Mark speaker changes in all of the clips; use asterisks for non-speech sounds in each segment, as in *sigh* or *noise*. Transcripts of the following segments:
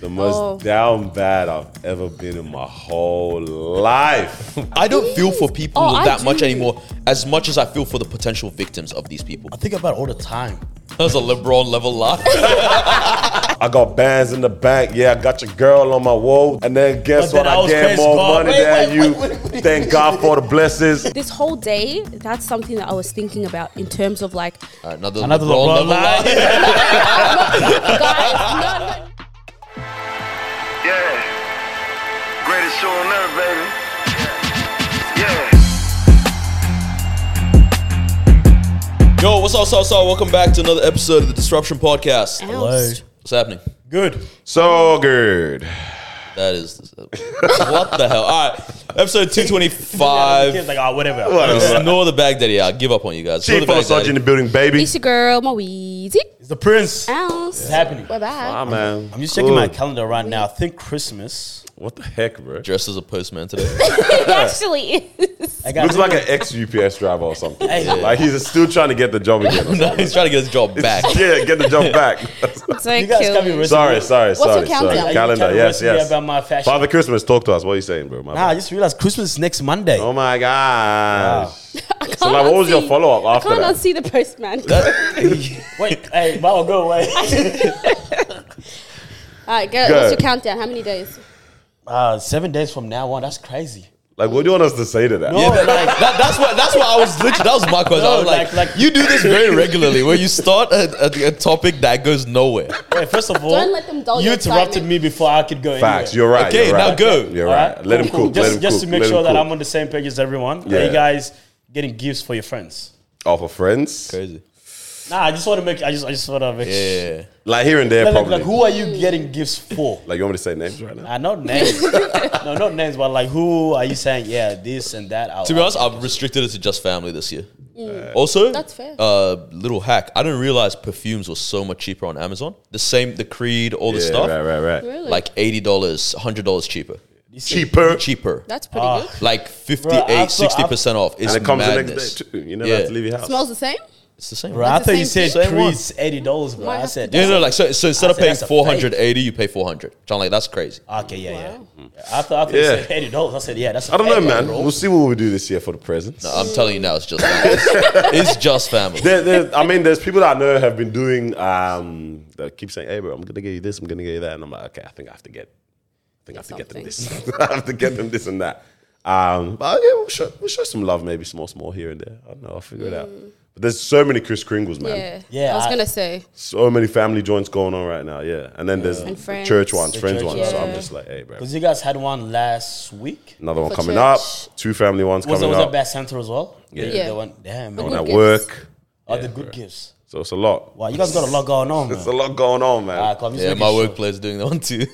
Speaker 1: The most
Speaker 2: Oh.
Speaker 1: down bad I've ever been in my whole life. *laughs*
Speaker 3: I don't feel for people
Speaker 2: Oh, I
Speaker 3: that much
Speaker 2: do.
Speaker 3: anymore, as much as I feel for the potential victims of these people.
Speaker 4: I think about it all the time.
Speaker 3: That was a LeBron level
Speaker 2: *laughs*
Speaker 3: laugh.
Speaker 1: I got bands in the bank. Yeah, I got your girl on my wall. And then guess
Speaker 4: But
Speaker 1: what?
Speaker 4: then
Speaker 1: I,
Speaker 4: I was
Speaker 1: get
Speaker 4: Chris
Speaker 1: more
Speaker 4: Paul.
Speaker 1: money
Speaker 4: Wait,
Speaker 1: than
Speaker 4: wait,
Speaker 1: you.
Speaker 4: wait, wait, wait.
Speaker 1: Thank God for the
Speaker 4: *laughs*
Speaker 1: blessings.
Speaker 2: This whole day, that's something that I was thinking about in terms of like,
Speaker 3: Another,
Speaker 4: Another
Speaker 3: LeBron,
Speaker 4: LeBron
Speaker 3: level laugh.
Speaker 2: guys, no, no,
Speaker 5: Yeah. Greatest show on earth, baby. Yeah.
Speaker 3: *laughs* Yo, what's up, what's up, what's up? Welcome back to another episode of the Disruption Podcast.
Speaker 4: Hello.
Speaker 2: Ounce.
Speaker 3: What's happening?
Speaker 4: Good.
Speaker 1: So good.
Speaker 3: That is. what the hell? All right. Episode
Speaker 4: *laughs*
Speaker 3: 225.
Speaker 4: Kids like, oh, whatever.
Speaker 3: Ignore the Baghdadi. I give up on you guys. Ignore
Speaker 1: Chief on Soji in the
Speaker 3: Baghdadi.
Speaker 1: building, baby.
Speaker 2: It's your girl, Moeezy.
Speaker 4: It's the prince.
Speaker 2: Ounce.
Speaker 4: It's happening.
Speaker 2: We're back.
Speaker 1: Ah, man.
Speaker 4: I'm just checking my calendar right now. I think Christmas.
Speaker 1: What the heck, bro?
Speaker 3: Dressed as a postman today. *laughs*
Speaker 2: It *laughs* actually *laughs* is.
Speaker 4: I got
Speaker 1: Looks like an ex UPS driver or something.
Speaker 4: Hey.
Speaker 1: Like he's still trying to get the job
Speaker 4: *laughs*
Speaker 1: again. or
Speaker 3: No,
Speaker 1: something.
Speaker 3: He's trying to get his job back.
Speaker 1: *laughs* yeah, get the job back.
Speaker 2: So
Speaker 4: you guys got me
Speaker 2: cute.
Speaker 4: risk-
Speaker 1: sorry, sorry,
Speaker 2: your
Speaker 1: sorry,
Speaker 2: countdown? Are
Speaker 1: sorry.
Speaker 2: you
Speaker 1: Calendar,
Speaker 4: trying to
Speaker 1: yes,
Speaker 4: arrest me
Speaker 1: yes.
Speaker 4: about my fashion?
Speaker 1: Father Christmas, talk to us. What are you saying, bro? My
Speaker 4: Nah, I
Speaker 1: bad.
Speaker 4: just realized Christmas is next Monday.
Speaker 1: oh my gosh.
Speaker 2: I can't
Speaker 1: So, like, what was your
Speaker 2: unsee-
Speaker 1: follow up
Speaker 2: I
Speaker 1: after
Speaker 2: can't
Speaker 1: that?
Speaker 2: unsee the postman. *laughs*
Speaker 4: Wait, hey, Mama, go away.
Speaker 2: All right, go.
Speaker 1: Go.
Speaker 2: What's your countdown? How many days?
Speaker 4: *laughs* Uh, seven days from now on, that's crazy.
Speaker 1: Like, what do you want us to say to that?
Speaker 4: No, like,
Speaker 3: That, that's what that's what I was literally that was my question. I
Speaker 4: No,
Speaker 3: was like,
Speaker 4: like- like-
Speaker 3: you do this very regularly where you start a, a, a topic that goes nowhere.
Speaker 4: wait, first of all,
Speaker 2: Don't let them dull
Speaker 4: you
Speaker 2: your
Speaker 4: interrupted
Speaker 2: excitement.
Speaker 4: me before I could go
Speaker 1: Facts.
Speaker 4: anywhere.
Speaker 1: You're right.
Speaker 3: Okay,
Speaker 1: you're
Speaker 3: now
Speaker 1: right.
Speaker 3: go.
Speaker 1: You're
Speaker 4: All
Speaker 1: right. Let him
Speaker 4: Cool, cool.
Speaker 1: cook.
Speaker 4: Just,
Speaker 1: Let him
Speaker 4: just
Speaker 1: cook.
Speaker 4: to make
Speaker 1: Let him
Speaker 4: sure that
Speaker 1: cook.
Speaker 4: I'm on the same page as everyone.
Speaker 1: Yeah.
Speaker 4: Are you guys getting gifts for your friends?
Speaker 1: Oh, for friends?
Speaker 3: Crazy.
Speaker 4: Nah, I just want to make. I just, I just want to make. sure.
Speaker 3: Yeah.
Speaker 1: Like, here and there,
Speaker 4: Like, like,
Speaker 1: probably. Like,
Speaker 4: who are you getting gifts *laughs* for?
Speaker 1: you want me to say names right now?
Speaker 4: I know names. Ah, no, not names, but like, who are you saying? Yeah, this and that. I'll-
Speaker 3: To be honest, I've restricted it to just family this year. also,
Speaker 2: That's fair.
Speaker 3: Uh, little hack. I didn't realize perfumes were so much cheaper on Amazon. The same, the Creed, all the
Speaker 1: yeah,
Speaker 3: stuff,
Speaker 1: right, right, right.
Speaker 2: Really?
Speaker 3: like eighty dollars, hundred dollars cheaper,
Speaker 1: Cheaper.
Speaker 3: cheaper,
Speaker 2: that's pretty
Speaker 1: uh,
Speaker 4: Ah.
Speaker 2: good.
Speaker 3: like
Speaker 4: Bro,
Speaker 3: 58,
Speaker 4: I thought-
Speaker 3: 60 percent off. It's
Speaker 1: And it comes the
Speaker 3: madness.
Speaker 1: next day, too. You know,
Speaker 3: Yeah.
Speaker 1: have to leave your house.
Speaker 2: Smells the same.
Speaker 3: It's the same.
Speaker 4: bro, I
Speaker 2: That's the
Speaker 4: thought you
Speaker 2: same
Speaker 4: said
Speaker 3: thing. Same one.
Speaker 4: Creed's eighty dollars, bro.
Speaker 2: Might
Speaker 4: I
Speaker 2: have
Speaker 4: said
Speaker 2: to-
Speaker 3: Yeah,
Speaker 4: that's
Speaker 3: no, no, like so. So instead
Speaker 4: I
Speaker 3: of
Speaker 4: said
Speaker 3: paying
Speaker 4: that's a fake.
Speaker 3: four hundred eighty, you pay four hundred. John, like that's crazy.
Speaker 4: Okay, yeah, yeah. I thought, I thought you
Speaker 1: Yeah.
Speaker 4: said eighty dollars. I said, yeah, that's.
Speaker 1: I don't know,
Speaker 4: $80,
Speaker 1: man.
Speaker 4: bro.
Speaker 1: We'll see what we do this year for the presents.
Speaker 3: I'm telling you now, it's just family.
Speaker 1: *laughs*
Speaker 3: it's just family.
Speaker 1: There, there, I mean, there's people that I know have been doing um, that keep saying, "Hey, bro, I'm gonna get you this, I'm gonna get you that," and I'm like, "Okay, I think I have to get, I think I have to get them this, *laughs* I have to get them this and that." Um, but yeah, we'll show, we'll show some love, maybe small, small here and there. I don't know. I'll figure it out. But there's so many Chris Kringles, man.
Speaker 2: Mm. Yeah.
Speaker 4: Yeah,
Speaker 2: I was
Speaker 4: I-
Speaker 2: gonna say.
Speaker 1: So many family joints going on right now. Yeah, and then there's the
Speaker 2: friends.
Speaker 1: church ones, friends
Speaker 4: church
Speaker 1: ones.
Speaker 2: ones.
Speaker 1: So I'm
Speaker 2: Yeah.
Speaker 1: just like, "Hey, bro."
Speaker 4: Because you guys had one last week.
Speaker 1: Another one
Speaker 2: For
Speaker 1: coming
Speaker 2: church.
Speaker 1: up. Two family ones
Speaker 4: Was it
Speaker 1: coming
Speaker 4: was
Speaker 1: up.
Speaker 4: that Bass Center as well?
Speaker 1: Yeah.
Speaker 4: The,
Speaker 2: Yeah.
Speaker 4: the one, damn, man.
Speaker 1: One
Speaker 2: Good
Speaker 1: at
Speaker 2: gifts.
Speaker 1: work.
Speaker 4: oh, the good gifts.
Speaker 1: So it's a lot.
Speaker 4: Wow, you guys got a lot going on, man.
Speaker 1: It's a lot going on, man. *laughs*
Speaker 4: Ah, cool, I'm just
Speaker 3: Yeah,
Speaker 4: making
Speaker 3: my
Speaker 4: sure.
Speaker 3: workplace doing that one too.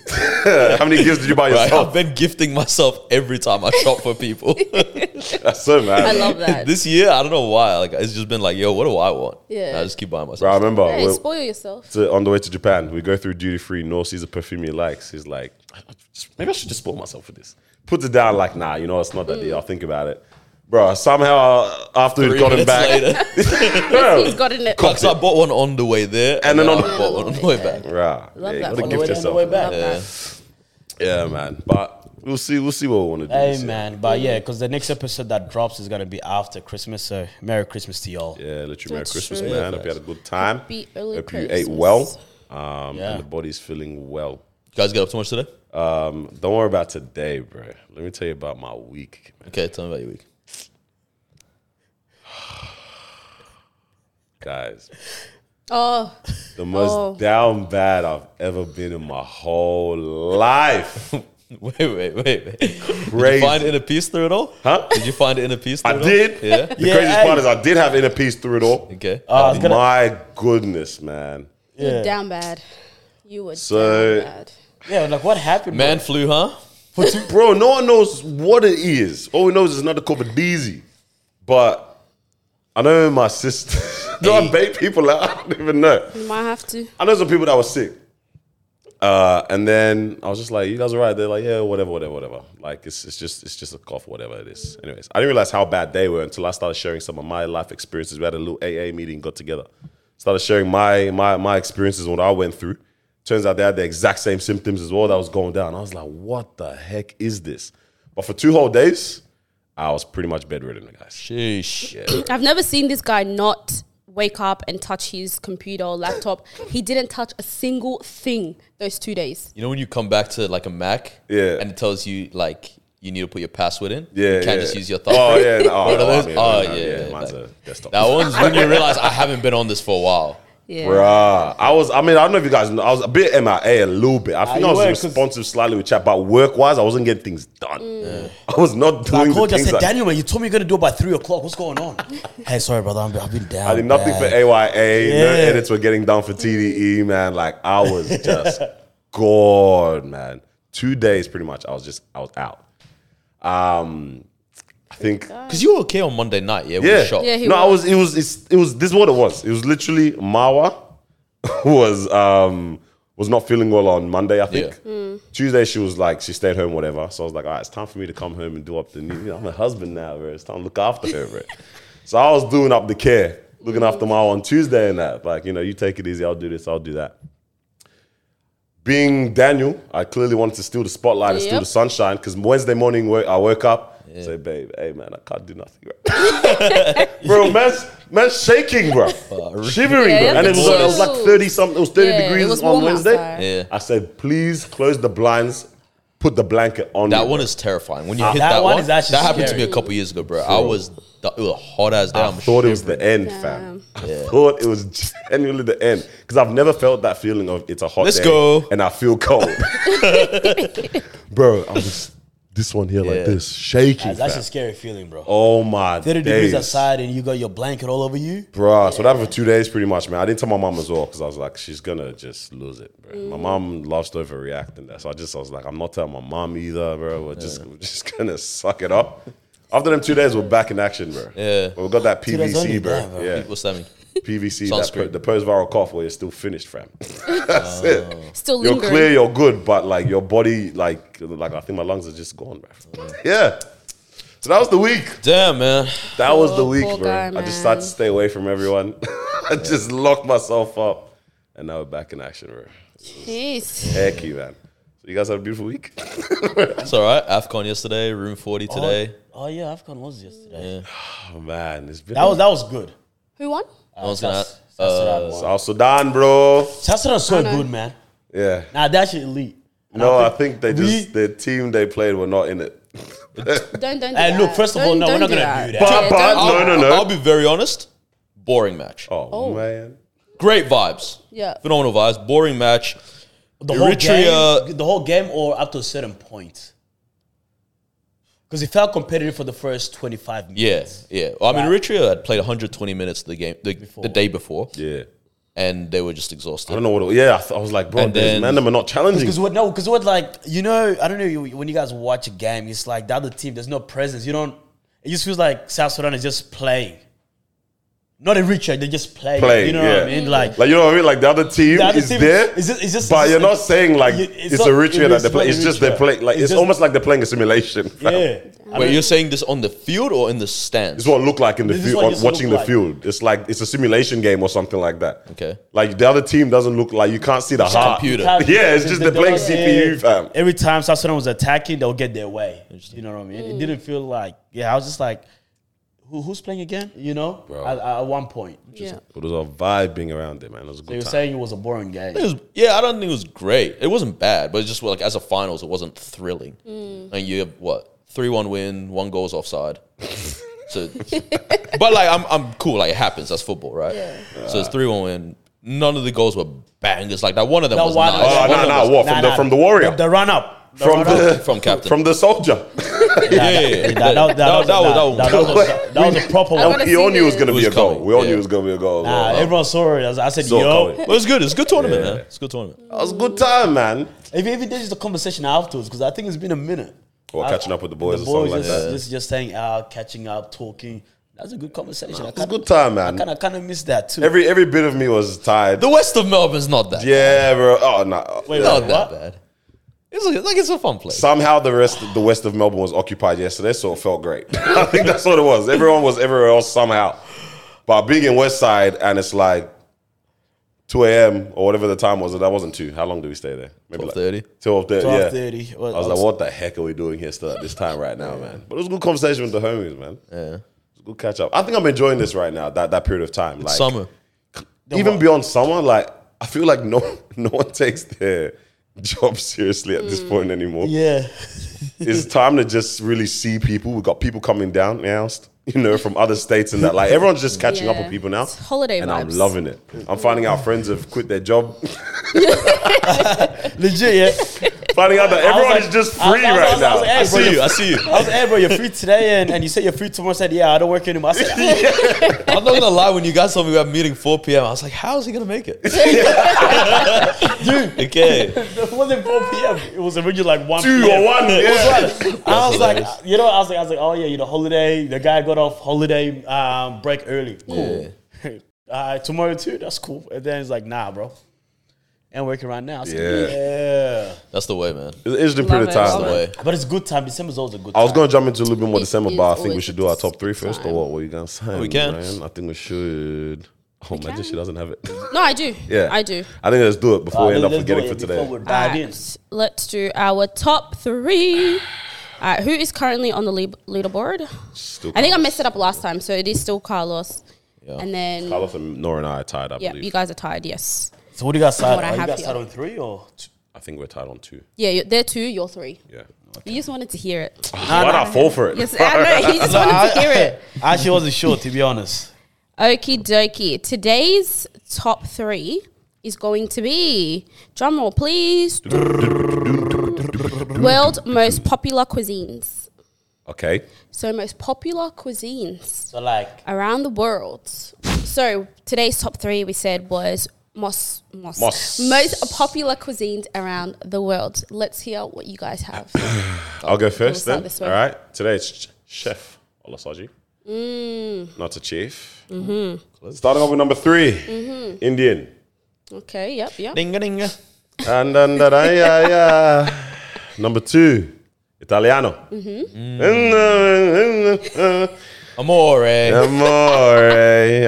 Speaker 1: How many gifts did you buy
Speaker 4: *laughs*
Speaker 3: Right, I've
Speaker 1: yourself?
Speaker 3: been gifting myself every time I shop for
Speaker 1: *laughs*
Speaker 3: people.
Speaker 1: That's so mad. *laughs*
Speaker 2: I love that.
Speaker 3: this year, I don't know why. Like it's just been like, yo, what do I want?
Speaker 2: Yeah.
Speaker 3: And I just keep buying
Speaker 1: Bro, I
Speaker 3: myself.
Speaker 1: remember
Speaker 2: Hey,
Speaker 1: we're-
Speaker 2: spoil
Speaker 1: *laughs*
Speaker 2: yourself.
Speaker 1: to- on the way to Japan, we go through duty free. Noor sees a perfume he likes. He's like, "I- I just- maybe I should just spoil myself with this. Puts it down like, nah, you know, it's not that deal. I'll think about it. Bro, somehow uh, after we'd
Speaker 3: Three
Speaker 1: gotten back,
Speaker 3: minutes later,
Speaker 1: *laughs* bro,
Speaker 2: He's gotten it.
Speaker 3: because I bought one on the way there, and,
Speaker 1: then
Speaker 3: then,
Speaker 1: on
Speaker 3: I
Speaker 1: the-
Speaker 3: bought one on the way back.
Speaker 1: Rah, yeah,
Speaker 2: Love
Speaker 1: you
Speaker 2: that.
Speaker 1: gotta
Speaker 2: On
Speaker 1: gift
Speaker 4: the way down, the
Speaker 1: yourself.
Speaker 4: way
Speaker 1: man.
Speaker 4: back.
Speaker 3: Yeah.
Speaker 1: Yeah, man. But we'll see. We'll see what we want to do. this
Speaker 4: Hey
Speaker 1: year.
Speaker 4: man, but yeah, because the next episode that drops is gonna be after Christmas. So Merry Christmas to y'all. Ah,
Speaker 1: Yeah, let you Merry
Speaker 2: That's
Speaker 1: Christmas,
Speaker 2: true.
Speaker 1: man. Hope you had a good time.
Speaker 2: Happy early
Speaker 1: Hope you ate
Speaker 2: Christmas.
Speaker 1: well. Um,
Speaker 4: Yeah.
Speaker 1: And the body's feeling well.
Speaker 3: You guys get up too much today?
Speaker 1: Um, don't worry about today, bro. Let me tell you about my week, man.
Speaker 3: Okay, tell me about your week. *laughs*
Speaker 1: guys.
Speaker 2: Oh,
Speaker 1: *laughs* The most
Speaker 2: Oh.
Speaker 1: down bad I've ever been in my whole life.
Speaker 3: Wait, wait, wait, wait. Did you
Speaker 1: Crazy.
Speaker 3: find inner peace through it all?
Speaker 1: Huh?
Speaker 3: Did you find inner peace? Through
Speaker 1: I
Speaker 3: it all?
Speaker 1: did. Uh,
Speaker 3: Yeah.
Speaker 1: The
Speaker 4: Yeah,
Speaker 1: craziest part is
Speaker 4: hey.
Speaker 1: I did have inner peace through it all.
Speaker 3: Okay.
Speaker 4: Oh, I was gonna-
Speaker 1: My goodness, man.
Speaker 2: you're
Speaker 4: Yeah.
Speaker 2: down bad. You were
Speaker 1: So-
Speaker 2: down bad.
Speaker 4: yeah, like what happened, man?
Speaker 3: Man flu, huh?
Speaker 1: Bro, no one knows what it is. All we know is it's not the COVID DZ. But I know my sister. *laughs* Do I
Speaker 3: Hey.
Speaker 1: bait people out? I don't even know.
Speaker 2: You might have to.
Speaker 1: I know some people that were sick. Uh, and then I was just like, you guys are right. They're like, yeah, whatever, whatever, whatever. Like it's, it's just it's just a cough, whatever it is. Anyways, I didn't realize how bad they were until I started sharing some of my life experiences. We had a little AA meeting, got together, started sharing my my my experiences what I went through. Turns out they had the exact same symptoms as well that was going down. I was like, what the heck is this? But for two whole days, I was pretty much bedridden, guys.
Speaker 3: Sheesh.
Speaker 2: I've never seen this guy not wake up and touch his computer or laptop. he didn't touch a single thing those two days.
Speaker 3: You know when you come back to like a Mac,
Speaker 1: Yeah.
Speaker 3: and it tells you like you need to put your password in.
Speaker 1: Yeah,
Speaker 3: you can't
Speaker 1: yeah.
Speaker 3: just use your thumb.
Speaker 1: Oh yeah, no, oh,
Speaker 3: *laughs* One of
Speaker 1: no, I
Speaker 3: those?
Speaker 1: mean,
Speaker 3: Oh,
Speaker 1: no,
Speaker 3: yeah, yeah,
Speaker 1: mine's
Speaker 3: like-
Speaker 1: a desktop.
Speaker 3: That one's when you realize I haven't been on this for a while.
Speaker 2: Yeah.
Speaker 1: Bruh, I was. I mean, I don't know if you guys know. I was a bit MIA a little bit. I think
Speaker 4: Ah, you
Speaker 1: I was
Speaker 4: were, 'cause-
Speaker 1: responsive slightly with chat, but work wise, I wasn't getting things done.
Speaker 4: Mm.
Speaker 1: *laughs* I was not
Speaker 4: I
Speaker 1: doing. the
Speaker 4: called you. I
Speaker 1: things
Speaker 4: said,
Speaker 1: I-
Speaker 4: Daniel, man, you told me you're gonna do it by three o'clock. What's going
Speaker 1: *laughs*
Speaker 4: on? hey, sorry, brother. I'm- I've been down.
Speaker 1: I did nothing for AYA. No
Speaker 4: Yeah.
Speaker 1: edits were getting done for TDE, man. Like I was
Speaker 4: *laughs*
Speaker 1: just gone, man. Two days, pretty much. I was just, I was out. Um, I think,
Speaker 3: Because you were okay on Monday night, yeah? With
Speaker 1: yeah,
Speaker 3: the shot.
Speaker 2: Yeah, he
Speaker 1: no,
Speaker 2: was.
Speaker 1: I was. It was. It's, it was. This is what it was. It was literally Mawa *laughs* was um was not feeling well on Monday. I think
Speaker 3: Yeah.
Speaker 2: Mm.
Speaker 1: Tuesday she was like she stayed home, whatever. So I was like, all right, it's time for me to come home and do up the. New, you know, I'm a husband now, bro. It's time to look after her,
Speaker 2: *laughs*
Speaker 1: bro. so I was doing up the care, looking after
Speaker 2: Mm.
Speaker 1: Mawa on Tuesday and that. Like you know, you take it easy. I'll do this. I'll do that. Being Daniel, I clearly wanted to steal the spotlight and steal
Speaker 2: Yep.
Speaker 1: the sunshine because Wednesday morning wo- I woke up, say, babe, hey man, I can't do nothing. Right bro. Man's, man's shaking,
Speaker 3: *laughs*
Speaker 1: bro. Shivering,
Speaker 2: Yeah,
Speaker 1: bro.
Speaker 2: yeah,
Speaker 1: And it was, it was
Speaker 2: because-
Speaker 1: like 30 something, it was 30
Speaker 2: Yeah, it
Speaker 1: degrees
Speaker 2: was
Speaker 1: on
Speaker 2: warm
Speaker 1: Wednesday.
Speaker 2: outside.
Speaker 3: Yeah.
Speaker 1: I said, please close the blinds, put the blanket on.
Speaker 3: That
Speaker 1: me,
Speaker 3: one
Speaker 1: bro."
Speaker 3: is terrifying. When you
Speaker 4: Uh,
Speaker 3: hit
Speaker 4: that
Speaker 3: that,
Speaker 4: one
Speaker 3: one,
Speaker 4: is
Speaker 3: that
Speaker 4: actually
Speaker 3: happened to
Speaker 4: scary.
Speaker 3: me a couple years ago, bro. I was, it was a hot ass day.
Speaker 1: I
Speaker 3: I'm
Speaker 1: thought it was
Speaker 3: shivering.
Speaker 1: the end, fam. I thought it was genuinely the end. Because I've never felt that feeling of it's a hot
Speaker 3: Let's
Speaker 1: day
Speaker 3: go.
Speaker 1: and I feel cold.
Speaker 3: *laughs*
Speaker 1: bro, I was this one here
Speaker 3: Yeah.
Speaker 1: like this, shaking.
Speaker 4: That's, that's
Speaker 1: fam.
Speaker 4: a scary feeling, bro.
Speaker 1: oh my
Speaker 4: 30
Speaker 1: days.
Speaker 4: degrees outside and you got your blanket all over you.
Speaker 1: Bruh, so that for two days pretty much, man. I didn't tell my mom as well because I was like, she's gonna just lose it, bro. My mom loves to overreact and that. So I just I was like, I'm not telling my mom either, bro. We're just we're just gonna suck it up. After them two days, we're back in action, bro.
Speaker 3: Yeah.
Speaker 1: But we got that
Speaker 4: days only,
Speaker 1: PVC, bro.
Speaker 4: yeah, bro.
Speaker 1: Yeah.
Speaker 3: What's that mean?
Speaker 1: PVC, that per,
Speaker 3: Sunscreen.
Speaker 1: the post-viral cough where you're still finished, fam. That's it.
Speaker 2: Still
Speaker 1: You're
Speaker 2: lingering.
Speaker 1: clear, you're good, but like your body, like like I think my lungs are just gone, bro. yeah. So that was the week.
Speaker 3: Damn, man.
Speaker 1: That was the
Speaker 2: Poor-
Speaker 1: week,
Speaker 2: poor
Speaker 1: bro.
Speaker 2: guy,
Speaker 1: I just
Speaker 2: man.
Speaker 1: had to stay away from everyone. *laughs* I just locked myself up, and now we're back in action, bro.
Speaker 2: Jeez.
Speaker 1: Hecky, man. So you guys had a beautiful week. *laughs*
Speaker 3: It's all right. AFCON yesterday, room 40 today.
Speaker 4: Oh, yeah, Afghan was yesterday.
Speaker 1: Oh man, it's been
Speaker 4: That was that was good.
Speaker 2: Who won?
Speaker 3: I was going to. uh,
Speaker 4: Sassuran won.
Speaker 1: South Sudan, bro.
Speaker 4: Sassuran's so
Speaker 2: know.
Speaker 4: good, man.
Speaker 1: Yeah.
Speaker 4: Nah, they're actually elite. And
Speaker 1: No, I think they
Speaker 4: we-
Speaker 1: just the team they played were not in it.
Speaker 2: Don't don't. Do
Speaker 4: Hey,
Speaker 2: that.
Speaker 4: look, first of all,
Speaker 2: Don't-
Speaker 4: no, we're
Speaker 2: don't
Speaker 4: not gonna do that.
Speaker 1: But-
Speaker 2: Yeah,
Speaker 1: but-
Speaker 2: don't-
Speaker 1: No, no, no.
Speaker 3: I'll be very honest. Boring match.
Speaker 1: Oh, man.
Speaker 3: Great vibes.
Speaker 2: Yeah.
Speaker 3: Phenomenal vibes. Boring match.
Speaker 4: The whole
Speaker 3: Eritrea-
Speaker 4: game, the whole game, or up to a certain point. Because it felt competitive for the first twenty-five
Speaker 3: Yeah,
Speaker 4: minutes.
Speaker 3: yeah. Well, I mean,
Speaker 4: Wow.
Speaker 3: Eritrea had played 120 minutes the game the, the day before,
Speaker 1: Yeah.
Speaker 3: and they were just
Speaker 1: I
Speaker 3: exhausted.
Speaker 1: don't know what. It, yeah, I, th- I was like, bro,
Speaker 3: And
Speaker 1: these
Speaker 3: then-
Speaker 1: man, them are not challenging.
Speaker 4: Because what? No, because what? Like you know, I don't know. you- When you guys watch a game, it's like the other team. There's no presence. You don't. It just feels like South Sudan is just playing. Not a Richard. They just play.
Speaker 1: Playing,
Speaker 4: You know
Speaker 1: yeah.
Speaker 4: what I mean? Like
Speaker 1: Like you know what I mean? Like the other team
Speaker 4: The other
Speaker 1: is
Speaker 4: team is-
Speaker 1: there,
Speaker 4: it's just- it's just-
Speaker 1: but
Speaker 4: it's
Speaker 1: you're
Speaker 4: just-
Speaker 1: not saying like
Speaker 4: you-
Speaker 1: it's,
Speaker 4: it's not-
Speaker 1: a ritual
Speaker 4: it
Speaker 1: that
Speaker 4: is
Speaker 1: they play.
Speaker 4: not
Speaker 1: It's
Speaker 4: a
Speaker 1: just they
Speaker 4: ritual.
Speaker 1: play. Like
Speaker 4: It's
Speaker 1: it's,
Speaker 4: just-
Speaker 1: almost like they're playing a simulation. fam. *laughs*
Speaker 4: yeah. I
Speaker 3: Wait,
Speaker 4: don't-
Speaker 3: you're saying this on the field or in the stands?
Speaker 1: It's what it looked like in the
Speaker 4: This is
Speaker 1: field,
Speaker 4: what it
Speaker 1: on-
Speaker 4: used to
Speaker 1: watching the
Speaker 4: look like.
Speaker 1: field. It's like it's a simulation game or something like that.
Speaker 3: Okay.
Speaker 1: Like the other team doesn't look like you can't see the
Speaker 3: a
Speaker 1: heart.
Speaker 3: computer.
Speaker 4: How-
Speaker 1: *laughs* Yeah, it's just
Speaker 4: the-
Speaker 1: they're playing
Speaker 4: the-
Speaker 1: CPU, fam.
Speaker 4: Every time South Sudan was attacking, they'll get their way. You know what I mean? It didn't feel like yeah. I was just like, Who, who's playing again? You know, at, at one point,
Speaker 2: Yeah.
Speaker 1: But there's a vibe being around it, man. It was a
Speaker 4: they were
Speaker 1: good time.
Speaker 4: saying it was a boring game.
Speaker 3: It was, yeah, I don't think it was great. It wasn't bad, but it's just like as a finals, it wasn't thrilling. And you have what three one win, one goal's offside. so, but like I'm, I'm cool. Like it happens. That's football, right? So it's three one win. None of the goals were bangers. Like that one of them
Speaker 4: The
Speaker 3: was
Speaker 4: one-
Speaker 3: nice.
Speaker 1: Oh,
Speaker 4: Yeah,
Speaker 3: One
Speaker 1: no,
Speaker 3: of them
Speaker 1: no,
Speaker 3: was-
Speaker 1: what from the from the warrior,
Speaker 4: The, the run up. The
Speaker 1: from
Speaker 4: run up.
Speaker 1: the
Speaker 3: From captain.
Speaker 1: from the
Speaker 4: *laughs*
Speaker 1: soldier.
Speaker 3: yeah, yeah, yeah.
Speaker 4: That- *laughs* that- that- that was-
Speaker 3: that was- that was-
Speaker 4: that- that was a- that was a proper
Speaker 2: I
Speaker 4: one.
Speaker 2: wanna
Speaker 1: We all
Speaker 2: see
Speaker 1: knew it was gonna
Speaker 3: It
Speaker 1: be a
Speaker 3: was
Speaker 1: goal.
Speaker 3: coming,
Speaker 1: We all
Speaker 3: yeah.
Speaker 1: knew it was gonna be a goal.
Speaker 4: Nah, everyone saw it. I was- I said,
Speaker 1: Saw it
Speaker 4: yo.
Speaker 1: coming.
Speaker 3: Well, it's good. It's a good tournament.
Speaker 1: Yeah.
Speaker 3: Man. It's a good tournament.
Speaker 1: That was a good time, man.
Speaker 4: If even there's just a conversation afterwards, because I think it's been a minute.
Speaker 1: Or
Speaker 4: I-
Speaker 1: catching up with the boys
Speaker 4: the
Speaker 1: or something
Speaker 4: boys
Speaker 1: like
Speaker 4: just,
Speaker 1: that.
Speaker 4: just just saying out, catching up, talking. That's a good conversation. I
Speaker 1: It was a
Speaker 4: kind
Speaker 1: good time, man.
Speaker 4: of kind of miss that too.
Speaker 1: Every every bit of me was tired.
Speaker 3: The West of Melbourne's not that.
Speaker 1: Yeah, bro. Oh no.
Speaker 4: Wait,
Speaker 3: not that
Speaker 4: wait, what?
Speaker 3: bad. It's like, like it's a fun place.
Speaker 1: Somehow the rest, the west of Melbourne was occupied yesterday, so it felt great. *laughs* I think that's what it was. Everyone was everywhere else somehow, but being in West Side and it's like 2 a.m. or whatever the time was. That wasn't two. How long do we stay there? Maybe
Speaker 3: 12:30?
Speaker 1: Like 12.30,
Speaker 4: 12:30.
Speaker 1: yeah.
Speaker 4: Well,
Speaker 1: I was
Speaker 4: I
Speaker 1: like,
Speaker 4: was-
Speaker 1: what the heck are we doing here still at this time right now, man? But it was a good conversation with the homies, man.
Speaker 3: Yeah.
Speaker 1: It's a good catch up. I think I'm enjoying this right now, that, that period of time. like
Speaker 3: Summer.
Speaker 1: Even beyond summer, like I feel like no *laughs* no one takes their job seriously at this point anymore.
Speaker 4: Yeah. *laughs*
Speaker 2: *laughs*
Speaker 1: it's time to just really see people. We've got people coming down now, st- you know, from other states and that. Like everyone's just catching up
Speaker 2: Yeah.
Speaker 1: on people now.
Speaker 2: It's holiday
Speaker 1: and I'm
Speaker 2: vibes.
Speaker 1: loving it. I'm finding out friends have quit their job. *laughs*
Speaker 4: Legit, yeah.
Speaker 1: finding out that
Speaker 4: I was
Speaker 1: everyone
Speaker 4: like-
Speaker 1: is just
Speaker 4: I was-
Speaker 1: free
Speaker 4: I was- I
Speaker 1: right
Speaker 4: was-
Speaker 1: now.
Speaker 4: I was-
Speaker 3: See you. I see you.
Speaker 4: I was like, hey, bro, you're free today, and, and you said you're free tomorrow. I said, yeah, I don't work anymore. I said,
Speaker 3: *laughs*
Speaker 4: *laughs*
Speaker 3: I'm not gonna lie. When you guys told me we were meeting 4 p.m., I was like, "How is he gonna make it?" *laughs* Dude, okay.
Speaker 4: it wasn't 4 p.m. It was originally like 1
Speaker 1: Two
Speaker 4: p.m.
Speaker 1: or one. Yeah.
Speaker 4: I was like, you know, I was like, I was like, oh yeah, you know, holiday. The guy got off holiday um, break early. Cool. Uh, tomorrow too. That's cool. And then it's like, nah, bro. And working right now. I said, yeah.
Speaker 3: That's the way, man.
Speaker 1: It's an interesting period of
Speaker 2: it,
Speaker 1: time,
Speaker 2: love
Speaker 1: man.
Speaker 2: it.
Speaker 3: Way.
Speaker 4: But it's good time. December's always a good time.
Speaker 1: I was going to jump into a little bit more
Speaker 2: It
Speaker 1: December,
Speaker 2: is
Speaker 1: but I think we
Speaker 2: always
Speaker 1: should
Speaker 2: a
Speaker 1: do our top three first, or
Speaker 2: time.
Speaker 1: what? What are you going to say?
Speaker 3: we can.
Speaker 1: man? I think we should. Oh, imagine she doesn't have it.
Speaker 2: *laughs*
Speaker 1: *laughs*
Speaker 2: No, I do.
Speaker 1: yeah.
Speaker 2: I do.
Speaker 1: I think let's do it before
Speaker 4: Uh,
Speaker 1: we end up
Speaker 4: let's- let's do
Speaker 1: forgetting
Speaker 4: it
Speaker 1: for
Speaker 4: before
Speaker 1: today.
Speaker 4: we dive in.
Speaker 2: Alright, Let's do our top three. All right, who is currently on the lead- leaderboard?
Speaker 1: Still
Speaker 2: I think I messed it up last time, so it is still Carlos.
Speaker 3: Yeah.
Speaker 2: And then,
Speaker 1: Carlos and Nora and I are tied, I
Speaker 2: yeah,
Speaker 1: believe.
Speaker 2: you guys are tied. Yes,
Speaker 4: So what do you guys
Speaker 2: what
Speaker 4: start?
Speaker 2: I
Speaker 4: Are you
Speaker 2: have
Speaker 4: guys
Speaker 2: here.
Speaker 4: start on three or? Two?
Speaker 1: I think we're tied on two.
Speaker 2: yeah, you're, they're two, you're three.
Speaker 1: Yeah.
Speaker 2: You just wanted to hear it.
Speaker 1: Why not fall for it?
Speaker 2: Yes, I know. He just wanted to hear
Speaker 4: *laughs*
Speaker 2: it.
Speaker 4: I actually wasn't sure, to be honest.
Speaker 2: Okie dokie. Today's top three is going to be drum roll, please. World most popular cuisines.
Speaker 1: Okay.
Speaker 2: So most popular cuisines.
Speaker 4: So like,
Speaker 2: around the world. So today's top three we said was mos, mos,
Speaker 1: Mos.
Speaker 2: most popular cuisines around the world. Let's hear what you guys have. *coughs*
Speaker 1: I'll go first
Speaker 2: start
Speaker 1: then.
Speaker 2: this way.
Speaker 1: All right. Today it's Ch- Chef Olasaji.
Speaker 2: Mm.
Speaker 1: Not a chief.
Speaker 2: Mm-hmm.
Speaker 1: Starting off with number 3 Indian.
Speaker 2: okay, yep, yep.
Speaker 3: Ding ding.
Speaker 1: And then da- da- yeah, yeah. Number two, Italiano.
Speaker 2: Mm-hmm.
Speaker 1: Mm-hmm.
Speaker 3: Amore.
Speaker 1: Amore.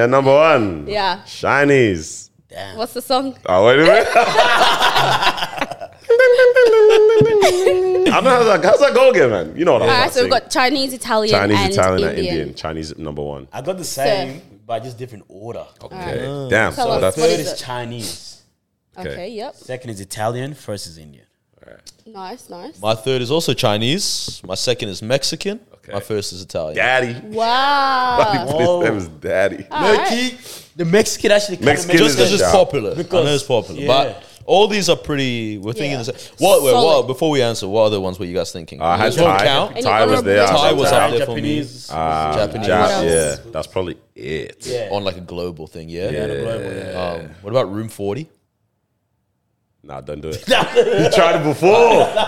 Speaker 1: And number one,
Speaker 2: Yeah.
Speaker 1: Chinese.
Speaker 2: What's the song?
Speaker 1: Oh, wait a
Speaker 2: *laughs*
Speaker 1: minute. *laughs* I don't know how that, how's that go again, man. You know what I'm
Speaker 2: All
Speaker 1: about
Speaker 2: right,
Speaker 1: to
Speaker 2: so we've
Speaker 1: sing.
Speaker 2: got Chinese, Italian,
Speaker 1: Chinese,
Speaker 2: and
Speaker 1: Italian,
Speaker 2: Indian.
Speaker 1: and Indian. Chinese number one.
Speaker 4: I got the same, but just different order.
Speaker 2: Ah.
Speaker 1: Okay. Damn.
Speaker 2: Tell
Speaker 1: So
Speaker 2: us
Speaker 1: that's
Speaker 2: what
Speaker 4: Third
Speaker 2: is
Speaker 4: is
Speaker 2: it?
Speaker 4: Chinese.
Speaker 2: Okay.
Speaker 1: Okay.
Speaker 2: yep.
Speaker 4: Second is Italian. First is Indian.
Speaker 2: Nice, nice.
Speaker 3: *laughs* My third is also Chinese. My second is Mexican.
Speaker 1: Okay.
Speaker 3: My first is
Speaker 1: *laughs*
Speaker 3: Italian.
Speaker 1: daddy. *laughs*
Speaker 2: Wow.
Speaker 1: His name is daddy. Uh,
Speaker 2: All right.
Speaker 4: Low-key, the Mexican actually kinda
Speaker 1: Mexican
Speaker 4: made-
Speaker 1: is
Speaker 3: Just because
Speaker 1: a
Speaker 3: it's
Speaker 1: shout.
Speaker 3: popular. I know
Speaker 4: Because-
Speaker 3: it's popular.
Speaker 4: yeah.
Speaker 3: But all these are pretty. We're thinking
Speaker 2: Yeah.
Speaker 3: the same. What, wait,
Speaker 2: Solid.
Speaker 3: what? Before we answer, what other ones were you guys thinking?
Speaker 1: I had
Speaker 3: Does one
Speaker 1: Thai.
Speaker 3: count?
Speaker 2: Any
Speaker 1: Thai was
Speaker 2: honorable
Speaker 1: there.
Speaker 2: mentions?
Speaker 3: Thai was
Speaker 4: Thai,
Speaker 3: up there for me. Um,
Speaker 4: Japanese.
Speaker 1: Ah,
Speaker 3: Japanese.
Speaker 1: Jap-
Speaker 2: What else?
Speaker 1: yeah, that's probably it.
Speaker 4: yeah.
Speaker 3: On like a global thing, yeah?
Speaker 4: Yeah, the global, yeah.
Speaker 3: Um, what about Room 40?
Speaker 1: Nah, don't do
Speaker 2: *laughs*
Speaker 1: it. you tried it before.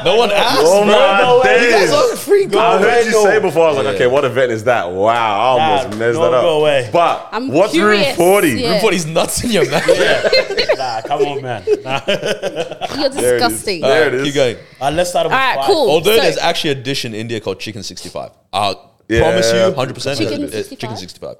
Speaker 3: No one asked.
Speaker 1: oh my
Speaker 4: no way. You
Speaker 1: days.
Speaker 4: guys
Speaker 3: are free
Speaker 1: I heard you
Speaker 4: go.
Speaker 1: say before. I was like,
Speaker 3: Yeah.
Speaker 1: okay, what event is that? Wow, I almost
Speaker 4: Nah,
Speaker 1: messed
Speaker 4: no,
Speaker 1: that up.
Speaker 4: go away.
Speaker 1: But
Speaker 2: I'm
Speaker 1: what's room
Speaker 2: curious,
Speaker 1: forty?
Speaker 2: yeah.
Speaker 3: Room 40's nuts in your mouth.
Speaker 4: Nah, come on,
Speaker 1: *laughs*
Speaker 4: man. Nah.
Speaker 2: You're
Speaker 1: There it is.
Speaker 2: disgusting. All
Speaker 1: There it is.
Speaker 3: Keep going.
Speaker 4: Uh, let's start with
Speaker 2: right,
Speaker 4: five.
Speaker 2: cool.
Speaker 3: Although
Speaker 2: So-
Speaker 3: there's actually a dish in India called chicken 65. I
Speaker 1: Yeah.
Speaker 3: promise you, 100%.
Speaker 2: Chicken
Speaker 3: it's
Speaker 2: 65?
Speaker 3: Chicken 65.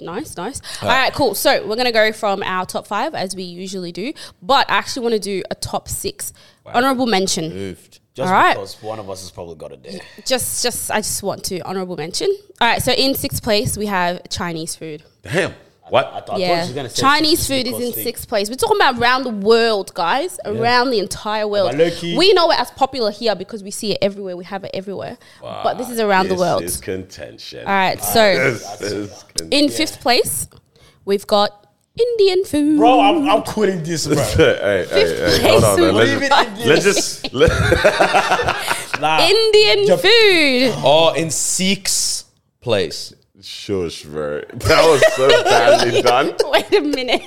Speaker 2: Nice, nice. All right, cool. So we're gonna go from our top five as we usually do, but I actually want to do a top six honorable mention.
Speaker 3: Oofed.
Speaker 4: Just
Speaker 2: All right.
Speaker 4: because one of us has probably got it there.
Speaker 2: Just, just I just want to honorable mention. All right, so in sixth place we have Chinese food.
Speaker 1: Damn. What?
Speaker 4: I thought she was
Speaker 2: yeah,
Speaker 4: gonna say
Speaker 2: Chinese
Speaker 4: chicken
Speaker 2: food is in
Speaker 4: because
Speaker 2: sixth place. We're talking about around the world, guys, around the entire world.
Speaker 4: But low-key-
Speaker 2: We know it as popular here because we see it everywhere. We have it everywhere, but this is around the
Speaker 1: This
Speaker 2: world.
Speaker 1: is contention.
Speaker 2: All right, so
Speaker 1: This is contention.
Speaker 2: in fifth place we've got Indian food.
Speaker 4: Bro, I'm, I'm quitting this,
Speaker 2: *laughs*
Speaker 4: bro.
Speaker 1: hey, hey, hey,
Speaker 2: place
Speaker 1: hold
Speaker 2: *laughs*
Speaker 1: on, man.
Speaker 2: leave
Speaker 1: Let's,
Speaker 4: it in
Speaker 1: let's just let,
Speaker 4: Nah.
Speaker 2: Indian
Speaker 4: Jap-
Speaker 2: food.
Speaker 3: Oh, in sixth place.
Speaker 1: shush, bro. That was so badly done.
Speaker 2: *laughs* Wait a minute.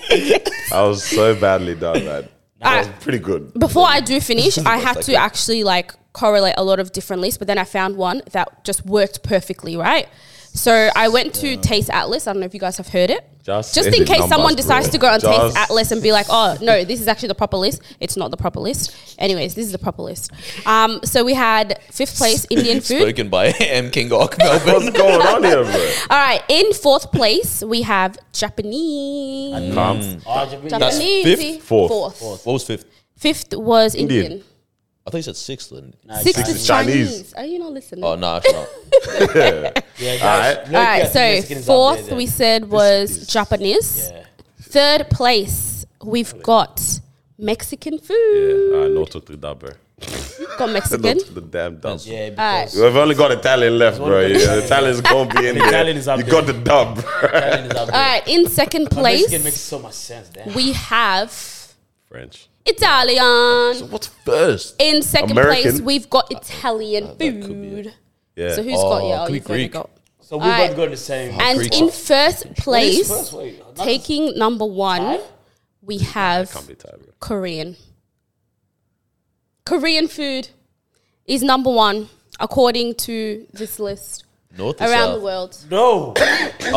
Speaker 1: I was so badly done, man. That
Speaker 2: Ah.
Speaker 1: was pretty
Speaker 2: *laughs*
Speaker 1: good.
Speaker 2: Before I do finish, I have
Speaker 3: like
Speaker 2: to
Speaker 3: it.
Speaker 2: actually like correlate a lot of different lists, but then I found one that just worked perfectly, right? So I went to Taste Atlas. I don't know if you guys have heard it. Just in case someone decides to go on Taste Atlas and be like, oh, no, this is actually the proper list. It's not the proper list. Anyways, this is the proper list. Um, so we had fifth *laughs* place Indian food.
Speaker 3: Spoken by M King of Melbourne.
Speaker 1: What's going on here, bro?
Speaker 2: All right, in fourth place, we have Japanese.
Speaker 1: Calm.
Speaker 4: oh,
Speaker 3: That's
Speaker 2: Japanese.
Speaker 3: fifth?
Speaker 1: Fourth.
Speaker 2: Fourth.
Speaker 3: What was fifth?
Speaker 2: Fifth was Indian.
Speaker 1: Indian.
Speaker 3: I think you said sixth. Then.
Speaker 2: Sixth
Speaker 1: Sixth
Speaker 2: is
Speaker 1: is
Speaker 2: Chinese.
Speaker 1: Chinese.
Speaker 2: Are you not listening?
Speaker 3: Oh no,
Speaker 2: *laughs*
Speaker 3: actually not.
Speaker 1: All right.
Speaker 2: All right, so fourth we said was Japanese. Third place, we've got Mexican
Speaker 1: Yeah,
Speaker 2: food.
Speaker 1: all right, no to the dub, bro.
Speaker 3: *laughs*
Speaker 2: Got Mexican.
Speaker 1: No to the damn dub.
Speaker 4: Yeah,
Speaker 2: All
Speaker 4: because
Speaker 2: right.
Speaker 1: We've only got Italian left, bro. Yeah, Italian's gonna *laughs* be in there.
Speaker 4: Italian is up
Speaker 1: you
Speaker 4: there.
Speaker 1: got the dub, bro.
Speaker 4: Italian is out
Speaker 2: All
Speaker 4: there.
Speaker 2: right, in second
Speaker 4: Mexican makes
Speaker 2: place,
Speaker 4: so much sense. Damn.
Speaker 2: we have
Speaker 1: French.
Speaker 2: Italian.
Speaker 1: What's first?
Speaker 2: In second
Speaker 1: American.
Speaker 2: place, we've got Italian
Speaker 3: Oh, that could be it.
Speaker 2: food.
Speaker 1: Yeah.
Speaker 2: So who's got
Speaker 3: Oh,
Speaker 2: yeah?
Speaker 3: could
Speaker 2: Oh,
Speaker 3: be
Speaker 2: you've already
Speaker 3: Greek. Oh,
Speaker 2: got.
Speaker 4: So we
Speaker 2: All right.
Speaker 4: both got the same.
Speaker 2: And
Speaker 3: Greek.
Speaker 2: in first
Speaker 4: What is
Speaker 2: place,
Speaker 4: first? Wait, not the-
Speaker 2: taking number one,
Speaker 4: Thai?
Speaker 2: we have
Speaker 1: Can't be Thai, bro.
Speaker 2: Korean. Korean food is number one according to this list
Speaker 3: North or
Speaker 2: around the
Speaker 3: south?
Speaker 2: world.
Speaker 4: No,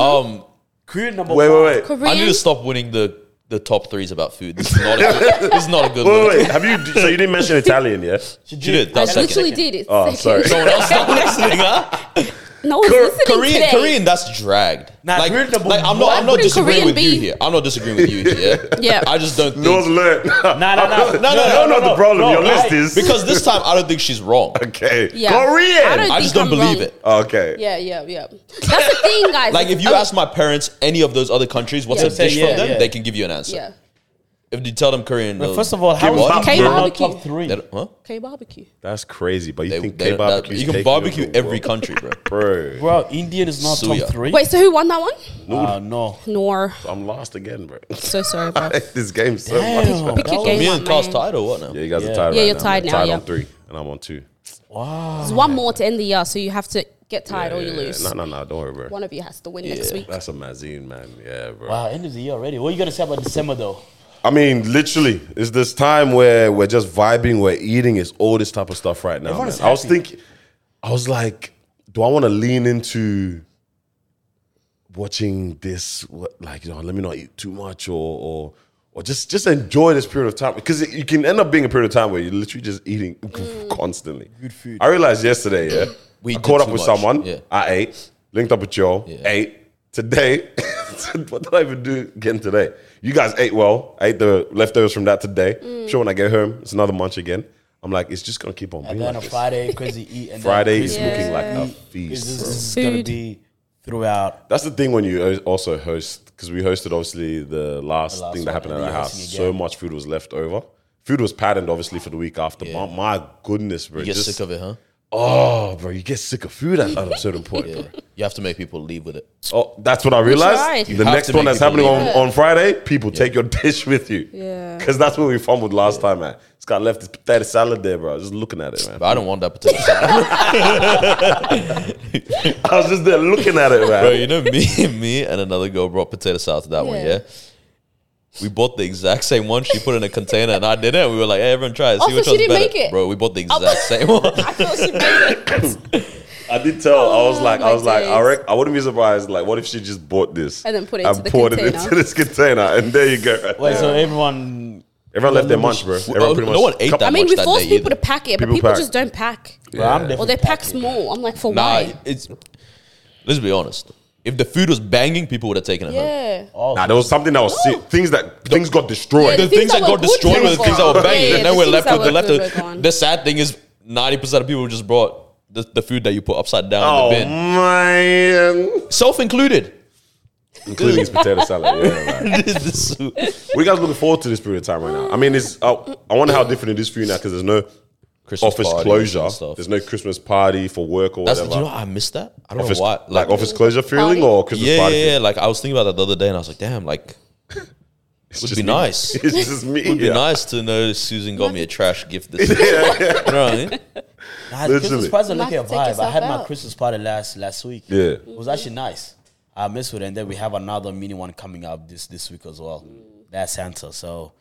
Speaker 3: Um,
Speaker 4: Korean number
Speaker 1: Wait,
Speaker 4: one.
Speaker 1: wait, wait.
Speaker 2: Korean.
Speaker 3: I need to stop winning the the top threes about food. This is
Speaker 1: *laughs*
Speaker 3: not a good, this is not a good
Speaker 1: Wait,
Speaker 3: one.
Speaker 1: wait, wait. Have you? So you didn't mention Italian, yeah?
Speaker 3: She
Speaker 4: She
Speaker 3: did. That was
Speaker 2: I
Speaker 3: second.
Speaker 2: literally did it.
Speaker 1: Oh,
Speaker 2: *laughs* second.
Speaker 1: sorry.
Speaker 3: Someone else not listening, huh?
Speaker 2: No one's
Speaker 3: Kor-
Speaker 2: listening
Speaker 3: Korean,
Speaker 2: today.
Speaker 3: Korean, that's dragged.
Speaker 4: Nah,
Speaker 3: like,
Speaker 4: Korean number
Speaker 3: like, I'm
Speaker 4: one.
Speaker 3: not, I'm not
Speaker 2: Wouldn't
Speaker 3: disagreeing
Speaker 2: Korean
Speaker 3: with you
Speaker 2: be-
Speaker 3: here. I'm not disagreeing with
Speaker 2: *laughs*
Speaker 3: you here. Yeah,
Speaker 2: Yeah.
Speaker 3: I just don't think
Speaker 1: No one's learned.
Speaker 4: No, no, no, no, no,
Speaker 3: no,
Speaker 1: I don't know the problem. Your list is
Speaker 3: because this time I don't think she's wrong.
Speaker 1: *laughs* okay.
Speaker 2: Yeah. I
Speaker 1: Korean.
Speaker 2: don't-
Speaker 3: I
Speaker 2: think
Speaker 3: just don't
Speaker 2: I'm
Speaker 3: believe
Speaker 2: wrong.
Speaker 3: it.
Speaker 1: Okay.
Speaker 2: Yeah, yeah, yeah. That's the thing, guys.
Speaker 3: Like if you
Speaker 2: Oh,
Speaker 3: ask my parents any of those other countries, what's
Speaker 2: Yeah.
Speaker 3: a dish
Speaker 4: Yeah,
Speaker 3: from them,
Speaker 4: yeah.
Speaker 3: they can give you an answer.
Speaker 2: yeah,
Speaker 3: If you tell them Korean,
Speaker 4: But
Speaker 3: they'll-
Speaker 4: first of all, how
Speaker 1: Kim
Speaker 4: was
Speaker 1: Barbecue.
Speaker 4: Kim not
Speaker 2: Barbecue.
Speaker 4: top three?
Speaker 3: they don't- huh?
Speaker 2: K barbecue.
Speaker 1: That's crazy, but you
Speaker 3: They-
Speaker 1: think
Speaker 3: they
Speaker 1: K
Speaker 3: don't- that-
Speaker 1: barbecue?
Speaker 3: you can barbecue every country,
Speaker 2: *laughs*
Speaker 3: bro.
Speaker 1: bro.
Speaker 4: Bro, Indian is not
Speaker 3: Suya.
Speaker 4: top three.
Speaker 2: Wait, so who won that one?
Speaker 4: Ah, no.
Speaker 2: Nor.
Speaker 1: I'm lost again, *laughs* bro.
Speaker 2: So sorry, bro.
Speaker 1: this game so much.
Speaker 4: Damn.
Speaker 1: Bro.
Speaker 2: Pick
Speaker 4: that
Speaker 2: your
Speaker 4: was-
Speaker 2: game.
Speaker 3: Me
Speaker 2: one,
Speaker 3: and Carl's
Speaker 2: man.
Speaker 3: tied or what now?
Speaker 1: Yeah, you guys are tied
Speaker 2: Yeah,
Speaker 1: right
Speaker 2: you're
Speaker 1: now.
Speaker 2: tied
Speaker 1: man.
Speaker 2: now,
Speaker 1: Tied
Speaker 2: yeah.
Speaker 1: on three, and I'm on two.
Speaker 4: Wow.
Speaker 2: There's one more to end the year, so you have to get tied or you
Speaker 1: Yeah,
Speaker 2: lose.
Speaker 1: No, no, no. Don't worry, bro.
Speaker 2: One of you has to win next week.
Speaker 1: That's a magazine, man. Yeah, bro.
Speaker 4: Wow, Ah, end of the year already. What are you going to say about December, though?
Speaker 1: I mean, literally, it's this time where we're just vibing, we're eating, it's all this type of stuff right now.
Speaker 4: Everyone's
Speaker 1: man. I was
Speaker 4: happy.
Speaker 1: thinking, I was like, do I want to lean into watching this? What, like, you know, let me not eat too much, or or or just just enjoy this period of time because it, you can end up being a period of time where you're literally just eating *laughs* constantly. Good food. I realized yesterday, yeah,
Speaker 3: We
Speaker 1: we I
Speaker 3: did
Speaker 1: caught up
Speaker 3: too
Speaker 1: with
Speaker 3: much,
Speaker 1: someone.
Speaker 3: yeah.
Speaker 1: I ate, linked up with y'all,
Speaker 3: Yeah.
Speaker 1: ate. Today, *laughs* what did I even do again today? You guys ate well. I ate the leftovers from that today. I'm sure when I get home, it's another munch again. I'm like, it's just gonna keep on being
Speaker 4: And then
Speaker 1: like
Speaker 4: on
Speaker 1: this.
Speaker 4: Friday, crazy eat. And then
Speaker 1: Friday is
Speaker 4: Christmas.
Speaker 1: looking like a
Speaker 4: It's
Speaker 1: feast.
Speaker 4: just-
Speaker 1: bro.
Speaker 4: This is going to
Speaker 2: Food.
Speaker 4: be throughout.
Speaker 1: That's the thing when you o- also host, because we hosted obviously the last,
Speaker 4: last
Speaker 1: thing that
Speaker 4: one,
Speaker 1: happened at
Speaker 4: and
Speaker 1: our
Speaker 4: then you're
Speaker 1: house.
Speaker 4: hosting
Speaker 1: So
Speaker 4: again.
Speaker 1: much food was left over. Food was patterned obviously for the week after. My, my goodness, bro.
Speaker 3: You get
Speaker 1: Just-
Speaker 3: sick of it, huh?
Speaker 1: oh, bro, you get sick of food at, at a certain
Speaker 4: *laughs*
Speaker 1: point, bro.
Speaker 3: You have to make people leave with it.
Speaker 1: Oh, that's what I realized.
Speaker 2: tried. You
Speaker 1: The
Speaker 3: have
Speaker 1: next
Speaker 3: to
Speaker 1: one
Speaker 3: make
Speaker 1: that's
Speaker 3: people
Speaker 1: happening on,
Speaker 2: leave.
Speaker 1: on Friday, people take your *laughs* dish with you.
Speaker 2: Yeah.
Speaker 1: Because that's what we fumbled last time, man. This guy left his potato salad there, bro. I was Just looking at it, man.
Speaker 3: But I don't want that potato *laughs* salad.
Speaker 1: *laughs* I was just there looking at it,
Speaker 3: Bro,
Speaker 1: man.
Speaker 3: you know me, *laughs* me and another girl brought potato salad to that one,
Speaker 2: Yeah.
Speaker 3: yeah? We bought the exact same one. She put it in a container and I did it. And we were like, hey, everyone try it. See
Speaker 2: Also,
Speaker 3: which
Speaker 2: Oh, she
Speaker 3: one's
Speaker 2: didn't
Speaker 3: better.
Speaker 2: make it.
Speaker 3: Bro, we bought the
Speaker 2: Oh,
Speaker 3: exact
Speaker 2: *laughs*
Speaker 3: same one.
Speaker 2: I thought she made it.
Speaker 1: I did tell. I was like, I
Speaker 2: Oh, my
Speaker 1: was like, I,
Speaker 2: days.
Speaker 1: rec- I wouldn't be surprised. Like, what if she just bought this
Speaker 2: And then put it
Speaker 1: and
Speaker 2: into the
Speaker 1: poured it
Speaker 2: container.
Speaker 1: into this container? And there you go. right
Speaker 4: Wait,
Speaker 1: there.
Speaker 4: so everyone.
Speaker 1: Everyone left their munch, bro. Everyone
Speaker 3: oh,
Speaker 1: pretty
Speaker 3: no
Speaker 1: much-
Speaker 3: one ate
Speaker 1: Couple-
Speaker 2: I
Speaker 3: that
Speaker 2: mean,
Speaker 3: much
Speaker 2: we
Speaker 3: that
Speaker 2: force
Speaker 3: day
Speaker 2: people
Speaker 3: either.
Speaker 2: to pack it, but
Speaker 1: People
Speaker 2: people
Speaker 1: pack.
Speaker 2: just don't pack.
Speaker 4: Bro, I'm
Speaker 2: Or
Speaker 4: definitely
Speaker 2: they pack small. I'm like, for
Speaker 3: Nah,
Speaker 2: why?
Speaker 3: it's. Let's be honest. If the food was banging, people would have taken it home.
Speaker 2: Yeah.
Speaker 1: Nah, there was something that was sick. things that things got
Speaker 2: Yeah,
Speaker 1: destroyed.
Speaker 3: The,
Speaker 2: The things
Speaker 3: things that
Speaker 2: that
Speaker 3: got
Speaker 2: were good
Speaker 3: destroyed were the
Speaker 2: were
Speaker 3: things that were
Speaker 2: gone.
Speaker 3: banging,
Speaker 2: Yeah,
Speaker 3: and
Speaker 2: yeah,
Speaker 3: then
Speaker 2: the
Speaker 3: we're
Speaker 2: things
Speaker 3: left
Speaker 2: that
Speaker 3: with the
Speaker 2: were
Speaker 3: left.
Speaker 2: good
Speaker 3: with-
Speaker 2: were gone.
Speaker 3: The sad thing is, ninety percent of people just brought the, the food that you put upside down
Speaker 1: oh
Speaker 3: in the bin,
Speaker 1: man,
Speaker 3: self included.
Speaker 1: *laughs* including his potato salad. Yeah,
Speaker 2: *laughs*
Speaker 1: right. What are you guys looking forward to this period of time right now? I mean, it's I, I wonder how different it is for you now because there's no office closure. There's no Christmas party for work or
Speaker 3: That's,
Speaker 1: whatever.
Speaker 3: do you know I missed that? I don't
Speaker 1: office,
Speaker 3: know why.
Speaker 1: like, office closure feeling
Speaker 2: Party?
Speaker 1: or Christmas
Speaker 3: Yeah,
Speaker 1: party?
Speaker 3: yeah, yeah. Like I was thinking about that the other day, and I was like, damn, like
Speaker 1: It
Speaker 3: would
Speaker 1: *laughs*
Speaker 3: be nice.
Speaker 1: It's just me.
Speaker 3: It'd be
Speaker 1: yeah.
Speaker 3: nice to know Susan got me a trash
Speaker 1: *laughs*
Speaker 3: gift this year. You know what I mean?
Speaker 4: Nah,
Speaker 1: Literally.
Speaker 4: Christmas parties are
Speaker 2: You
Speaker 4: looking a
Speaker 2: have to take
Speaker 4: vibe. I had
Speaker 2: yourself
Speaker 4: my
Speaker 2: out.
Speaker 4: Christmas party last last week.
Speaker 1: Yeah.
Speaker 4: It was actually nice. I missed it, and then we have another mini one coming up this this week as well. That's Santa. So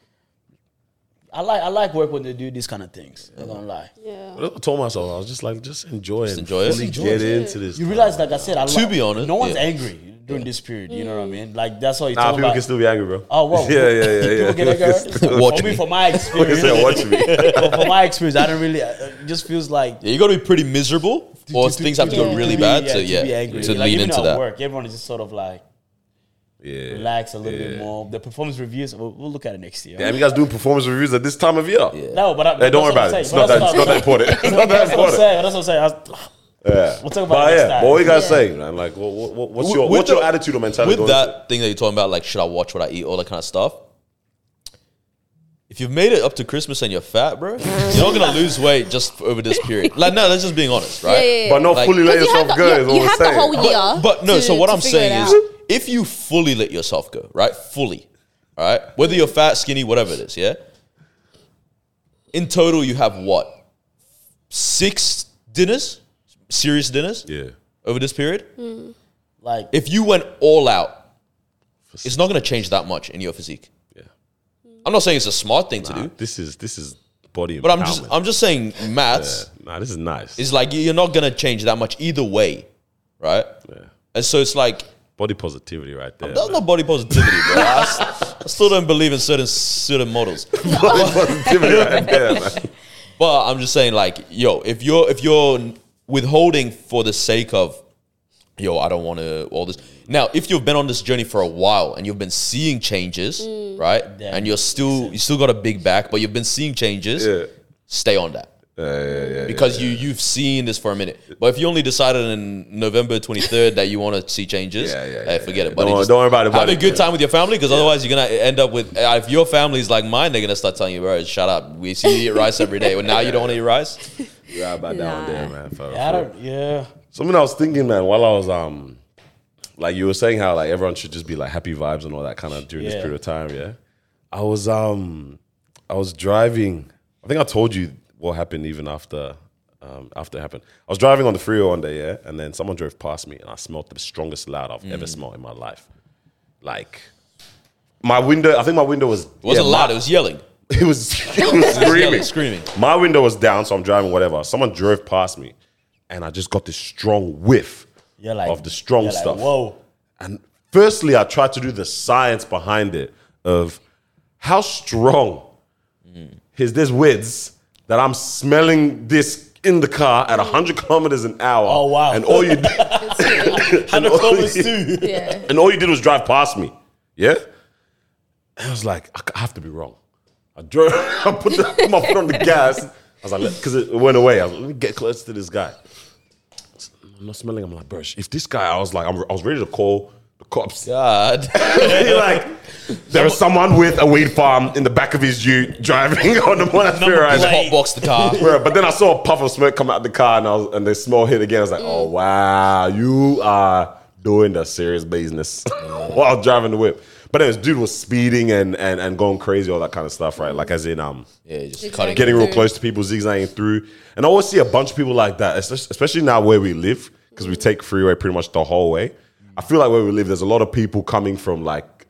Speaker 4: I like I like work when they do these kind of things. I'm not gonna lie.
Speaker 2: Yeah.
Speaker 1: I told myself I was just like, just enjoy it.
Speaker 3: enjoy it.
Speaker 1: Really
Speaker 3: Enjoy
Speaker 1: get into this.
Speaker 4: You realize, like I said, I
Speaker 3: To
Speaker 4: like-
Speaker 3: be honest,
Speaker 4: no one's
Speaker 3: yeah.
Speaker 4: angry. during this period. You know what I mean? Like that's all you're
Speaker 1: Nah,
Speaker 4: talking
Speaker 1: people
Speaker 4: about.
Speaker 1: can still be angry, bro.
Speaker 4: Oh,
Speaker 1: *laughs*
Speaker 4: well.
Speaker 1: Yeah, yeah, yeah. yeah.
Speaker 4: People
Speaker 1: *laughs*
Speaker 4: get angry.
Speaker 3: Watch
Speaker 4: for
Speaker 3: me.
Speaker 4: me, for my experience,
Speaker 1: Say, watch me.
Speaker 4: *laughs* for, for my experience, I don't really. It just feels like
Speaker 3: Yeah, you got to be pretty miserable, or things have to go
Speaker 2: Yeah.
Speaker 3: really
Speaker 4: be-
Speaker 3: bad to
Speaker 4: to
Speaker 3: yeah
Speaker 4: be angry.
Speaker 3: to
Speaker 4: Like,
Speaker 3: lean
Speaker 4: even
Speaker 3: into
Speaker 4: at
Speaker 3: that.
Speaker 4: Work, everyone is just sort of like
Speaker 1: *laughs* Yeah.
Speaker 4: relax a little bit
Speaker 1: Yeah.
Speaker 4: more. The performance reviews, we'll, we'll look at it next year.
Speaker 1: Damn, you guys doing performance reviews at this time of year? Yeah.
Speaker 4: *laughs* No, but I,
Speaker 1: Hey,
Speaker 4: that's
Speaker 1: don't
Speaker 4: what
Speaker 1: worry about
Speaker 4: I'm
Speaker 1: it.
Speaker 4: saying.
Speaker 1: It's not
Speaker 4: That's
Speaker 1: that. It's
Speaker 4: what
Speaker 1: not
Speaker 4: I'm
Speaker 1: that
Speaker 4: saying.
Speaker 1: important. *laughs* It's not that
Speaker 4: That's what I'm
Speaker 1: important.
Speaker 4: saying. That's what I'm saying. I was-
Speaker 1: Yeah.
Speaker 4: We'll talk about
Speaker 1: But
Speaker 4: it next
Speaker 1: yeah,
Speaker 4: time.
Speaker 1: but what you guys
Speaker 2: Yeah.
Speaker 1: saying, man? Like, what, what, what- what's
Speaker 3: With-
Speaker 1: your
Speaker 3: with
Speaker 1: what's your
Speaker 3: the-
Speaker 1: attitude or mentality
Speaker 3: with
Speaker 1: going
Speaker 3: that
Speaker 1: into it?
Speaker 3: thing that you're talking about, like should I watch what I eat, all that kind of stuff. If you've made it up to Christmas and you're fat, bro, you're not gonna
Speaker 2: *laughs*
Speaker 3: lose weight just over this period. Like, no, that's just being honest, right?
Speaker 2: yeah, yeah.
Speaker 1: But not
Speaker 3: Like-
Speaker 1: fully let
Speaker 2: Because you have
Speaker 1: yourself
Speaker 2: the,
Speaker 1: go.
Speaker 2: you-
Speaker 1: is what
Speaker 2: you
Speaker 1: we're
Speaker 2: have the
Speaker 1: saying.
Speaker 2: whole year.
Speaker 3: But no,
Speaker 2: to-
Speaker 3: so what
Speaker 2: to
Speaker 3: I'm
Speaker 2: figure it
Speaker 3: saying is
Speaker 2: out.
Speaker 3: if you fully let yourself go, right? Fully. All right? Whether you're fat, skinny, whatever it is, yeah? In total, you have what? Six dinners? Serious dinners
Speaker 1: Yeah.
Speaker 3: over this period?
Speaker 4: like
Speaker 3: If you went all out, it's not going to change that much in your physique.
Speaker 1: Yeah.
Speaker 3: I'm not saying it's a smart thing to do,
Speaker 1: This is this is body.
Speaker 3: but I'm just I'm just saying maths
Speaker 1: nah, this is nice.
Speaker 3: is like you're not going to change that much either way, right?
Speaker 1: yeah.
Speaker 3: And so it's like
Speaker 1: Body positivity right there.
Speaker 3: That's
Speaker 1: man.
Speaker 3: not body positivity, bro.
Speaker 1: *laughs*
Speaker 3: I, s- I still don't believe in certain certain models,
Speaker 1: Body positivity *laughs* right there, man.
Speaker 3: but I'm just saying, like, yo, if you're if you're withholding for the sake of, yo, I don't want to all this. Now, if you've been on this journey for a while and you've been seeing changes, right,
Speaker 4: That
Speaker 3: and you're still you still got a big back, but you've been seeing changes,
Speaker 1: Yeah.
Speaker 3: stay on that. because you you've seen this for a minute, but if you only decided in November twenty third that you want to see changes,
Speaker 1: Yeah, yeah,
Speaker 3: eh,
Speaker 1: yeah,
Speaker 3: forget
Speaker 1: yeah.
Speaker 3: it. Buddy.
Speaker 1: Don't-
Speaker 3: Just
Speaker 1: don't worry about it,
Speaker 3: Have
Speaker 1: buddy.
Speaker 3: a good time with your family because otherwise you're gonna end up with uh, if your family's like mine, they're gonna start telling you, bro, shut up. We see you eat rice every day, but now you don't want to eat rice.
Speaker 1: Yeah, about that one there, man. For-
Speaker 4: I
Speaker 1: for-
Speaker 4: don't. Yeah,
Speaker 1: Something I was thinking, man, while I was um, like you were saying how like everyone should just be like happy vibes and all that kind of during this
Speaker 4: Yeah.
Speaker 1: period of time, yeah. I was um, I was driving. I think I told you what happened even after, um, after it happened. I was driving on the freeway one day, yeah, and then someone drove past me and I smelled the strongest loud I've ever smelled in my life. Like my window, I think my window was
Speaker 3: It wasn't
Speaker 1: yeah, my-
Speaker 3: loud, it was yelling.
Speaker 1: *laughs* it was, it was screaming.
Speaker 3: Yelling, screaming.
Speaker 1: My window was down, so I'm driving, whatever. Someone drove past me, and I just got this strong whiff
Speaker 4: you're like
Speaker 1: of the strong
Speaker 4: you're like,
Speaker 1: stuff.
Speaker 4: Whoa,
Speaker 1: And firstly, I tried to do the science behind it of how strong
Speaker 4: Mm.
Speaker 1: is this whiz that I'm smelling this in the car at 100 kilometers an hour.
Speaker 4: Oh, wow.
Speaker 1: And
Speaker 4: *laughs*
Speaker 1: all you did, *laughs* and, all
Speaker 4: Thomas
Speaker 1: you,
Speaker 4: too.
Speaker 2: yeah.
Speaker 1: and all you did was drive past me. Yeah? And I was like, I c- I have to be wrong. I drove, *laughs* I put, the, put my foot on the gas. I was like, because it went away. I was like, let me get close to this guy. I'm not smelling. I'm like, bro, if this guy, I was like, I'm, I was ready to call the cops. *laughs*
Speaker 3: God. *laughs*
Speaker 1: Be like, there is someone with a weed farm in the back of his ute driving *laughs* on the
Speaker 3: Just
Speaker 1: monastery.
Speaker 4: plate.
Speaker 3: hotbox the car.
Speaker 1: Bro, but then I saw a puff of smoke come out the car and, I was, and the small hit again. I was like, oh, wow, you are doing the serious business *laughs* while driving the whip. But anyways, dude was speeding and, and, and going crazy, all that kind of stuff, right? Like, as in, um,
Speaker 3: Yeah, just
Speaker 2: Zigzag.
Speaker 3: cutting.
Speaker 1: getting real
Speaker 2: through.
Speaker 1: close to people, zigzagging through. And I always see a bunch of people like that, espe- especially now where we live, because we take freeway pretty much the whole way. I feel like where we live, there's a lot of people coming from like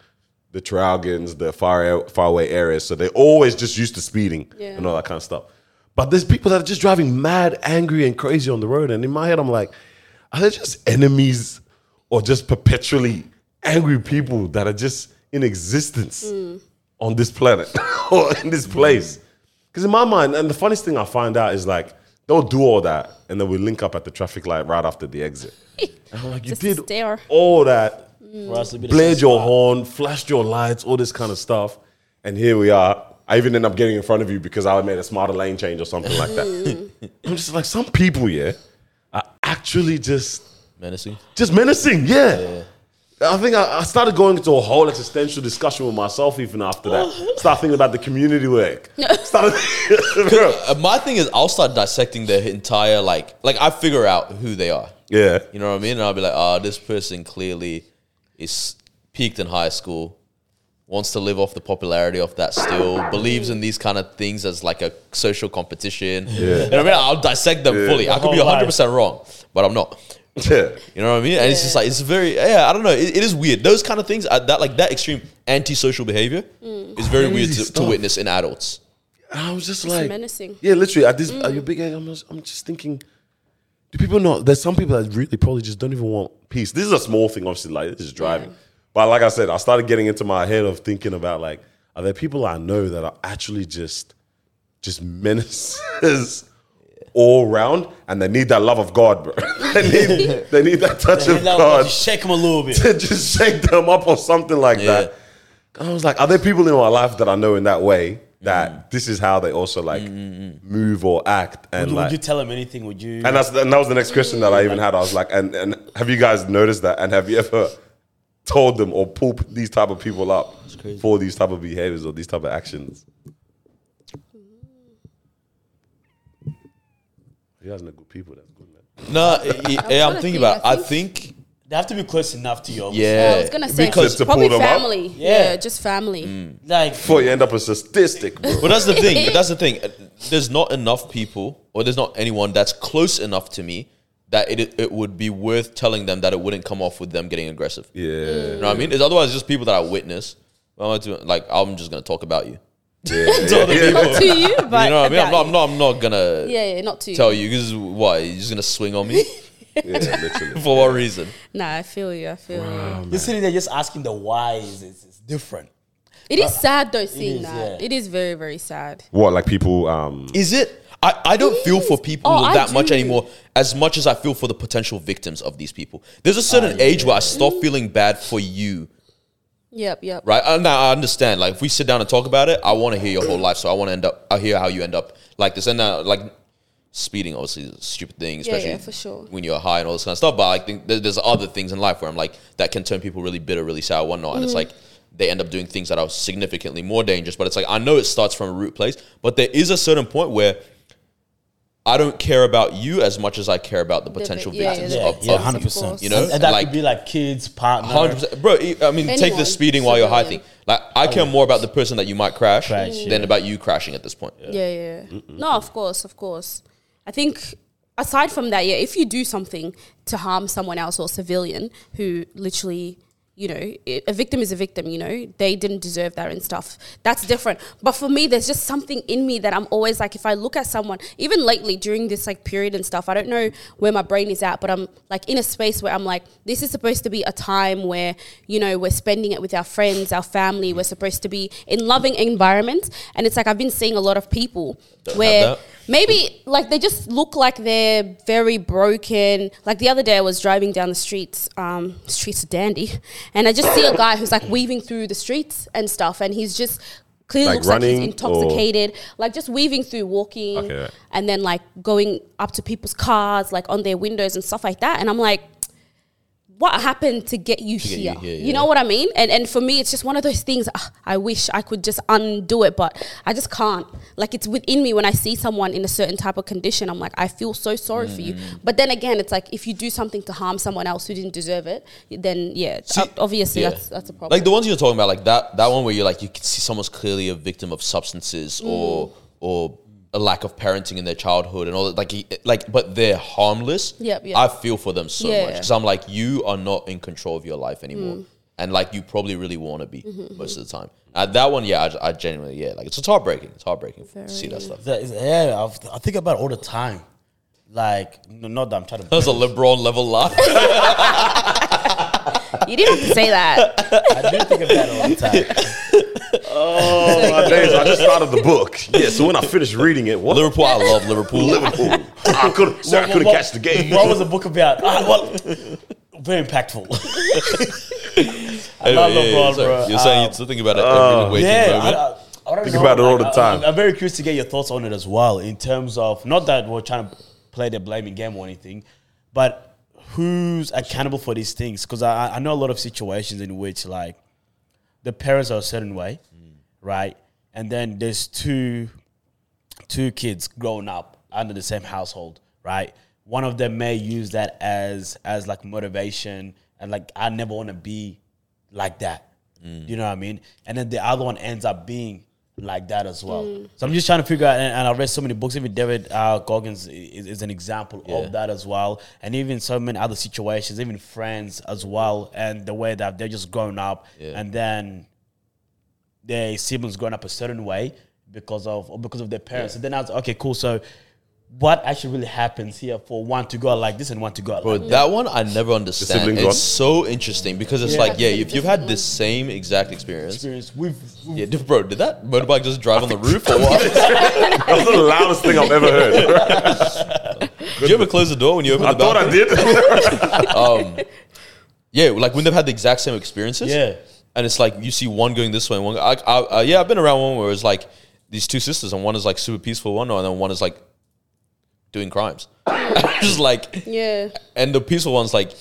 Speaker 1: the Traralgans, the far faraway areas, so they're always just used to speeding
Speaker 2: Yeah.
Speaker 1: and all that kind of stuff. But there's people that are just driving mad, angry, and crazy on the road. And in my head, I'm like, are they just enemies or just perpetually angry people that are just in existence? on this planet *laughs* or in this place. Because in my mind, and the funniest thing I find out is like they'll do all that and then we link up at the traffic light right after the
Speaker 2: *laughs*
Speaker 1: exit. And I'm like, you
Speaker 2: Just
Speaker 1: did
Speaker 2: stare.
Speaker 1: all that,
Speaker 4: For us to be the
Speaker 1: blared
Speaker 4: same
Speaker 1: your
Speaker 4: spot.
Speaker 1: horn, flashed your lights, all this kind of stuff, and here we are. I even end up getting in front of you because I made a smarter lane change or something like
Speaker 2: Mm.
Speaker 1: *laughs* that. I'm just like, some people, yeah, are actually just
Speaker 3: Menacing.
Speaker 1: just menacing. Yeah. I think I, I started going into a whole existential discussion with myself even after
Speaker 2: *laughs*
Speaker 1: that. Start thinking about the community work. Started, *laughs* Bro.
Speaker 3: Uh, my thing is I'll start dissecting their entire like like I figure out who they are.
Speaker 1: Yeah.
Speaker 3: You know what I mean? And I'll be like, ah, this person clearly is peaked in high school, wants to live off the popularity of that still, believes in these kind of things as like a social competition. Yeah. You know what I mean? I'll dissect them fully. I could be
Speaker 4: whole life.
Speaker 3: 100% wrong, but I'm not.
Speaker 1: *laughs* Yeah.
Speaker 3: You know what I mean? And it's just like, it's very, yeah, I don't know. It, it is weird. Those kind of things, uh, that like that extreme antisocial behavior
Speaker 2: Mm.
Speaker 3: is very weird
Speaker 1: Crazy
Speaker 3: to, to
Speaker 1: stuff.
Speaker 3: witness in adults.
Speaker 1: And I was just like
Speaker 2: menacing.
Speaker 1: Yeah, literally. At this, at your big age, I'm just, I'm just thinking, do people not? There's some people that really probably just don't even want peace. This is a small thing, obviously. Like this is driving, but like I said, I started getting into my head of thinking about like, are there people I know that are actually just, just *laughs* menaces all round, and they need that love of God, bro. *laughs* they need, they need that touch of God
Speaker 4: shake him a little bit.
Speaker 1: *laughs* to just shake them up or something like that. I was like, are there people in my life that I know in that way that this is how they also like move or act and
Speaker 4: Would
Speaker 1: like
Speaker 4: you tell him anything? Would you?
Speaker 1: and that's and that was the next question that I even had. I was like, and and have you guys noticed that? And have you ever told them or pulled these type of people up
Speaker 6: crazy.
Speaker 1: for these type of behaviors or these type of actions? You guys know good people. That's good, man.
Speaker 3: No, yeah, I'm
Speaker 2: trying to
Speaker 3: thinking
Speaker 2: think,
Speaker 3: about. it.
Speaker 2: I
Speaker 3: I
Speaker 2: think-
Speaker 3: think
Speaker 4: they have to be close enough to you. obviously.
Speaker 3: yeah.
Speaker 2: I was gonna say
Speaker 3: because, Mm.
Speaker 1: To
Speaker 2: probably
Speaker 1: pull them up?
Speaker 2: family.
Speaker 4: Yeah.
Speaker 2: Yeah. just family.
Speaker 4: Like
Speaker 1: Before you end up a statistic,
Speaker 3: *laughs*
Speaker 1: bro.
Speaker 3: but that's the thing. That's
Speaker 2: *laughs*
Speaker 3: the thing. There's not enough people, or there's not anyone that's close enough to me that it it would be worth telling them that it wouldn't come off with them getting aggressive.
Speaker 1: yeah.
Speaker 3: You know what I mean? It's otherwise just people that I witness. I'm not doing- like I'm just gonna talk about you.
Speaker 1: yeah, yeah, yeah. *laughs*
Speaker 2: Not to you, but
Speaker 3: You know what I mean? I'm
Speaker 2: about
Speaker 3: not. I'm not. I'm not gonna
Speaker 2: you. Yeah, yeah, not to you.
Speaker 3: tell you. This is what you're just gonna swing on
Speaker 2: *laughs*
Speaker 3: me
Speaker 1: Yeah, literally.
Speaker 3: for what reason?
Speaker 2: Nah, I feel you. I feel you.
Speaker 4: you're sitting there just asking the why is it's, it's different.
Speaker 2: It is sad though seeing
Speaker 4: is,
Speaker 2: that.
Speaker 4: yeah.
Speaker 2: It is very very sad.
Speaker 1: What like people? Um,
Speaker 3: Is it? I, I don't
Speaker 2: It
Speaker 3: feel
Speaker 2: is.
Speaker 3: for people
Speaker 2: Oh, I
Speaker 3: that much
Speaker 2: do.
Speaker 3: anymore as much as I feel for the potential victims of these people. There's a certain age where I stop feeling bad for you,
Speaker 2: Yep, yep.
Speaker 3: right? And I understand. Like, if we sit down and talk about it, I want to hear your whole life. So I want to end up, I hear how you end up like this. And uh, like, speeding obviously is a stupid thing,
Speaker 2: Yeah, yeah,
Speaker 3: especially
Speaker 2: for sure.
Speaker 3: when you're high and all this kind of stuff. But I think there- there's other things in life where I'm like, that can turn people really bitter, really sad, whatnot.
Speaker 2: Mm.
Speaker 3: And it's like, they end up doing things that are significantly more dangerous. But it's like, I know it starts from a root place, but there is a certain point where I don't care about you as much as I care about the
Speaker 2: The vi-
Speaker 3: potential
Speaker 2: yeah, yeah,
Speaker 3: victims
Speaker 2: the
Speaker 3: of,
Speaker 2: victims,
Speaker 6: yeah,
Speaker 3: of-
Speaker 6: 100%.
Speaker 2: course.
Speaker 3: you know,
Speaker 4: And that
Speaker 3: like-
Speaker 4: could be like kids, partner.
Speaker 3: Hundred percent, bro. e- I mean, take
Speaker 2: Anyone,
Speaker 3: the speeding while you're high thing.
Speaker 2: civilian.
Speaker 3: Like, I care more about the person that you might crash,
Speaker 4: Crash,
Speaker 3: than
Speaker 4: yeah.
Speaker 3: about you crashing at this point.
Speaker 2: Yeah, yeah. No, of course, of course. I think aside from that, yeah, if you do something to harm someone else or civilian who literally, you know, i- a victim is a victim, you know, they didn't deserve that and stuff. That's different. But for me, there's just something in me that I'm always like, if I look at someone, even lately during this like period and stuff, I don't know where my brain is at, but I'm like in a space where I'm like, this is supposed to be a time where, you know, we're spending it with our friends, our family, we're supposed to be in loving environments. And it's like, I've been seeing a lot of people where
Speaker 3: that.
Speaker 2: maybe like they just look like they're very broken. Like the other day, I was driving down the streets, um, streets of Dandy, and I just see a guy who's like weaving through the streets and stuff, and he's just clearly
Speaker 1: Like
Speaker 2: looks
Speaker 1: running
Speaker 2: like he's intoxicated, like just weaving through, walking,
Speaker 1: Okay, right.
Speaker 2: and then like going up to people's cars, like on their windows and stuff like that. And I'm like. What happened to get you
Speaker 3: get you
Speaker 2: here?
Speaker 3: here,
Speaker 2: You
Speaker 3: yeah.
Speaker 2: know what I mean? And and for me, it's just one of those things. ah, I wish I could just undo it, but I just can't. Like it's within me when I see someone in a certain type of condition. I'm like, I feel so sorry for
Speaker 3: Mm.
Speaker 2: you. But then again, it's like if you do something to harm someone else who didn't deserve it, then yeah,
Speaker 3: See,
Speaker 2: ob- obviously
Speaker 3: yeah.
Speaker 2: that's that's a problem.
Speaker 3: Like the ones you're talking about, like that that one where you're like you can see someone's clearly a victim of substances
Speaker 2: Mm.
Speaker 3: or or a lack of parenting in their childhood and all that. Like he- like, but they're harmless.
Speaker 2: Yep, yep.
Speaker 3: I feel for them so
Speaker 2: Yeah,
Speaker 3: much
Speaker 2: yeah. Mm.
Speaker 3: because I'm like you are not in control of your life anymore, and like you probably really want to be
Speaker 2: Mm-hmm,
Speaker 3: most of the time. Uh, that one, yeah, I, I genuinely, yeah, like it's it's heartbreaking. It's heartbreaking to see that stuff.
Speaker 4: That is- yeah, I've, I think about it all the time. Like, n- not that I'm trying to.
Speaker 3: That was a LeBron level laugh. *laughs*
Speaker 2: you didn't have to say
Speaker 3: *laughs*
Speaker 2: that.
Speaker 4: I do think about it all the time.
Speaker 1: Oh my days! I just started the book. Yeah, so when I finished reading it, what
Speaker 3: Liverpool, I love Liverpool.
Speaker 1: Liverpool? I could, sorry, I couldn't catch the game.
Speaker 4: What was the book about? Ah, well, very
Speaker 3: *laughs*
Speaker 4: impactful. I love
Speaker 3: Anyway, yeah, yeah,
Speaker 4: LeBron,
Speaker 3: so
Speaker 4: bro.
Speaker 3: You're saying
Speaker 4: Um, uh,
Speaker 3: you're still thinking about it every waking
Speaker 4: Yeah, I,
Speaker 3: moment.
Speaker 4: I, I don't
Speaker 1: Think
Speaker 4: know,
Speaker 1: about it all the
Speaker 4: I- I-
Speaker 1: time.
Speaker 4: I'm very curious to get your thoughts on it as well. In terms of not that we're trying to play the blaming game or anything, but who's accountable for these things? Because I, I know a lot of situations in which like the parents are a certain way,
Speaker 1: Mm.
Speaker 4: right? And then there's two two kids growing up under the same household, right? One of them may use that as as like motivation and like I never want to be like that.
Speaker 3: Mm.
Speaker 4: You know what I mean? And then the other one ends up being like that as well. So I'm just trying to figure out, and, and I read so many books. Even David uh, Goggins is, is an example
Speaker 3: Yeah.
Speaker 4: of that as well, and even so many other situations, even friends as well, and the way that they're just grown up,
Speaker 3: Yeah.
Speaker 4: and then their siblings growing up a certain way because of or because of their parents. And then I was okay, cool. So what actually really happens here for one to go like this and one to go like
Speaker 3: But that one I never understand.
Speaker 1: sibling
Speaker 3: It's
Speaker 1: one?
Speaker 3: so interesting because it's
Speaker 4: Yeah.
Speaker 3: like, yeah, if you've had the same exact experience,
Speaker 4: experience. We've, we've
Speaker 3: yeah, dude, bro, did that motorbike just drive on the roof
Speaker 4: *laughs*
Speaker 3: or what?
Speaker 1: That's the loudest thing I've ever heard.
Speaker 3: did you ever close the door when you opened
Speaker 1: I
Speaker 3: the
Speaker 1: thought I
Speaker 3: balcony?
Speaker 1: did.
Speaker 3: Yeah, like when they've had the exact same experiences.
Speaker 4: Yeah.
Speaker 3: and it's like you see one going this way and one. I, I, uh, yeah, I've been around one where it's like these two sisters, and one is like super peaceful, one, and then one is like doing crimes. *laughs* just like,
Speaker 2: Yeah.
Speaker 3: and the peaceful one's like,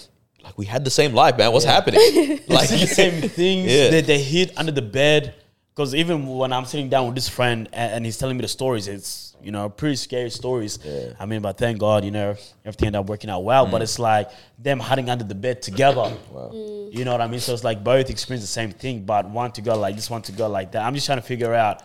Speaker 3: like we had the same life, man. What's happening?
Speaker 2: *laughs*
Speaker 3: *laughs* like,
Speaker 4: see the same things
Speaker 3: Yeah.
Speaker 4: that they hid under the bed. Because even when I'm sitting down with this friend and, and he's telling me the stories, it's you know pretty scary stories. I mean, but thank God, you know everything ended up working out well.
Speaker 3: Mm.
Speaker 4: But it's like them hiding under the
Speaker 3: *clears throat*
Speaker 4: bed together. You know what I mean? So it's like both experience the same thing, but one to go like this, one to go like that. I'm just trying to figure out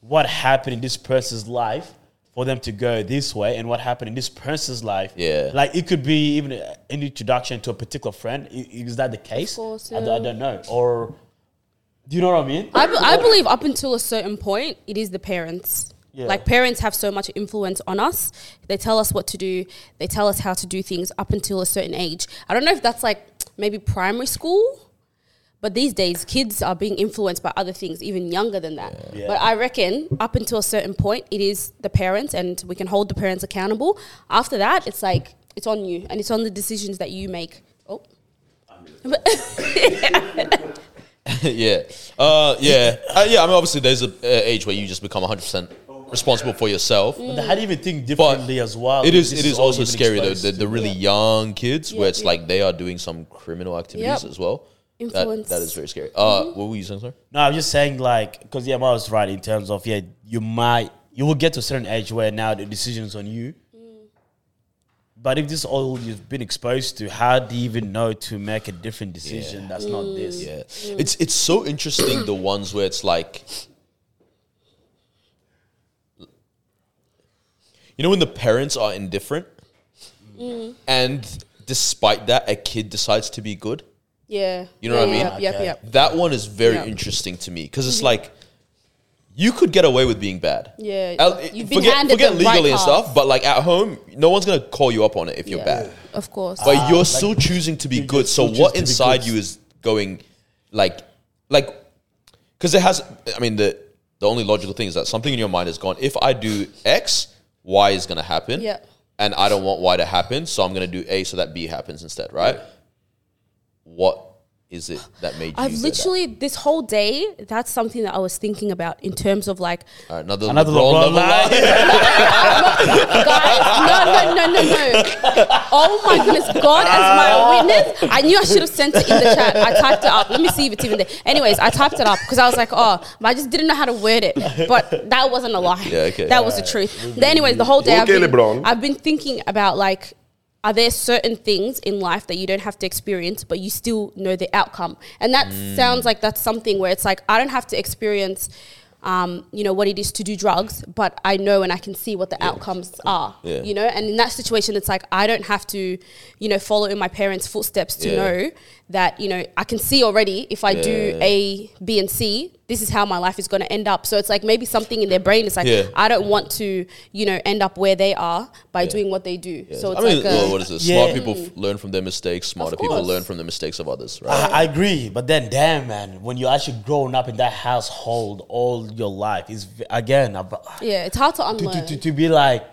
Speaker 4: what happened in this person's life for them to go this way and what happened in this person's life.
Speaker 3: Yeah.
Speaker 4: Like it could be even a- an introduction to a particular friend. I- Is that the case?
Speaker 2: course,
Speaker 4: I, don't-
Speaker 2: yeah.
Speaker 4: I don't know. Or do you know what I mean?
Speaker 2: I, be- I believe up until a certain point, it is the parents.
Speaker 4: Yeah.
Speaker 2: Like parents have so much influence on us. They tell us what to do. They tell us how to do things up until a certain age. I don't know if that's like maybe primary school, but these days kids are being influenced by other things even younger than that.
Speaker 4: Yeah.
Speaker 2: But I reckon up until a certain point, it is the parents, and we can hold the parents accountable. After that, it's like it's on you, and it's on the decisions that you make. Oh,
Speaker 3: yeah, uh, yeah, uh, yeah. I mean, obviously, there's a uh, age where you just become 100 percent responsible for yourself.
Speaker 4: How do you even think differently as well?
Speaker 3: It is.
Speaker 4: Oh, This
Speaker 3: It is
Speaker 4: all
Speaker 3: also
Speaker 4: you've been
Speaker 3: scary though.
Speaker 4: exposed
Speaker 3: The,
Speaker 4: to.
Speaker 3: the really young kids, where
Speaker 2: Yeah,
Speaker 3: it's
Speaker 2: yeah.
Speaker 3: like they are doing some criminal activities
Speaker 2: Yep. Mm-hmm.
Speaker 3: as well. That-
Speaker 2: Influence.
Speaker 3: that is very scary. Uh, what were you saying, sir?
Speaker 4: No, I'm just saying, like, because yeah, Ma was right in terms of yeah, you might you will get to a certain age where now the decision's on you.
Speaker 2: Mm.
Speaker 4: But if this is all you've been exposed to, how do you even know to make a different decision that's not
Speaker 2: Mm.
Speaker 4: this?
Speaker 3: Yeah, it's it's so interesting the ones where it's like, you know, when the parents are indifferent,
Speaker 2: Mm.
Speaker 3: and despite that, a kid decides to be good.
Speaker 2: yeah.
Speaker 3: You know what I
Speaker 2: Yeah,
Speaker 3: mean?
Speaker 2: Yep, yep,
Speaker 4: Okay.
Speaker 2: yep.
Speaker 3: That one is very
Speaker 2: Yeah. Mm-hmm.
Speaker 3: interesting to me because it's like you could get away with being bad.
Speaker 2: Yeah,
Speaker 3: Al-
Speaker 2: you've been
Speaker 3: forget
Speaker 2: handed
Speaker 3: forget
Speaker 2: the
Speaker 3: legally
Speaker 2: right
Speaker 3: and
Speaker 2: path.
Speaker 3: stuff, but like at home, no one's gonna call you up on it if you're
Speaker 2: Yeah.
Speaker 3: bad.
Speaker 2: Of course.
Speaker 3: But you're still choosing to be
Speaker 4: you're
Speaker 3: good. So
Speaker 4: still
Speaker 3: what
Speaker 4: choosing to be
Speaker 3: inside
Speaker 4: good.
Speaker 3: you is going like like because it has. I mean the the only logical thing is that something in your mind has gone. If I do X, Y is gonna happen.
Speaker 2: Yeah.
Speaker 3: And I don't want Y to happen, so I'm gonna do A so that B happens instead, right? What is it that made you?
Speaker 2: I've
Speaker 3: do that?
Speaker 2: literally this whole day. That's something that I was thinking about in terms of like,
Speaker 3: All right, another
Speaker 4: Another
Speaker 3: LeBron level *laughs*
Speaker 4: LeBron line.
Speaker 3: line.
Speaker 2: guys, no, no, no, no, no. Oh my goodness, God
Speaker 3: Ah.
Speaker 2: as my witness. I knew I should have sent it in the chat. I typed it up. Let me see if it's even there. Anyways, I typed it up because I was like, oh, but I just didn't know how to word it. But that wasn't a lie.
Speaker 3: Yeah, okay.
Speaker 2: That was the truth. But anyways, the whole day I've,
Speaker 1: Okay,
Speaker 2: been,
Speaker 1: LeBron.
Speaker 2: I've been thinking about like. Are there certain things in life that you don't have to experience, but you still know the outcome? And that sounds like that's something where it's like, I don't have to experience, um, you know, what it is to do drugs, but I know and I can see what the outcomes are
Speaker 3: Yeah.
Speaker 2: you know and in that situation it's like i don't have to you know follow in my parents footsteps to
Speaker 3: Yeah.
Speaker 2: know that you know i can see already if i do a b and c this is how my life is going to end up so it's like maybe something in their brain is like
Speaker 3: Yeah.
Speaker 2: i don't want to you know end up where they are by doing what they do so it's
Speaker 3: I mean,
Speaker 2: like a,
Speaker 3: well, what is it?
Speaker 4: Yeah.
Speaker 3: Smart people f- learn from their mistakes. Smarter people
Speaker 2: course.
Speaker 3: learn from the mistakes of others, right?
Speaker 4: I, I agree, but then, damn, man, when you're actually growing up in that household all your life, is again about
Speaker 2: yeah it's hard to
Speaker 4: to, to,
Speaker 2: unlearn
Speaker 4: to, to be like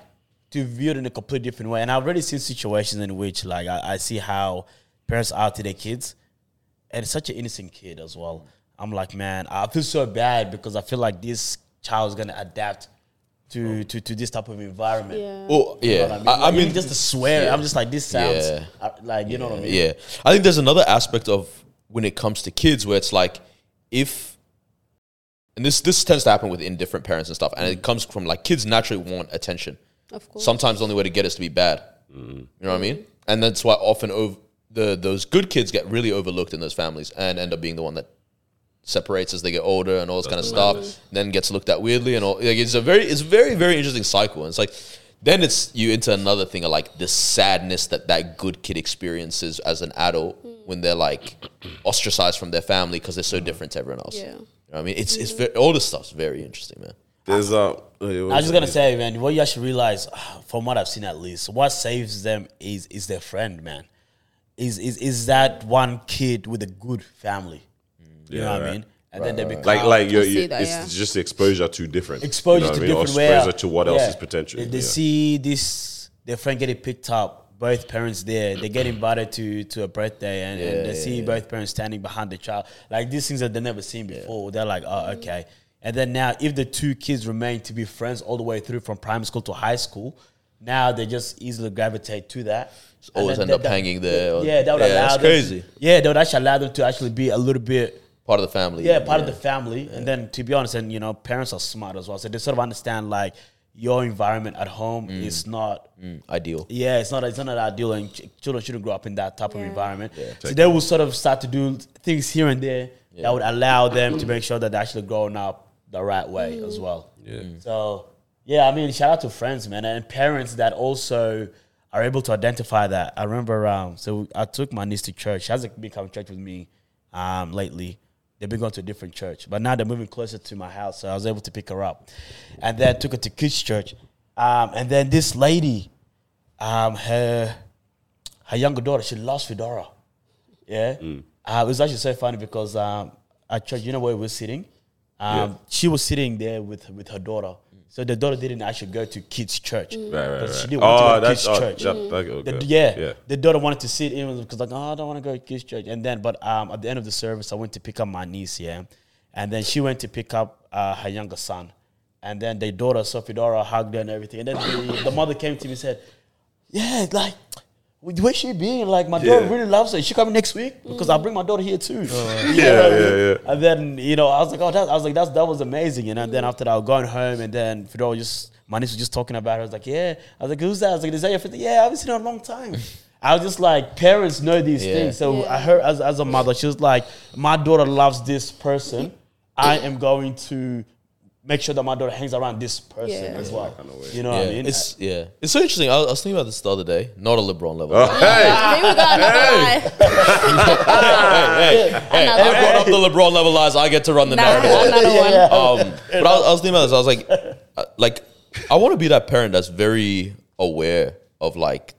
Speaker 4: to view it in a completely different way. And I've already seen situations in which like I, I see how parents are to their kids, and it's such an innocent kid as well. I'm like, man, I feel so bad because I feel like this child is gonna adapt to to, to this type of environment.
Speaker 2: yeah.
Speaker 3: Well, yeah.
Speaker 4: You know what
Speaker 3: I, I
Speaker 4: Even
Speaker 3: mean,
Speaker 4: just the swear.
Speaker 3: yeah.
Speaker 4: I'm just like, this sounds
Speaker 3: Yeah.
Speaker 4: uh, like you know what I mean.
Speaker 3: yeah. I think there's another aspect of when it comes to kids where it's like, if, and this this tends to happen with indifferent parents and stuff, and it comes from like kids naturally want attention.
Speaker 2: of course
Speaker 3: Sometimes the only way to get is to be bad. You know what I mean? And that's why often ov- the those good kids get really overlooked in those families and end up being the one that separates as they get older and all this kind of stuff. Then gets looked at weirdly and all. Like it's a very it's a very very interesting cycle. And it's like then it's you into another thing of like the sadness that that good kid experiences as an adult when they're like ostracized from their family because they're so different to everyone else.
Speaker 2: Yeah.
Speaker 4: Mm-hmm.
Speaker 3: You know what I mean, it's it's ve- all this stuff's very interesting, man.
Speaker 1: There's a I
Speaker 4: I was just gonna say, man, what you actually realize, ah, from what I've seen at least, what saves them is is their friend, man. Is is is that one kid with a good family? You know what I mean? And then they become
Speaker 1: Like, like you're,
Speaker 2: I see
Speaker 1: you
Speaker 2: that,
Speaker 1: it's
Speaker 2: yeah.
Speaker 1: just exposure to different
Speaker 4: exposure
Speaker 1: you know
Speaker 4: to
Speaker 1: what I mean? or
Speaker 4: different way.
Speaker 1: exposure to what else
Speaker 4: Yeah.
Speaker 1: is potential.
Speaker 4: They, they
Speaker 1: yeah.
Speaker 4: see this, their friend getting picked up, both parents there. They get invited to to a birthday, and, and they see both parents standing behind the child. Like these things that they never seen before. They're like, oh, okay. And then now, if the two kids remain to be friends all the way through from primary school to high school, now they just easily gravitate to that. And
Speaker 3: always
Speaker 4: then
Speaker 3: end
Speaker 4: that-
Speaker 3: up
Speaker 4: that-
Speaker 3: hanging there or-
Speaker 4: yeah, that would
Speaker 3: Yeah,
Speaker 4: allow
Speaker 3: that's
Speaker 4: them,
Speaker 3: crazy.
Speaker 4: Yeah, that would actually allow them to actually be a little bit
Speaker 3: Part of the family.
Speaker 4: yeah, part of the family. And then to be honest, and you know, parents are smart as well. So they sort of understand like your environment at home is not
Speaker 3: Mm, ideal.
Speaker 4: yeah, it's not it's not ideal and ch- children shouldn't grow up in that type of
Speaker 2: Yeah.
Speaker 4: environment. So they will sort of start to do things here and there that would allow them to make sure that they're actually growing up the right way as well. Yeah. So yeah, I mean, shout out to friends, man, and parents that also are able to identify that. I remember, um, so I took my niece to church. She hasn't been coming to church with me um, lately. They've been going to a different church, but now they're moving closer to my house, so I was able to pick her up, and then took her to kids' church, um, and then this lady um, her her younger daughter, she lost Fedora. Yeah.
Speaker 1: Mm.
Speaker 4: Uh, it was actually so funny because um, at church, you know where we were sitting? Um, She was sitting there with, with her daughter. So the daughter didn't actually go to kids' church.
Speaker 1: Right, right, right.
Speaker 4: She didn't want to go to kids'
Speaker 1: oh,
Speaker 4: church.
Speaker 1: that- okay, okay.
Speaker 4: The- yeah,
Speaker 1: yeah.
Speaker 4: The daughter wanted to sit in because like, oh, I don't want to go to kids church. And then, but um, at the end of the service, I went to pick up my niece, yeah, and then she went to pick up uh, her younger son, and then the daughter, Sophie Dora, hugged her and everything. And then the, the mother came to me and said, "Yeah, like." Where she being? Like my daughter
Speaker 1: Yeah.
Speaker 4: really loves her. She coming next week because I bring my daughter here too.
Speaker 1: Oh,
Speaker 4: *laughs*
Speaker 1: Yeah, yeah, yeah.
Speaker 4: And then you know, I was like, oh, that, I was like, that's that was amazing. You know. And then after that, I was going home, and then Fedora just my niece was just talking about. Her. I was like, yeah. I was like, who's that? I was like, is that your friend? Yeah, I haven't seen her in a
Speaker 3: *laughs*
Speaker 4: long time. I was just like, parents know these
Speaker 3: Yeah.
Speaker 4: things. So
Speaker 2: Yeah.
Speaker 4: I heard as as a mother, she was like, my daughter loves this person. I am going to make sure that my daughter hangs around this person
Speaker 2: Yeah.
Speaker 4: as well. You know
Speaker 3: Yeah,
Speaker 4: what I mean?
Speaker 3: it's yeah, it's so interesting. I, I was thinking about this the other day, not a LeBron
Speaker 1: *laughs*
Speaker 3: level.
Speaker 1: Oh, Hey,
Speaker 2: There we go, another one. *laughs*
Speaker 3: hey, hey, hey,
Speaker 2: Another
Speaker 3: I've brought up the LeBron level lies. I get to run the
Speaker 2: Nah,
Speaker 3: narrative.
Speaker 2: another one.
Speaker 3: um, but I was, I was thinking about this. I was like, uh, like, I want to be that parent that's very aware of like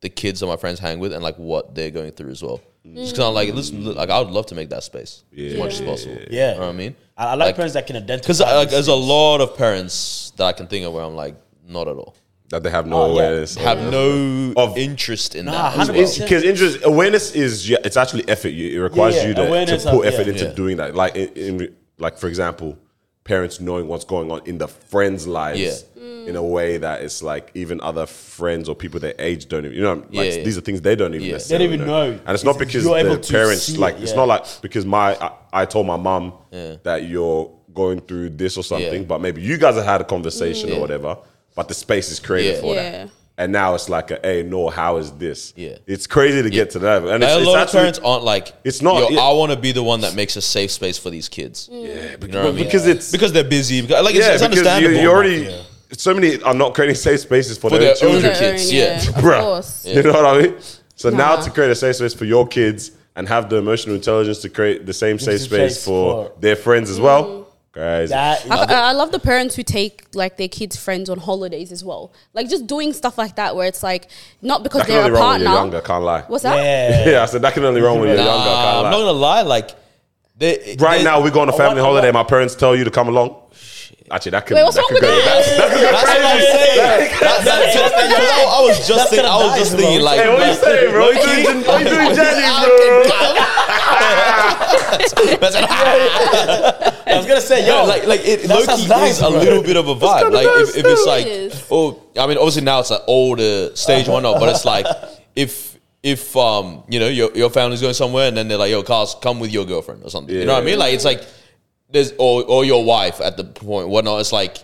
Speaker 3: the kids that my friends hang with and like what they're going through as well. Just kind of like, listen, like I would love to make that space as much as possible.
Speaker 4: Yeah.
Speaker 3: you know what I mean,
Speaker 4: I, I like,
Speaker 3: um, Like-
Speaker 4: parents that can identify.
Speaker 3: because uh, like,
Speaker 4: these
Speaker 3: there's
Speaker 4: things.
Speaker 3: a lot of parents that I can think of where I'm like, not at all,
Speaker 1: that they have no
Speaker 4: Oh, yeah.
Speaker 1: awareness.
Speaker 3: have no
Speaker 1: Of-
Speaker 3: interest in
Speaker 4: Nah,
Speaker 3: that. as well.
Speaker 4: 100%.
Speaker 1: because interest awareness is yeah, it's actually effort. You, it requires
Speaker 4: Yeah, yeah.
Speaker 1: you to,
Speaker 4: Awareness
Speaker 1: to put
Speaker 4: of-
Speaker 1: effort
Speaker 4: yeah.
Speaker 1: into
Speaker 3: Yeah.
Speaker 1: doing that. Like in, in, like for example, parents knowing what's going on in the friends' lives
Speaker 3: Yeah.
Speaker 1: in a way that it's like even other friends or people their age don't even you know like
Speaker 3: Yeah, yeah.
Speaker 1: these are things they don't even
Speaker 3: Yeah.
Speaker 1: necessarily
Speaker 4: They don't even know.
Speaker 1: And it's not
Speaker 4: It's-
Speaker 1: because
Speaker 4: you're able
Speaker 1: the
Speaker 4: to
Speaker 1: parents
Speaker 4: see
Speaker 1: like
Speaker 4: it,
Speaker 1: it's
Speaker 4: yeah.
Speaker 1: not like because my I, I told my mom that you're going through this or something,
Speaker 3: Yeah.
Speaker 1: but maybe you guys have had a conversation or whatever. But the space is created
Speaker 3: Yeah.
Speaker 1: for
Speaker 2: Yeah.
Speaker 1: that. And now it's like, a, hey, no, how is this?
Speaker 3: Yeah.
Speaker 1: It's crazy to get to that. level. And
Speaker 3: Like,
Speaker 1: it's,
Speaker 3: a
Speaker 1: it's
Speaker 3: lot
Speaker 1: actually,
Speaker 3: of parents aren't like.
Speaker 1: It's not-
Speaker 3: Yo,
Speaker 1: it-
Speaker 3: I want to be the one that makes a safe space for these kids.
Speaker 1: Yeah, because,
Speaker 3: You know what I mean?
Speaker 1: because it's
Speaker 3: because they're busy. Because like it's,
Speaker 1: yeah,
Speaker 3: it's
Speaker 1: because you,
Speaker 3: understandable.
Speaker 1: you already so many are not creating safe spaces for,
Speaker 3: For
Speaker 1: their,
Speaker 3: their own
Speaker 1: children.
Speaker 3: kids. yeah.
Speaker 2: Of
Speaker 1: Bruh.
Speaker 2: course.
Speaker 1: You know what I mean? So now
Speaker 2: Nah.
Speaker 1: to create a safe space for your kids and have the emotional intelligence to create the same safe
Speaker 4: Safe
Speaker 1: space for,
Speaker 4: for-
Speaker 1: their friends as well.
Speaker 3: Mm-hmm.
Speaker 1: Guys,
Speaker 3: *laughs*
Speaker 4: That is-
Speaker 2: I, I love the parents who take like their kids' friends on holidays as well, like just doing stuff like that where it's like not because
Speaker 1: that can
Speaker 2: they're
Speaker 1: only
Speaker 2: a
Speaker 1: wrong when
Speaker 2: partner.
Speaker 1: you're younger. Can't lie. *laughs*
Speaker 2: What's that?
Speaker 4: yeah.
Speaker 1: yeah, I said that can only wrong when you're
Speaker 3: Nah,
Speaker 1: younger. Can't
Speaker 3: I'm
Speaker 1: lie.
Speaker 3: not gonna lie. Like they,
Speaker 1: right
Speaker 3: they-
Speaker 1: now we go on a family
Speaker 4: I want-
Speaker 1: holiday. My parents tell you to come along. Actually, that could.
Speaker 2: Wait, what's
Speaker 1: that
Speaker 2: wrong
Speaker 1: could
Speaker 2: with
Speaker 1: go-
Speaker 2: that?
Speaker 1: That's, that's
Speaker 3: *laughs* That's what I'm saying. That's- that's- that's- I was just thinking. I was just thinking. Like,
Speaker 1: Hey, what are you saying, bro? You doing, what you
Speaker 3: *laughs*
Speaker 1: doing, Jenny, bro?
Speaker 3: That's
Speaker 1: *laughs*
Speaker 3: *laughs*
Speaker 4: I was gonna say, yo,
Speaker 3: like, like it,
Speaker 4: that
Speaker 3: Loki
Speaker 4: sounds nice,
Speaker 3: is a
Speaker 4: bro.
Speaker 3: little bit of a vibe.
Speaker 1: kinda
Speaker 3: Like, if,
Speaker 1: nice,
Speaker 3: if it's
Speaker 1: though.
Speaker 3: like,
Speaker 2: It is.
Speaker 3: oh, I mean, obviously now it's an older stage one, but it's like, if if um, you know, your your family's going somewhere, and then they're like, yo, Carlos, come with your girlfriend or something. You know what I
Speaker 1: Yeah.
Speaker 3: mean? Like, it's like there's or or your wife at the point whatnot. It's like.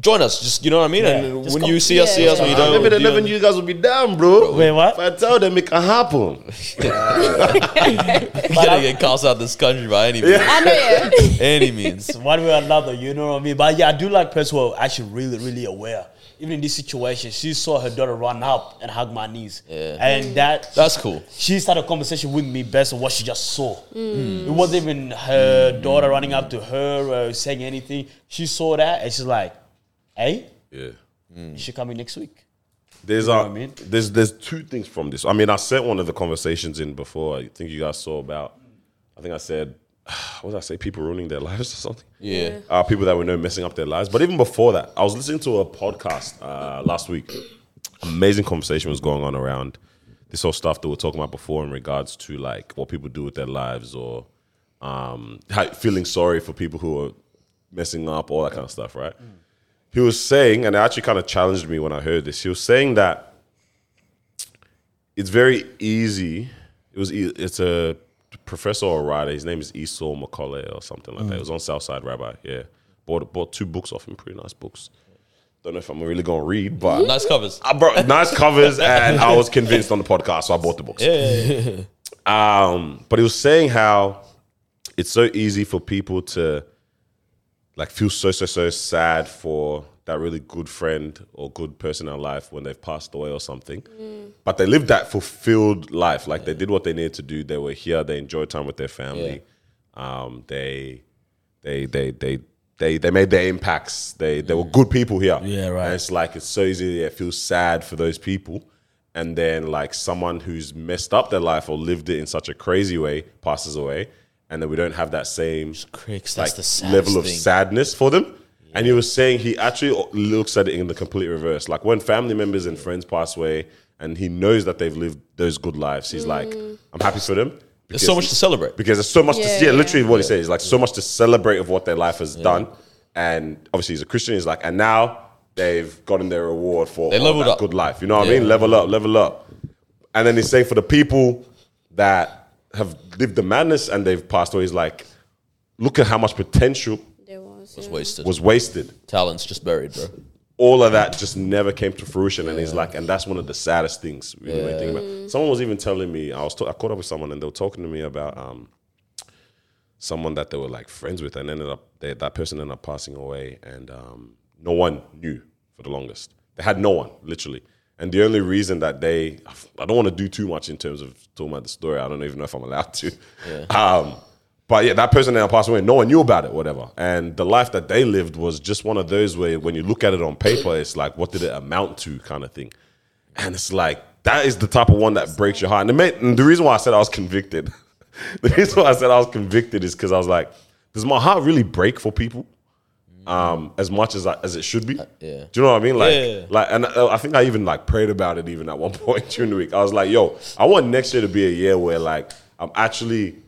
Speaker 3: Join us, just you know what I mean. and
Speaker 4: just
Speaker 3: when
Speaker 4: come.
Speaker 3: you see us,
Speaker 2: Yeah,
Speaker 3: see us. When you
Speaker 2: yeah.
Speaker 3: don't,
Speaker 1: Maybe they
Speaker 3: you
Speaker 1: never
Speaker 3: don't-
Speaker 1: knew you guys would be down, bro.
Speaker 4: Wait, what?
Speaker 1: If I tell them, it can happen.
Speaker 3: you gotta *laughs* get cast out this country by any means.
Speaker 2: I know. Yeah.
Speaker 3: *laughs* Any means.
Speaker 4: one way or another, you know what I mean? But yeah, I do like parents who are actually really, really aware. Even in this situation, she saw her daughter run up and hug my knees.
Speaker 1: Mm.
Speaker 4: And that
Speaker 3: That's cool.
Speaker 4: she started a conversation with me based on what she just saw.
Speaker 1: Mm.
Speaker 4: It wasn't uh, even her daughter running up to her or saying anything. She saw that and she's like, Hey,
Speaker 1: Yeah. Mm.
Speaker 4: you should come in next week.
Speaker 1: There's uh,
Speaker 4: what I mean?
Speaker 1: there's there's two things from this. I mean, I sent one of the conversations in before. I think you guys saw about. I think I said, *sighs* what did I say? People ruining their *laughs* lives or something.
Speaker 3: Yeah.
Speaker 1: uh, people that we know messing up their lives. But even before that, I was listening to a podcast uh, last week. Amazing conversation was going on around this whole stuff that we are talking about before in regards to like what people do with their lives or um, how, feeling sorry for people who are messing up, all that kind of stuff, right? He was saying, and it actually kind of challenged me when I heard this. He was saying that it's very easy. It was e- it's a professor or writer. His name is Esau McCullough or something like that. It was on Southside Rabbi. Yeah, bought bought two books off him. Pretty nice books. Don't know if I'm really gonna read, but
Speaker 3: Nice covers.
Speaker 1: I brought nice covers, and I was convinced on the podcast, so I bought the books. Um, but he was saying how it's so easy for people to like feel so so so sad for that really good friend or good person in our life when they've passed away or something. But they lived that fulfilled life. Like they did what they needed to do. They were here. They enjoyed time with their family. Um, they, they, they, they, they, they made their impacts. They, they were good people here.
Speaker 4: Yeah, right.
Speaker 1: And it's like it's so easy. to feel sad for those people. And then like someone who's messed up their life or lived it in such a crazy way passes away, and then we don't have that same
Speaker 3: Cricks,
Speaker 1: like
Speaker 3: that's the saddest
Speaker 1: level of
Speaker 3: thing.
Speaker 1: sadness for them. And he was saying he actually looks at it in the complete reverse. Like when family members and friends pass away, and he knows that they've lived those good lives. He's like, I'm happy for them.
Speaker 3: Mm. There's so much to celebrate.
Speaker 1: because there's so much to
Speaker 2: Yeah,
Speaker 1: see. Yeah,
Speaker 2: yeah.
Speaker 1: literally, what he says, like so much to celebrate of what their life has done. And obviously, he's a Christian. He's like, and now they've gotten their reward for
Speaker 3: They
Speaker 1: all
Speaker 3: leveled
Speaker 1: that
Speaker 3: up.
Speaker 1: good life. You know what I
Speaker 3: Yeah.
Speaker 1: mean? Level up, level up. And then he's saying for the people that have lived the madness and they've passed away, he's like, look at how much potential
Speaker 2: There was.
Speaker 3: It's
Speaker 2: yeah.
Speaker 3: wasted.
Speaker 1: was wasted.
Speaker 3: Talents just buried, bro.
Speaker 1: All of that just never came to fruition, and he's like, and that's one of the saddest things. Really, when you think about. Someone was even telling me I was ta- I caught up with someone, and they were talking to me about um, someone that they were like friends with, and ended up they, that person ended up passing away, and um, no one knew for the longest. They had no one, literally, and the only reason that they I don't want to do too much in terms of talking about the story. I don't even know if I'm allowed to. *laughs* Um, but yeah, that person that passed away, no one knew about it, whatever. And the life that they lived was just one of those where, when you look at it on paper, it's like, what did it amount to, kind of thing. And it's like that is the type of one that breaks your heart. And, it made, and the reason why I said I was convicted, *laughs* the reason why I said I was convicted is because I was like, does my heart really break for people? Um, as much as I, as it should be.
Speaker 3: Uh, yeah.
Speaker 1: Do you know what I mean? Like,
Speaker 3: Yeah.
Speaker 1: like, and uh, I I think I even like prayed about it even at one *laughs* point during the week. I was like, yo, I want next year to be a year where like I'm actually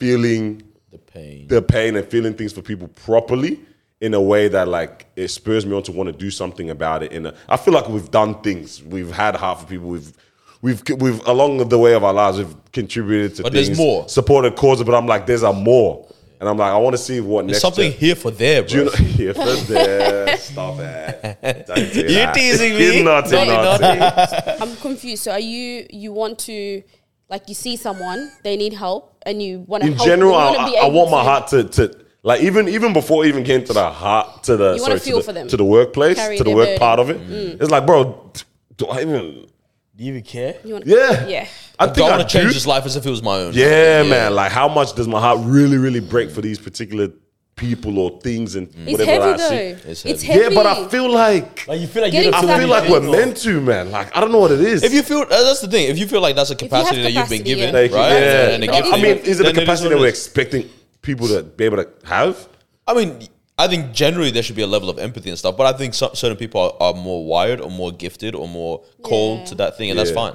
Speaker 1: feeling
Speaker 3: The pain.
Speaker 1: the pain and feeling things for people properly in a way that like it spurs me on to want to do something about it. And uh, I feel like we've done things. We've had half of people. We've we've we've along the way of our lives we've contributed to
Speaker 3: But there's
Speaker 1: things,
Speaker 3: more.
Speaker 1: supported causes. But I'm like, there's a more, and I'm like, I want to see what next.
Speaker 3: There's something
Speaker 1: year-
Speaker 3: here for there, bro.
Speaker 1: Do you know, *laughs* yeah, first there. Stop
Speaker 3: *laughs*
Speaker 1: it. Don't do
Speaker 3: You're
Speaker 1: that.
Speaker 3: teasing me.
Speaker 1: You're naughty,
Speaker 3: Naughty,
Speaker 1: naughty.
Speaker 2: I'm confused. So are you? You want to, like, you see someone they need help, and you want to.
Speaker 1: in general, I,
Speaker 2: help, them, you wanna oh, be
Speaker 1: I- I
Speaker 2: able
Speaker 1: want my
Speaker 2: to-
Speaker 1: heart to, to like even even before it even came to the heart to the
Speaker 2: You
Speaker 1: sorry,
Speaker 2: wanna feel
Speaker 1: to, the,
Speaker 2: for them.
Speaker 1: to the workplace
Speaker 2: Carry
Speaker 1: to the
Speaker 2: their
Speaker 1: work
Speaker 2: burden. Mm.
Speaker 1: part of it. It's like, bro, do I even?
Speaker 4: Do you even care?
Speaker 2: You wanna-
Speaker 1: Yeah,
Speaker 2: Yeah.
Speaker 1: I
Speaker 3: Do
Speaker 1: think
Speaker 3: I
Speaker 1: I
Speaker 3: want to change
Speaker 1: do.
Speaker 3: his life as if it was my own.
Speaker 1: Yeah, man. Like, how much does my heart really, really break for these particular people or things and
Speaker 2: It's
Speaker 1: whatever
Speaker 2: heavy
Speaker 1: that I see?
Speaker 2: though.
Speaker 3: It's
Speaker 2: It's
Speaker 3: heavy.
Speaker 2: heavy.
Speaker 1: Yeah, but I feel like
Speaker 4: Like you feel like
Speaker 2: Getting
Speaker 4: you don't
Speaker 1: I
Speaker 4: feel
Speaker 2: something
Speaker 1: feel like we're
Speaker 2: Exactly.
Speaker 1: meant to, man. Like, I don't know what it is.
Speaker 3: If you feel uh, that's the thing. If you feel like that's a
Speaker 2: you have
Speaker 3: capacity, that you've been
Speaker 2: capacity,
Speaker 3: given,
Speaker 1: Thank you.
Speaker 3: right?
Speaker 1: Yeah.
Speaker 3: And a
Speaker 2: But
Speaker 3: gift
Speaker 1: I
Speaker 3: that
Speaker 1: mean,
Speaker 3: you-
Speaker 1: is it a
Speaker 3: then
Speaker 1: capacity
Speaker 3: what
Speaker 1: that
Speaker 3: it
Speaker 1: we're
Speaker 3: is.
Speaker 1: expecting people to be able to have?
Speaker 3: I mean, I think generally there should be a level of empathy and stuff, but I think some, certain people are, are more wired or more gifted or more called
Speaker 2: Yeah.
Speaker 3: to that thing, and that's
Speaker 1: Yeah.
Speaker 3: fine.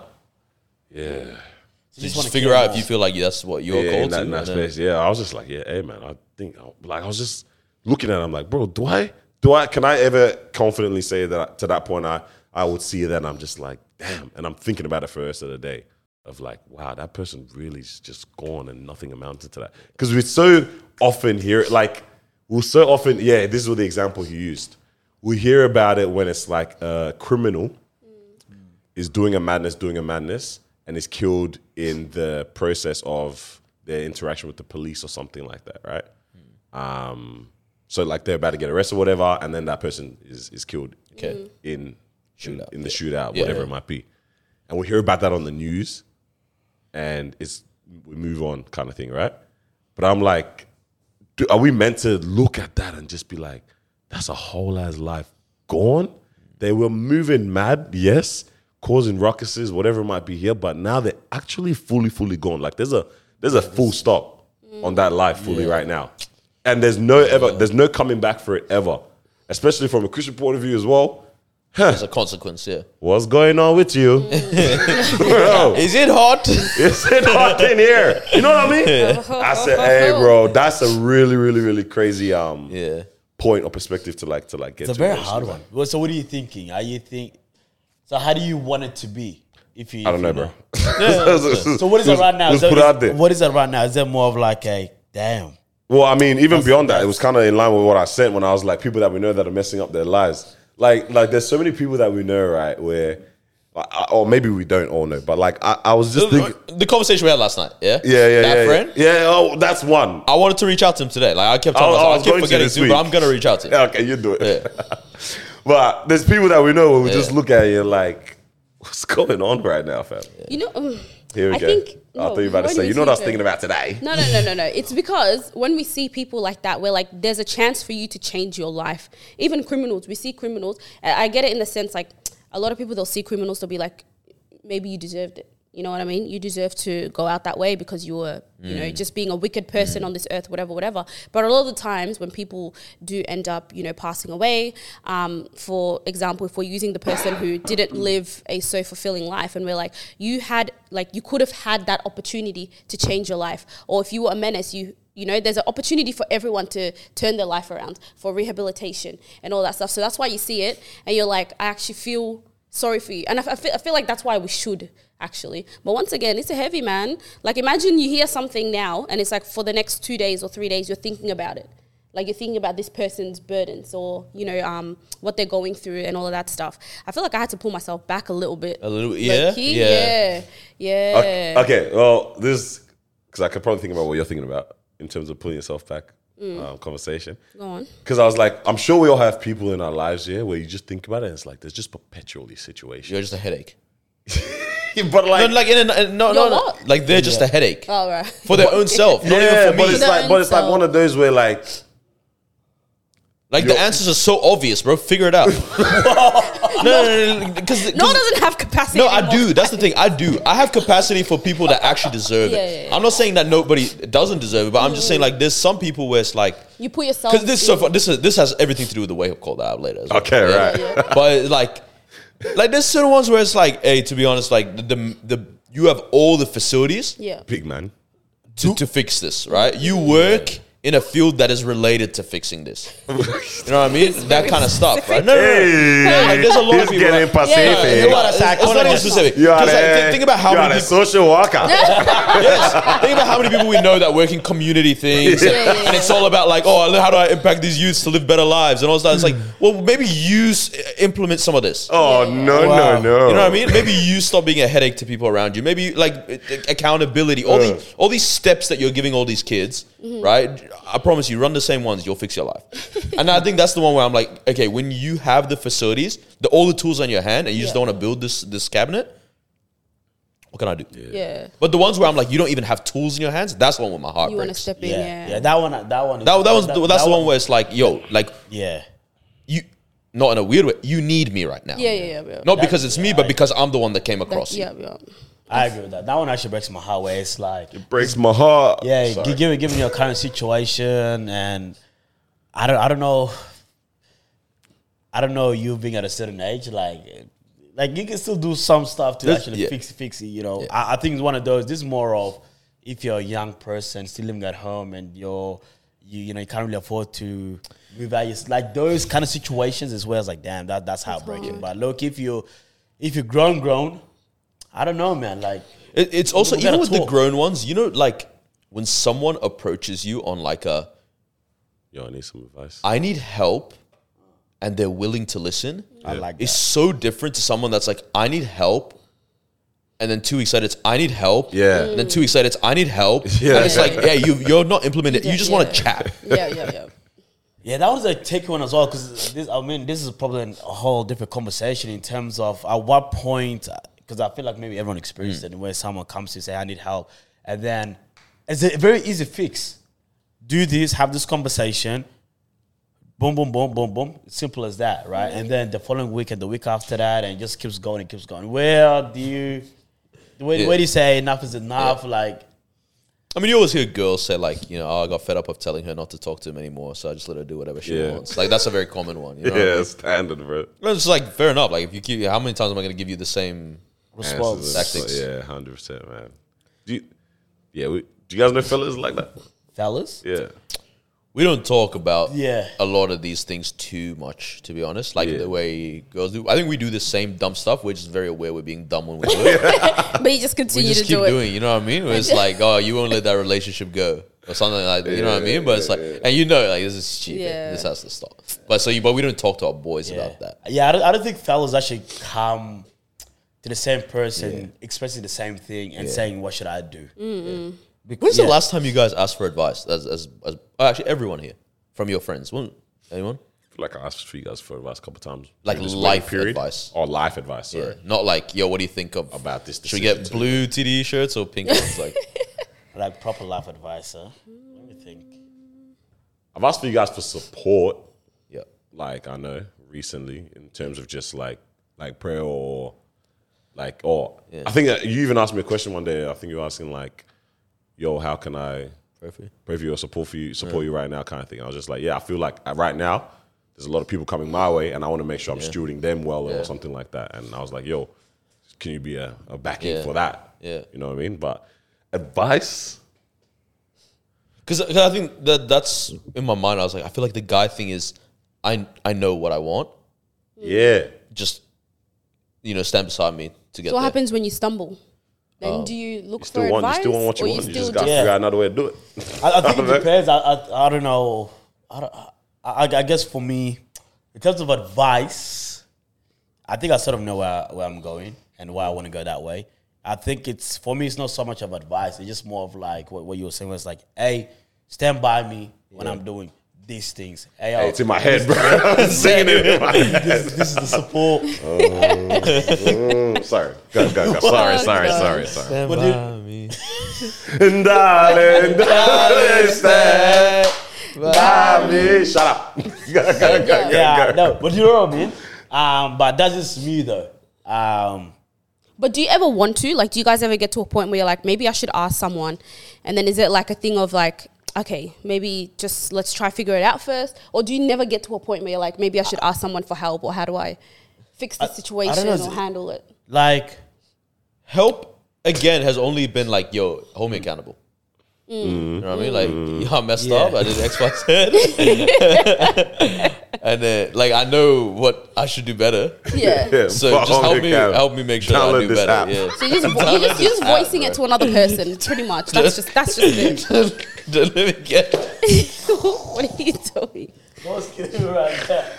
Speaker 1: Yeah.
Speaker 4: You
Speaker 3: Just,
Speaker 4: wanna
Speaker 3: figure
Speaker 4: care
Speaker 3: out
Speaker 4: more.
Speaker 3: if you feel like that's what you're
Speaker 1: yeah, in
Speaker 3: called
Speaker 1: that,
Speaker 3: to.
Speaker 1: in that
Speaker 3: and then-
Speaker 1: space. Yeah, I was just like, yeah, hey man, I think I- like I was just looking at. It, I'm like, bro, do I do I can I ever confidently say that to that point? I I would see that and I'm just like, damn, and I'm thinking about it for the rest of the day. Of like, wow, that person really is just gone and nothing amounted to that. Because we so often hear it, like, we'll so often, yeah, this is what the example he used. We hear about it when it's like a criminal is doing a madness, doing a madness, and is killed in the process of their interaction with the police or something like that, right? Um, so like they're about to get arrested, or whatever, and then that person is is killed
Speaker 3: Okay.
Speaker 1: in
Speaker 3: Shootout.
Speaker 1: in the shootout,
Speaker 3: Yeah.
Speaker 1: whatever it might be, and we hear about that on the news, and it's we move on kind of thing, right? But I'm like, do, are we meant to look at that and just be like, that's a whole ass life gone. They were moving mad, yes, causing ruckuses, whatever it might be here, but now they're actually fully, fully gone. Like there's a there's a full stop on that life fully right now. And there's no ever there's no coming back for it ever. Especially from a Christian point of view as well.
Speaker 3: As a consequence, yeah.
Speaker 1: What's going on with you? Bro,
Speaker 3: Is it hot?
Speaker 1: it's hot in here. You know what I mean? I said, hey bro, that's a really, really, really crazy um
Speaker 3: yeah.
Speaker 1: point or perspective to like to like get
Speaker 4: It's a
Speaker 1: to
Speaker 4: very
Speaker 1: eventually,
Speaker 4: hard
Speaker 1: like-
Speaker 4: one. Well, so what are you thinking? Are you think? So how do you want it to be? If you,
Speaker 1: I
Speaker 4: if
Speaker 1: don't know,
Speaker 4: you
Speaker 1: bro. *laughs*
Speaker 4: So what is it right now?
Speaker 1: Just
Speaker 4: So
Speaker 1: put
Speaker 4: is-
Speaker 1: out there.
Speaker 4: What is it right now? Is it more of like a damn?
Speaker 1: Well, I mean, even beyond that, it was kind of in line with what I said when I was like, people that we know that are messing up their lives. Like, like there's so many people that we know, right? Where, I- I- or maybe we don't all know, but like, I, I was just thinking,
Speaker 3: *laughs* The, the conversation we had last night, yeah?
Speaker 1: yeah, yeah,
Speaker 3: That
Speaker 1: yeah,
Speaker 3: friend?
Speaker 1: yeah, yeah. Oh, that's one.
Speaker 3: I wanted to reach out to him today. Like I kept telling
Speaker 1: I- I
Speaker 3: myself, I,
Speaker 1: was
Speaker 3: keep
Speaker 1: going to
Speaker 3: forgetting
Speaker 1: this
Speaker 3: to, but
Speaker 1: week.
Speaker 3: I'm gonna reach out to him.
Speaker 1: Yeah, okay, you do it. *laughs* but there's people that we know where we just
Speaker 3: Yeah.
Speaker 1: look at you like, what's going on right now, fam?
Speaker 2: You know, um,
Speaker 1: Here we
Speaker 2: I
Speaker 1: go.
Speaker 2: think.
Speaker 1: I thought you were about to
Speaker 2: when
Speaker 1: say,
Speaker 2: we
Speaker 1: you know what I was
Speaker 2: see
Speaker 1: thinking
Speaker 2: the-
Speaker 1: about today?
Speaker 2: *laughs* No, no, no, no, no. It's because when we see people like that, we're like, there's a chance for you to change your life. Even criminals, we see criminals. I I get it in the sense like a lot of people they'll see criminals, they'll be like, maybe you deserved it. You know what I mean? You deserve to go out that way because you were, you know, just being a wicked person on this earth, whatever, whatever. But a lot of the times when people do end up, you know, passing away, um, for example, if we're using the person who didn't live a so fulfilling life and we're like, you had, like, you could have had that opportunity to change your life. Or if you were a menace, you, you know, there's an opportunity for everyone to turn their life around for rehabilitation and all that stuff. So that's why you see it and you're like, I actually feel sorry for you. And I, f- I feel, I feel like that's why we should actually. But once again, it's a heavy man. Like imagine you hear something now and it's like for the next two days or three days, you're thinking about it. Like you're thinking about this person's burdens or, you know, um, what they're going through and all of that stuff. I feel like I had to pull myself back a little bit.
Speaker 3: A little yeah,
Speaker 2: Low-key,
Speaker 3: yeah.
Speaker 2: Yeah. Yeah.
Speaker 1: Okay, okay, well, this because I could probably think about what you're thinking about in terms of pulling yourself back
Speaker 2: Mm.
Speaker 1: um, conversation.
Speaker 2: Go on.
Speaker 1: Because I was like, I'm sure we all have people in our lives, yeah, where you just think about it and it's like there's just perpetually
Speaker 3: You're
Speaker 1: situations.
Speaker 3: just a headache.
Speaker 1: *laughs* but like,
Speaker 3: No, like in a, no, no,
Speaker 2: You're
Speaker 3: no,
Speaker 2: what? Oh.
Speaker 3: like they're just a headache
Speaker 2: All right. *laughs*
Speaker 3: for their own self, not
Speaker 1: yeah,
Speaker 3: even for
Speaker 1: but
Speaker 3: me.
Speaker 1: it's like, but it's like
Speaker 2: So-
Speaker 1: one of those where like,
Speaker 3: Like the answers are so obvious, bro. Figure
Speaker 1: *laughs*
Speaker 3: it out. *laughs* no, no, no, because
Speaker 2: No, it doesn't have capacity.
Speaker 3: No, I
Speaker 2: anymore.
Speaker 3: do. That's the thing. I do. I have capacity for people that actually deserve
Speaker 2: Yeah,
Speaker 3: it.
Speaker 2: yeah, Mm. yeah.
Speaker 3: I'm not saying that nobody doesn't deserve it, but I'm just saying like there's some people where it's like
Speaker 2: You put yourself.
Speaker 3: because this is
Speaker 2: in-
Speaker 3: so fun. This is this has everything to do with the wake up call that I have later. As well.
Speaker 1: okay,
Speaker 3: Yeah.
Speaker 1: right.
Speaker 2: yeah.
Speaker 3: but like, like there's certain ones where it's like, hey, to be honest, like the the, the you have all the facilities
Speaker 2: Yeah.
Speaker 1: *laughs* Big man.
Speaker 3: to, to fix this, right? You work in a field that is related to fixing this. You know what I mean? that kind of stuff, right? No, no, no. Like, there's a lot of
Speaker 1: He's
Speaker 3: people.
Speaker 1: getting
Speaker 3: Like,
Speaker 2: Yeah, yeah,
Speaker 1: Pacific.
Speaker 4: yeah.
Speaker 3: it's, it's not even specific.
Speaker 1: You are
Speaker 3: 'Cause, like,
Speaker 1: a,
Speaker 3: think- think about how
Speaker 1: you
Speaker 3: many
Speaker 1: are a
Speaker 3: people
Speaker 1: social worker.
Speaker 3: Yes. *laughs* Think about how many people we know that work in community things, and,
Speaker 2: Yeah, yeah,
Speaker 3: and it's all about like, oh, how do I impact these youths to live better lives and all that. It's like,
Speaker 1: Hmm.
Speaker 3: well, maybe you s- implement some of this.
Speaker 1: Oh no,
Speaker 4: Wow.
Speaker 1: no, no.
Speaker 3: You know what I mean? Maybe you stop being a headache to people around you. Maybe like uh, accountability, all
Speaker 1: Ugh.
Speaker 3: the all these steps that you're giving all these kids,
Speaker 2: Mm-hmm.
Speaker 3: right? I promise you, run the same ones, you'll fix your
Speaker 2: *laughs*
Speaker 3: life. and I think that's the one where I'm like, okay, when you have the facilities, the all the tools on your hand, and you just
Speaker 2: Yeah.
Speaker 3: don't want to build this this cabinet, what can I do?
Speaker 2: Yeah.
Speaker 3: But the ones where I'm like, you don't even have tools in your hands, that's the one where my heart
Speaker 2: You want to
Speaker 3: breaks.
Speaker 2: step in.
Speaker 4: Yeah,
Speaker 2: Yeah.
Speaker 4: yeah, that one, that one, is-
Speaker 3: that, that was that's the one where it's like, yo, like
Speaker 4: yeah,
Speaker 3: you, not in a weird way, you need me right now.
Speaker 2: Yeah, yeah, yeah, yeah.
Speaker 3: Not because it's me, but because I'm the one that came
Speaker 2: That-
Speaker 3: across you.
Speaker 2: yeah, yeah.
Speaker 4: I agree with that. That one actually breaks my heart. Where it's like,
Speaker 1: Breaks my heart.
Speaker 4: yeah,
Speaker 1: Sorry.
Speaker 4: gi- given given your current situation, and I don't, I don't know, I don't know. You being at a certain age, like, like you can still do some stuff to
Speaker 3: That's-
Speaker 4: actually
Speaker 3: yeah.
Speaker 4: fix fix it. You know, I, I think it's one of those. This is more of if you're a young person still living at home and you're. You, you know you can't really afford to move out. It's like those kind of situations is where it's like damn that that's heartbreaking. But look if you if you're grown grown, I don't know man. Like
Speaker 3: It, it's also
Speaker 4: We
Speaker 3: even
Speaker 4: gotta
Speaker 3: with the
Speaker 4: talk.
Speaker 3: grown ones, you know, like when someone approaches you on like a
Speaker 1: Yo, I need some advice.
Speaker 3: I need help and they're willing to listen
Speaker 4: I like
Speaker 3: is
Speaker 4: that.
Speaker 3: so different to someone that's like, I need help. And then two weeks later, it's I need help.
Speaker 1: Yeah.
Speaker 3: And then two weeks later, it's I need help.
Speaker 1: *laughs* Yeah.
Speaker 3: And it's like, yeah, you you're not implementing. it. You just want
Speaker 2: Yeah.
Speaker 3: to chat.
Speaker 2: Yeah, yeah, yeah.
Speaker 4: Yeah, that was a tricky one as well because this. I mean, this is probably an- a whole different conversation in terms of at what point. Because I feel like maybe everyone experienced it, where someone comes to you say, "I need help," and then it's a very easy fix. Do this, have this conversation, boom, boom, boom, boom, boom. Simple as that, right? And then the following week and the week after that, and it just keeps going and keeps going. Where do you, where,
Speaker 3: Yeah.
Speaker 4: where do you say enough is enough? Like,
Speaker 3: I mean, you always hear girls say like, you know, oh, I got fed up of telling her not to talk to him anymore, so I just let her do whatever she
Speaker 1: Yeah.
Speaker 3: wants. Like that's a very common one.
Speaker 1: *laughs*
Speaker 3: You know?
Speaker 1: *laughs* Yeah, standard, bro.
Speaker 3: Well, It's like fair enough. Like if you keep, how many times am I going to give you the same?
Speaker 1: Answers
Speaker 4: response.
Speaker 1: and-
Speaker 3: Tactics.
Speaker 1: Yeah, hundred percent, man. Do you, yeah, we, do you guys know fellas like that?
Speaker 4: fellas.
Speaker 1: Yeah,
Speaker 3: We don't talk about
Speaker 4: Yeah.
Speaker 3: a lot of these things too much, to be honest. Like
Speaker 1: Yeah.
Speaker 3: the way girls do. I think we do the same dumb stuff. We're just very aware we're being dumb when we do it.
Speaker 2: But you just
Speaker 3: we
Speaker 2: continue
Speaker 3: just
Speaker 2: to
Speaker 3: keep
Speaker 2: do it.
Speaker 3: doing. You know what I mean? Where it's like, oh, you won't let that relationship go. Or something like that. You know what I mean? But it's like, and you know, like this is stupid.
Speaker 2: Yeah.
Speaker 3: This has to stop. But so, you, but we don't talk to our boys about that.
Speaker 4: Yeah, I don't, I don't think fellas actually come to the same person expressing the same thing and saying, "What should I do?"
Speaker 3: When's
Speaker 4: Yeah.
Speaker 3: the last time you guys asked for advice? As, as, as oh, actually, everyone here from your friends. When, anyone?
Speaker 1: I feel like I asked for you guys for advice a couple times.
Speaker 3: Like
Speaker 1: during this
Speaker 3: life
Speaker 1: waiting period.
Speaker 3: advice.
Speaker 1: or life advice. Sorry.
Speaker 3: Not like, yo, what do you think of
Speaker 1: About this
Speaker 3: Should we
Speaker 1: decision
Speaker 3: get
Speaker 1: to-
Speaker 3: blue TD shirts or pink ones? Like,
Speaker 4: Like proper life advice. Huh? Let me think.
Speaker 1: I've asked for you guys for support.
Speaker 3: yeah,
Speaker 1: Like I know recently in terms of just like like prayer or like or I think that you even asked me a question one day. I think you were asking like, "Yo, how can I
Speaker 3: perfect.
Speaker 1: pray for you or support for you,
Speaker 3: Mm.
Speaker 1: support you right now, kind of thing. I was just like, yeah, I feel like uh, right now there's a lot of people coming my way, and I want to make sure I'm stewarding them well or something like that. And I was like, yo, can you be a, a backing
Speaker 3: Yeah.
Speaker 1: for that?
Speaker 3: Yeah.
Speaker 1: you know what I mean. But advice,
Speaker 3: Because I think that that's in my mind. I was like, I feel like the guy thing is, I I know what I want. Mm.
Speaker 1: yeah,
Speaker 3: Just you know, stand beside me to get
Speaker 2: So what
Speaker 3: there.
Speaker 2: happens when you stumble? Then do you look
Speaker 1: you
Speaker 2: for
Speaker 1: still want, you
Speaker 2: advice?
Speaker 1: still want what you
Speaker 2: or
Speaker 1: want. You, just
Speaker 2: still
Speaker 1: got to
Speaker 4: do-
Speaker 1: figure out another way to do it. *laughs*
Speaker 4: I, I think
Speaker 1: don't know.
Speaker 4: it depends. I, I, I don't know. I, don't, I, I, I guess for me, in terms of advice, I think I sort of know where, where I'm going and why I want to go that way. I think it's for me. It's not so much of advice. It's just more of like what, what you were saying was like, hey, stand by me when I'm doing these things. Hey,
Speaker 1: Hey,
Speaker 4: I'll-
Speaker 1: it's in my head,
Speaker 3: *laughs*
Speaker 1: bro. *laughs* I'm singing *laughs* it in my head.
Speaker 4: *laughs* this, this is the support.
Speaker 1: Mm, sorry, go, go, *laughs* go. Sorry, sorry, sorry, sorry.
Speaker 4: But
Speaker 1: *laughs*
Speaker 4: dude,
Speaker 3: *laughs*
Speaker 1: And darling, darling, stand by me. Shut up. *laughs* Go, go, go, go,
Speaker 4: yeah,
Speaker 1: go.
Speaker 4: no, but you know what I mean. Um, but that's just me though. Um,
Speaker 2: But do you ever want to? Like, do you guys ever get to a point where you're like, maybe I should ask someone? And then is it like a thing of like, okay, maybe just let's try figure it out first? Or do you never get to a point where you're like, maybe I should ask someone for help or how do I fix the situation
Speaker 4: know,
Speaker 2: or
Speaker 4: is it-
Speaker 2: handle it?
Speaker 4: like
Speaker 3: Help again has only been like, yo, hold me accountable.
Speaker 2: Mm.
Speaker 3: You know what I mean? Like,
Speaker 1: Mm.
Speaker 3: yeah, I messed
Speaker 4: Yeah.
Speaker 3: up. I did X, Y, Z. *laughs* and then, like, I know what I should do better.
Speaker 2: Yeah.
Speaker 3: So
Speaker 1: fuck
Speaker 3: just help
Speaker 1: it,
Speaker 3: me,
Speaker 1: Kev.
Speaker 3: help me make sure that I
Speaker 1: Download
Speaker 3: do
Speaker 1: this
Speaker 3: better.
Speaker 1: app.
Speaker 3: Yeah.
Speaker 2: So you're just, vo- you're just, you're just voicing
Speaker 3: *laughs*
Speaker 2: it to another person, pretty much. That's just, that's just it.
Speaker 3: Let me get.
Speaker 2: *laughs* what are you doing?
Speaker 4: Most kidding right there.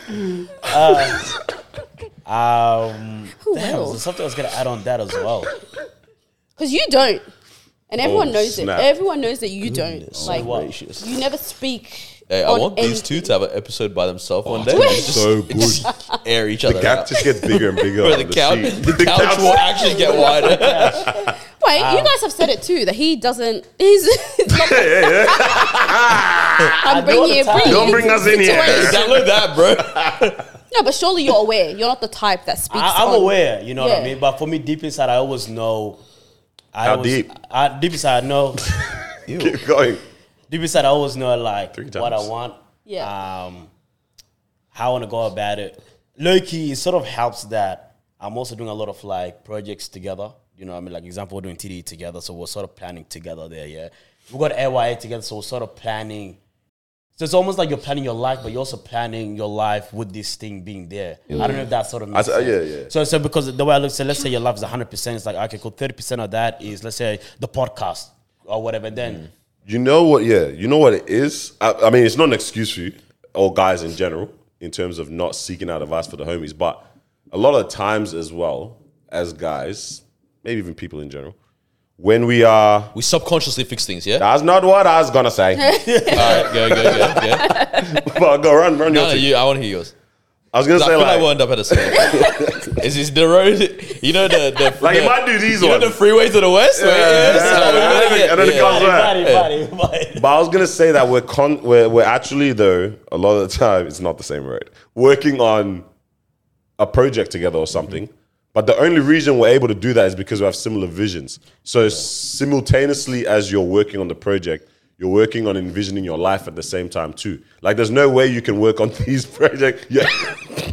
Speaker 4: Uh, um,
Speaker 2: Who
Speaker 4: damn,
Speaker 2: will?
Speaker 4: there's something I was gonna add on that as well.
Speaker 2: Because you don't. And everyone knows
Speaker 1: snap.
Speaker 2: it. Everyone knows that you don't. Like,
Speaker 3: gracious.
Speaker 2: you never speak.
Speaker 3: Hey, I
Speaker 2: on
Speaker 3: want these two
Speaker 2: anything.
Speaker 3: to have an episode by themselves one day.
Speaker 1: Oh, dude,
Speaker 3: and
Speaker 1: it's so good.
Speaker 3: just air each other
Speaker 1: The gap
Speaker 3: out.
Speaker 1: just gets bigger and bigger.
Speaker 3: Bro,
Speaker 1: on
Speaker 3: the, couch,
Speaker 1: sheet.
Speaker 3: the, couch,
Speaker 1: *laughs*
Speaker 3: will actually get wider.
Speaker 2: Wait,
Speaker 1: Um,
Speaker 2: you guys have said it too that he doesn't. He's. *laughs* it's
Speaker 1: *laughs*
Speaker 2: not- I'm bringing it. Bring
Speaker 1: Don't bring us in here.
Speaker 2: situation.
Speaker 3: *laughs* Download that, bro.
Speaker 2: No, but surely you're aware. You're not the type that speaks.
Speaker 4: I, I'm
Speaker 2: on-
Speaker 4: aware, you know what I
Speaker 2: Yeah.
Speaker 4: mean. But for me, deep inside, I always know. I
Speaker 1: How
Speaker 4: always,
Speaker 1: deep?
Speaker 4: I, deep inside, I know.
Speaker 1: Keep going.
Speaker 4: deep inside, I always know like
Speaker 1: Three
Speaker 4: what I
Speaker 1: times.
Speaker 4: want.
Speaker 2: Yeah.
Speaker 4: Um, how I want to go about it. Low key, it sort of helps that I'm also doing a lot of like projects together. You know, what I mean, like example, we're doing TD together, so we're sort of planning together there. Yeah, we got AYA together, so we're sort of planning. So it's almost like you're planning your life, but you're also planning your life with this thing being there. I don't know if that sort of
Speaker 1: I
Speaker 4: makes
Speaker 1: said,
Speaker 4: sense.
Speaker 1: yeah, yeah.
Speaker 4: So, so because the way I look, so let's say your life is 100, percent it's like okay, cool. 30 percent of that is let's say the podcast or whatever. Then
Speaker 1: Mm. You know what? Yeah, you know what it is. I, I mean, it's not an excuse for you or guys in general in terms of not seeking out advice for the homies, but a lot of times as well as guys, maybe even people in general, when we are.
Speaker 3: We subconsciously fix things, yeah?
Speaker 1: That's not what I was
Speaker 3: *laughs*
Speaker 1: gonna say.
Speaker 3: All right, go, go, go. go.
Speaker 1: *laughs* but go run, run
Speaker 3: No,
Speaker 1: your
Speaker 3: no,
Speaker 1: team.
Speaker 3: you, I want to hear yours.
Speaker 1: I was gonna
Speaker 3: I
Speaker 1: say
Speaker 3: feel like,
Speaker 1: like,
Speaker 3: we'll end up at a same.
Speaker 1: *laughs*
Speaker 3: Is this the road? You know the the
Speaker 1: like
Speaker 3: the,
Speaker 1: you might do these
Speaker 3: you know
Speaker 1: ones.
Speaker 3: the freeway to the west. right?
Speaker 1: Yeah,
Speaker 3: Yeah, so
Speaker 1: yeah,
Speaker 3: we
Speaker 1: yeah. And
Speaker 3: gotta
Speaker 1: then-
Speaker 3: get-
Speaker 1: and then it
Speaker 3: yeah.
Speaker 1: comes-
Speaker 4: Buddy,
Speaker 1: right.
Speaker 4: buddy, buddy.
Speaker 1: But I was gonna say that we're con we're, we're actually though a lot of the time it's not the same road. Working on a project together or something. But the only reason we're able to do that is because we have similar visions. So simultaneously as you're working on the project, you're working on envisioning your life at the same time too. Like there's no way you can work on *laughs* these projects. Your,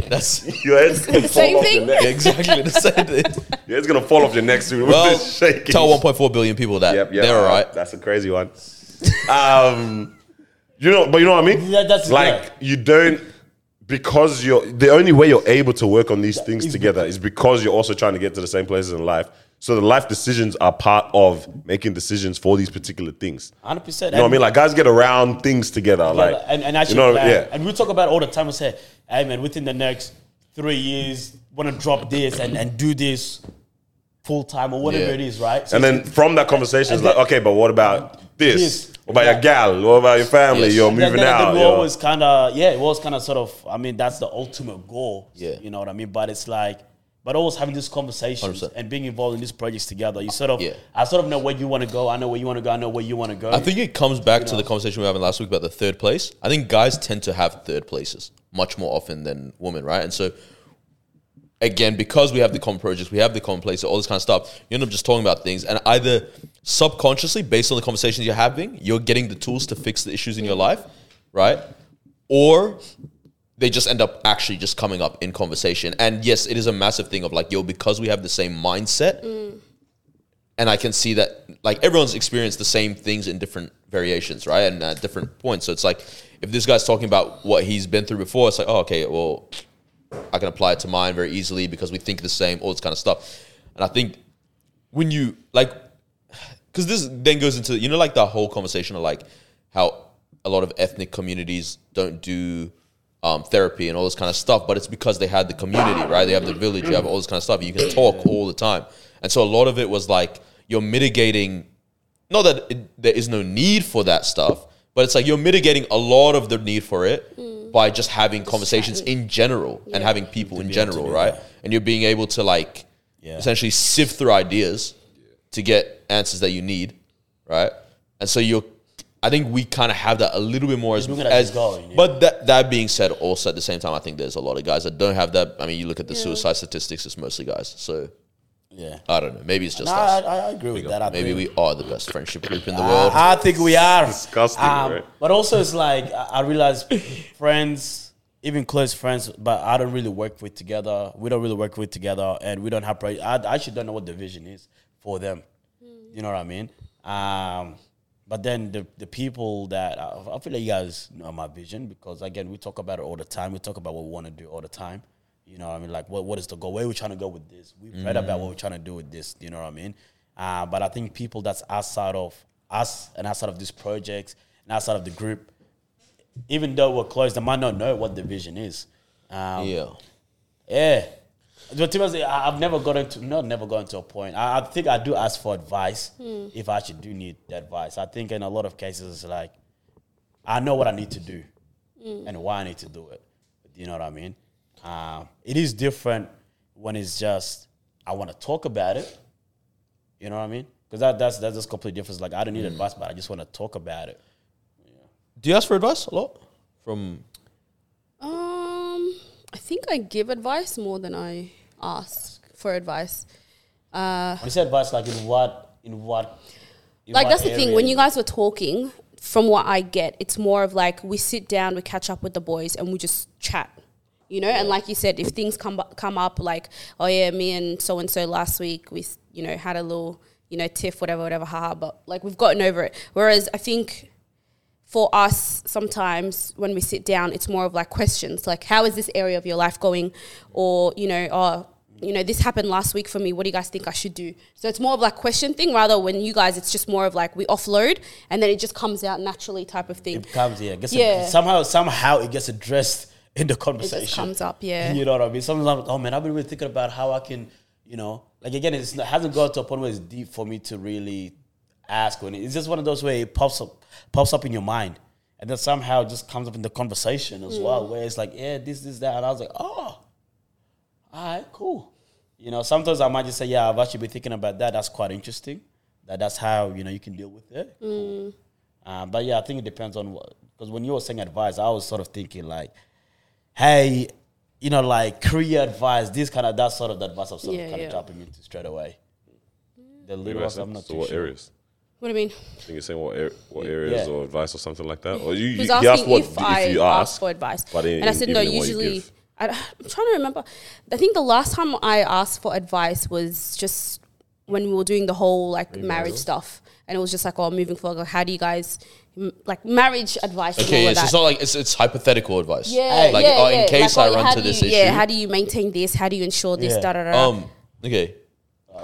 Speaker 3: That's
Speaker 1: your head's gonna fall
Speaker 2: Same
Speaker 1: off
Speaker 2: thing?
Speaker 1: your neck.
Speaker 3: exactly the
Speaker 1: *laughs*
Speaker 3: same thing.
Speaker 1: Your head's gonna fall off your neck soon. *laughs*
Speaker 3: Well,
Speaker 1: It's shaking.
Speaker 3: tell 1.4 billion people that
Speaker 1: Yep, yep.
Speaker 3: they're all right.
Speaker 1: That's a crazy one. um, you know, but you know what I mean.
Speaker 4: Yeah, that's-
Speaker 1: like
Speaker 4: yeah.
Speaker 1: you don't because you're the only way you're able to work on these things
Speaker 4: is
Speaker 1: together is because you're also trying to get to the same places in life. So the life decisions are part of making decisions for these particular things.
Speaker 4: Hundred percent.
Speaker 1: You know what I mean? Like guys get around things together. like
Speaker 4: and and actually,
Speaker 1: you know,
Speaker 4: plan.
Speaker 1: yeah.
Speaker 4: And we talk about all the time. We say, hey man, within the next three years, want to drop this and and do this full time or whatever
Speaker 3: Yeah.
Speaker 4: it is, right? So
Speaker 1: And then from that conversation, it's
Speaker 4: And
Speaker 1: like,
Speaker 4: then-
Speaker 1: okay, but what about this?
Speaker 4: This.
Speaker 1: What about your
Speaker 4: Yeah.
Speaker 1: gal? What about your family?
Speaker 3: Yes.
Speaker 1: You're
Speaker 4: And then-
Speaker 1: moving
Speaker 4: then-
Speaker 1: out.
Speaker 4: then we
Speaker 1: you're-
Speaker 4: always kind of yeah, it was kind of sort of. I mean, that's the ultimate goal.
Speaker 3: Yeah.
Speaker 4: you know what I mean. But it's like, but always having these conversations
Speaker 3: 100%.
Speaker 4: and being involved in these projects together. You sort of,
Speaker 3: Yeah.
Speaker 4: I sort of know where you want to go. I know where you want to go. I know where you want to go.
Speaker 3: I think it comes back to the conversation we were having last week about the third place. I think guys tend to have third places much more often than women, right? And so, again, because we have the common projects, we have the common places, all this kind of stuff, you end up just talking about things. And either subconsciously, based on the conversations you're having, you're getting the tools to fix the issues in your life, right? Or they just end up actually just coming up in conversation. And yes, it is a massive thing of like, yo, because we have the same mindset, and I can see that like everyone's experienced the same things in different variations, right? And at different points. So it's like if this guy's talking about what he's been through before, it's like, oh, okay, well, I can apply it to mine very easily because we think the same, all this kind of stuff. And I think when you like, because this then goes into you know like the whole conversation of like how a lot of ethnic communities don't do um, therapy and all this kind of stuff, but it's because they had the community, right? They have the village, you have all this kind of stuff. You can talk all the time, and so a lot of it was like you're mitigating. Not that it, there is no need for that stuff, but it's like you're mitigating a lot of the need for it by Mm. just having conversations in general and having people in general, right? And you're being able to like
Speaker 4: Yeah.
Speaker 3: essentially sift through ideas to get answers that you need, right? And so you're, I think we kind of have that a little bit more as,
Speaker 4: You're looking at
Speaker 3: as
Speaker 4: the goal, yeah.
Speaker 3: but that that being said, also at the same time, I think there's a lot of guys that don't have that. I mean, you look at the suicide statistics; it's mostly guys. So
Speaker 4: yeah.
Speaker 1: Uh,
Speaker 3: I don't know. Maybe it's just
Speaker 4: No, I,
Speaker 3: us.
Speaker 4: I I agree with that. I
Speaker 3: Maybe
Speaker 4: think.
Speaker 3: we are the best friendship group in the world.
Speaker 4: I, I think we are. Um,
Speaker 1: disgusting, right?
Speaker 4: But also, it's like I, I realize friends, even close friends, but I don't really work with together. We don't really work with together, and we don't have. pri- I, I actually don't know what the vision is for them. You know what I mean? Um, but then the, the people that I, I feel like you guys know my vision because again we talk about it all the time. We talk about what we want to do all the time. You know what I mean? Like what what is the goal? Where are we trying to go with this? We've read about what we're trying to do with this. You know what I mean? Uh, but I think people that's outside of us and outside of these projects and outside of the group, even though we're close, they might not know what the vision is. Um,
Speaker 3: yeah,
Speaker 4: yeah. But to be honest, I- I've never gotten to not never gotten to a point. I, I think I do ask for advice
Speaker 2: Hmm.
Speaker 4: if I actually do need the advice. I think in a lot of cases, it's like I know what I need to do
Speaker 2: Hmm.
Speaker 4: and why I need to do it. You know what I mean? Um, it is different when it's just I want to talk about it. You know what I mean? Because that, that's that's just completely different. It's like I don't need advice, but I just want to talk about it.
Speaker 3: do you ask for advice a lot from?
Speaker 2: Um, I think I give advice more than I ask for advice.
Speaker 4: When you say advice, like in what in what? in
Speaker 2: like
Speaker 4: what
Speaker 2: that's the thing when
Speaker 4: area?
Speaker 2: you guys were talking from what i get it's more of like we sit down we catch up with the boys and we just chat you know and like you said if things come bu- come up like oh yeah me and so and so last week we s- you know had a little you know tiff whatever whatever haha but like we've gotten over it whereas i think for us sometimes when we sit down it's more of like questions like how is this area of your life going or you know oh you know this happened last week for me what do you guys think i should do so it's more of like question thing rather when you guys it's just more of like we offload and then it just comes out naturally type of thing
Speaker 4: it comes yeah, gets
Speaker 2: Yeah.
Speaker 4: somehow somehow it gets addressed in the
Speaker 2: it
Speaker 4: conversation.
Speaker 2: just comes up yeah
Speaker 4: You know what I mean? Sometimes I'm like, oh man, I've been really thinking about how I can, you know, like again, it's, it hasn't got to a point where it's deep for me to really ask. When it's just one of those where it pops up, pops up in your mind, And then somehow it just comes up in the conversation
Speaker 2: Mm.
Speaker 4: as well, where it's like, yeah, this, this, that. And I was like, oh, all right, cool. You know, sometimes I might just say, yeah, I've actually been thinking about that. That's quite interesting. That that's how you know you can deal with it. Uh, but yeah, I think it depends on what. Because when you were saying advice, I was sort of thinking like, hey, you know, like career advice, this kind of that sort of advice. I'm sort
Speaker 2: Yeah,
Speaker 4: of kind
Speaker 2: yeah.
Speaker 4: of dropping into straight away. The
Speaker 1: You
Speaker 4: little
Speaker 1: asked
Speaker 4: ones, I'm
Speaker 1: him,
Speaker 4: not
Speaker 1: so
Speaker 4: too
Speaker 1: what
Speaker 4: sure.
Speaker 1: areas?
Speaker 2: What do you mean?
Speaker 1: I think you're saying what, ar- what areas
Speaker 4: Yeah.
Speaker 1: or advice or something like that. Or you, you,
Speaker 2: He was
Speaker 1: you
Speaker 2: asking
Speaker 1: asked what
Speaker 2: if, I
Speaker 1: you
Speaker 2: asked
Speaker 1: ask,
Speaker 2: for advice,
Speaker 1: but in-
Speaker 2: and I said
Speaker 1: even
Speaker 2: no.
Speaker 1: in what you
Speaker 2: Usually,
Speaker 1: give.
Speaker 2: I, I'm trying to remember. I think the last time I asked for advice was just when we were doing the whole like marriage stuff, and it was just like, "Oh, moving forward, like, how do you guys m- like marriage advice?" and all
Speaker 3: Okay,
Speaker 2: of
Speaker 3: yeah, so
Speaker 2: that.
Speaker 3: it's not like it's, it's hypothetical advice.
Speaker 2: yeah,
Speaker 3: like
Speaker 2: yeah,
Speaker 3: oh,
Speaker 2: yeah.
Speaker 3: in case
Speaker 2: Like, oh,
Speaker 3: I
Speaker 2: how
Speaker 3: run to
Speaker 2: do
Speaker 3: this
Speaker 2: you-
Speaker 3: issue.
Speaker 2: Yeah, how do you maintain this? How do you ensure this?
Speaker 4: Yeah.
Speaker 2: Da da da. da.
Speaker 3: um, okay,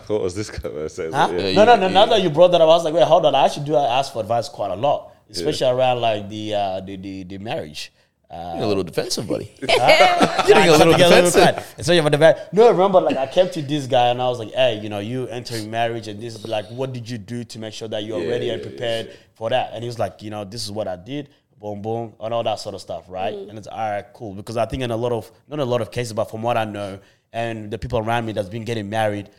Speaker 1: What was this guy saying?
Speaker 4: Huh?
Speaker 1: Yeah.
Speaker 4: no,
Speaker 3: you-
Speaker 4: no, no. Now
Speaker 3: you-
Speaker 4: that you brought that up, I was like, wait, hold on. I actually do ask for advice quite a lot, especially around like the uh, the, the the marriage. Uh,
Speaker 3: Being a little
Speaker 2: *laughs*
Speaker 3: defensive, buddy.
Speaker 4: getting
Speaker 3: a little defensive.
Speaker 4: Especially about the mar- No, I remember, like I came to this guy and I was like, hey, you know, you entering marriage and this, like, what did you do to make sure that you're
Speaker 1: Yeah,
Speaker 4: ready
Speaker 1: yeah,
Speaker 4: and
Speaker 1: yeah,
Speaker 4: prepared for that? And he was like, you know, this is what I did. Boom, boom, and all that sort of stuff, right? And it's all right, cool. Because I think in a lot of, not a lot of cases, but from what I know, and the people around me that's been getting married,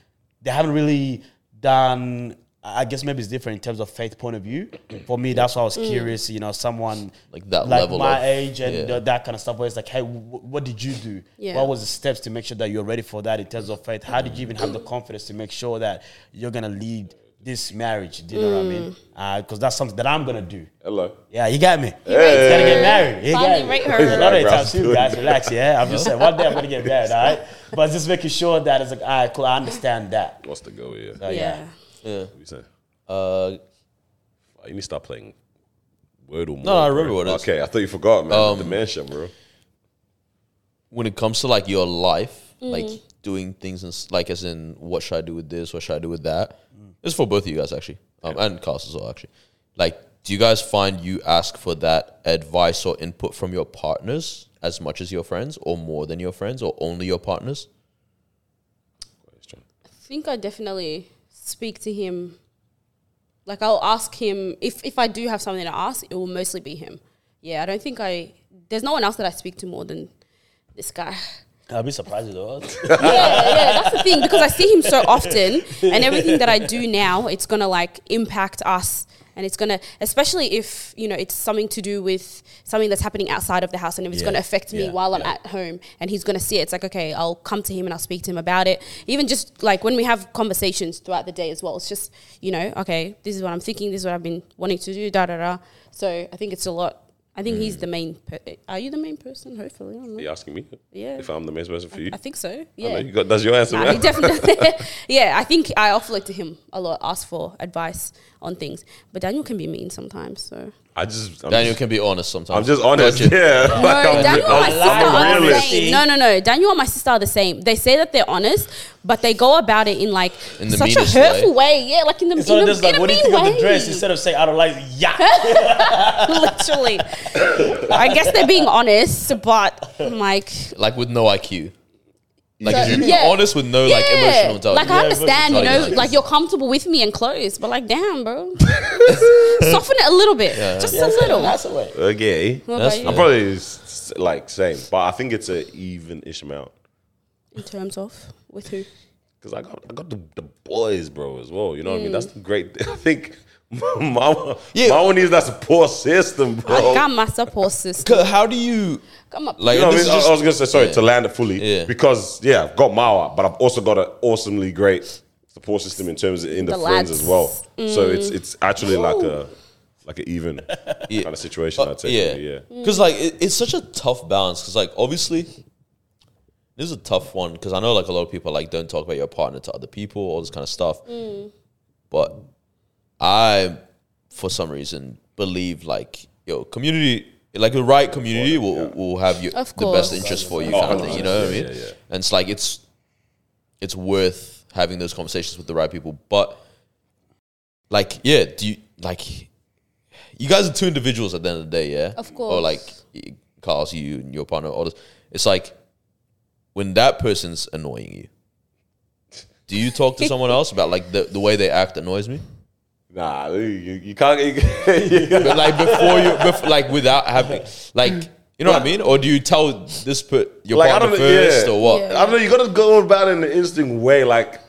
Speaker 4: they haven't really done. I I guess maybe it's different in terms of faith point of view. For me, that's why I was curious. You know, someone
Speaker 3: Like that
Speaker 4: like
Speaker 3: level
Speaker 4: my
Speaker 3: of-
Speaker 4: age and
Speaker 3: yeah.
Speaker 4: the, that kind of stuff where it's like hey wh- what did you do
Speaker 2: Yeah.
Speaker 4: what was the steps to make sure that you're ready for that in terms of faith how did you even
Speaker 2: *clears throat*
Speaker 4: have the confidence to make sure that you're gonna lead this marriage do you know what i
Speaker 2: Mm.
Speaker 4: mean because that's something that i'm gonna do
Speaker 1: Hello.
Speaker 4: yeah you got me
Speaker 2: You rate
Speaker 4: gonna
Speaker 2: her.
Speaker 4: get married you
Speaker 2: Finally
Speaker 4: got
Speaker 2: rate
Speaker 4: me.
Speaker 2: her.
Speaker 4: Not
Speaker 1: Right,
Speaker 4: anytime
Speaker 1: bruv.
Speaker 4: soon, guys. Relax, yeah. I'm just saying, one day I'm gonna get married, all right. But just making sure that it's like, all right, cool. I understand that.
Speaker 1: What's the go here?
Speaker 4: So,
Speaker 1: What
Speaker 2: yeah.
Speaker 1: you saying?
Speaker 3: Uh,
Speaker 1: You need to start playing Wordle more.
Speaker 3: no, I remember
Speaker 1: bro.
Speaker 3: what it is.
Speaker 1: Okay, I thought you forgot, man. Um, Dementia, bro.
Speaker 3: when it comes to like your life, like
Speaker 2: Mm-hmm.
Speaker 3: doing things and s- like as in what should I do with this, what should I do with that? This is for both of you guys actually, um, and Carlos as well actually. Like, do you guys find you ask for that advice or input from your partners as much as your friends, or more than your friends, or only your partners?
Speaker 2: I think I definitely speak to him. Like I'll ask him if if I do have something to ask, it will mostly be him. Yeah, I don't think I. There's no one else that I speak to more than this guy.
Speaker 4: I'll be surprised if
Speaker 2: *laughs*
Speaker 4: it *laughs* was.
Speaker 2: yeah, yeah, that's the thing because I see him so often, and everything that I do now, it's gonna like impact us, and it's gonna, especially if you know, it's something to do with something that's happening outside of the house, and if it's
Speaker 4: Yeah,
Speaker 2: gonna affect me
Speaker 4: yeah,
Speaker 2: while I'm
Speaker 4: yeah.
Speaker 2: at home, and he's gonna see it, it's like okay, I'll come to him and I'll speak to him about it. Even just like when we have conversations throughout the day as well, it's just you know, okay, this is what I'm thinking, this is what I've been wanting to do, da da da. So I think it's a lot. I think
Speaker 4: Mm.
Speaker 2: he's the main. Per- Are you the main person? Hopefully, I don't know.
Speaker 1: Are you asking me?
Speaker 2: Yeah.
Speaker 1: If I'm the main person for you?
Speaker 2: I think so.
Speaker 1: I know
Speaker 2: Yeah.
Speaker 1: you got, that's your answer,
Speaker 2: Nah,
Speaker 1: man.
Speaker 2: he definitely.
Speaker 3: *laughs*
Speaker 2: yeah, I think I offer it to him a lot, ask for advice on things. But Daniel can be mean sometimes, so.
Speaker 1: I just, I'm
Speaker 3: Daniel
Speaker 1: just,
Speaker 3: can be honest sometimes.
Speaker 1: I'm just honest.
Speaker 3: Gotcha.
Speaker 1: Yeah.
Speaker 2: No,
Speaker 1: Like, I'm
Speaker 2: Daniel
Speaker 1: real-
Speaker 2: and my
Speaker 1: I'm
Speaker 2: sister are the
Speaker 1: realist.
Speaker 2: same. No, no, no. Daniel and my sister are the same. They say that they're honest, but they go about it in like
Speaker 3: In the
Speaker 2: such a
Speaker 3: meanest
Speaker 2: hurtful way. Yeah, like in the,
Speaker 4: So
Speaker 2: in a,
Speaker 4: just like,
Speaker 2: in a
Speaker 4: what do you
Speaker 2: mean
Speaker 4: think
Speaker 2: way.
Speaker 4: of the dress? *laughs* Instead of saying, I don't like, it, yeah.
Speaker 2: *laughs* Literally, I guess they're being honest, but I'm like,
Speaker 3: like with no IQ. Like
Speaker 2: So-
Speaker 3: if you're
Speaker 2: Yeah.
Speaker 3: honest with no like emotional intelligence.
Speaker 2: Like I understand, you know,
Speaker 3: intelligence.
Speaker 2: like you're comfortable with me and clothes, but like, damn,
Speaker 3: *laughs*
Speaker 2: bro, soften it a little bit, just a little.
Speaker 4: That's the way.
Speaker 1: Okay.
Speaker 2: What
Speaker 3: That's
Speaker 2: about
Speaker 1: I'm
Speaker 2: you?
Speaker 1: probably s- like same, but I think it's an even-ish amount.
Speaker 2: In terms of with who?
Speaker 1: Cause I got I got the, the boys, bro, as well. You know what I mean?
Speaker 2: Mm.
Speaker 1: That's the great. thing. *laughs* I think mama,
Speaker 3: Yeah.
Speaker 1: mama needs that support system, bro.
Speaker 2: I got my support system.
Speaker 3: C- How do you
Speaker 2: Come up.
Speaker 3: like?
Speaker 1: You know what I
Speaker 3: this
Speaker 1: mean? I,
Speaker 3: is
Speaker 1: I
Speaker 3: just-
Speaker 1: was gonna say sorry to land it fully
Speaker 3: Yeah.
Speaker 1: because yeah, I've got Mawa, but I've also got an awesomely great support system in terms of in the,
Speaker 2: The
Speaker 1: friends
Speaker 2: lads. Mm.
Speaker 1: as well. So it's it's actually like a like an even kind of situation. I'd say,
Speaker 3: Uh,
Speaker 1: yeah, yeah.
Speaker 3: Because like it, it's such a tough balance. Because like obviously, this is a tough one. Because I know like a lot of people like don't talk about your partner to other people, all this kind of stuff.
Speaker 2: Mm.
Speaker 3: But I, for some reason, believe like yo community, like the right community will, will have you
Speaker 2: Of
Speaker 3: the best
Speaker 2: course.
Speaker 3: interest for you,
Speaker 1: Oh,
Speaker 3: kind of thing. You know what
Speaker 1: 100%,
Speaker 3: I mean?
Speaker 1: yeah, yeah, yeah.
Speaker 3: And it's like it's it's worth having those conversations with the right people, but like yeah do you like you guys are two individuals at the end of the day yeah
Speaker 2: Of
Speaker 3: or
Speaker 2: course.
Speaker 3: like Carlos you and your partner all this it's like when that person's annoying you do you talk to someone else about like the, the way they act annoys me
Speaker 1: Nah, you, you can't. *laughs* You,
Speaker 3: But like before you, before, like without having, like you know what I mean? Or do you tell this put your
Speaker 1: Like, I don't
Speaker 3: partner
Speaker 1: know, yeah.
Speaker 3: first or what?
Speaker 2: Yeah.
Speaker 1: I don't know. You got to go about it in an interesting way. Like,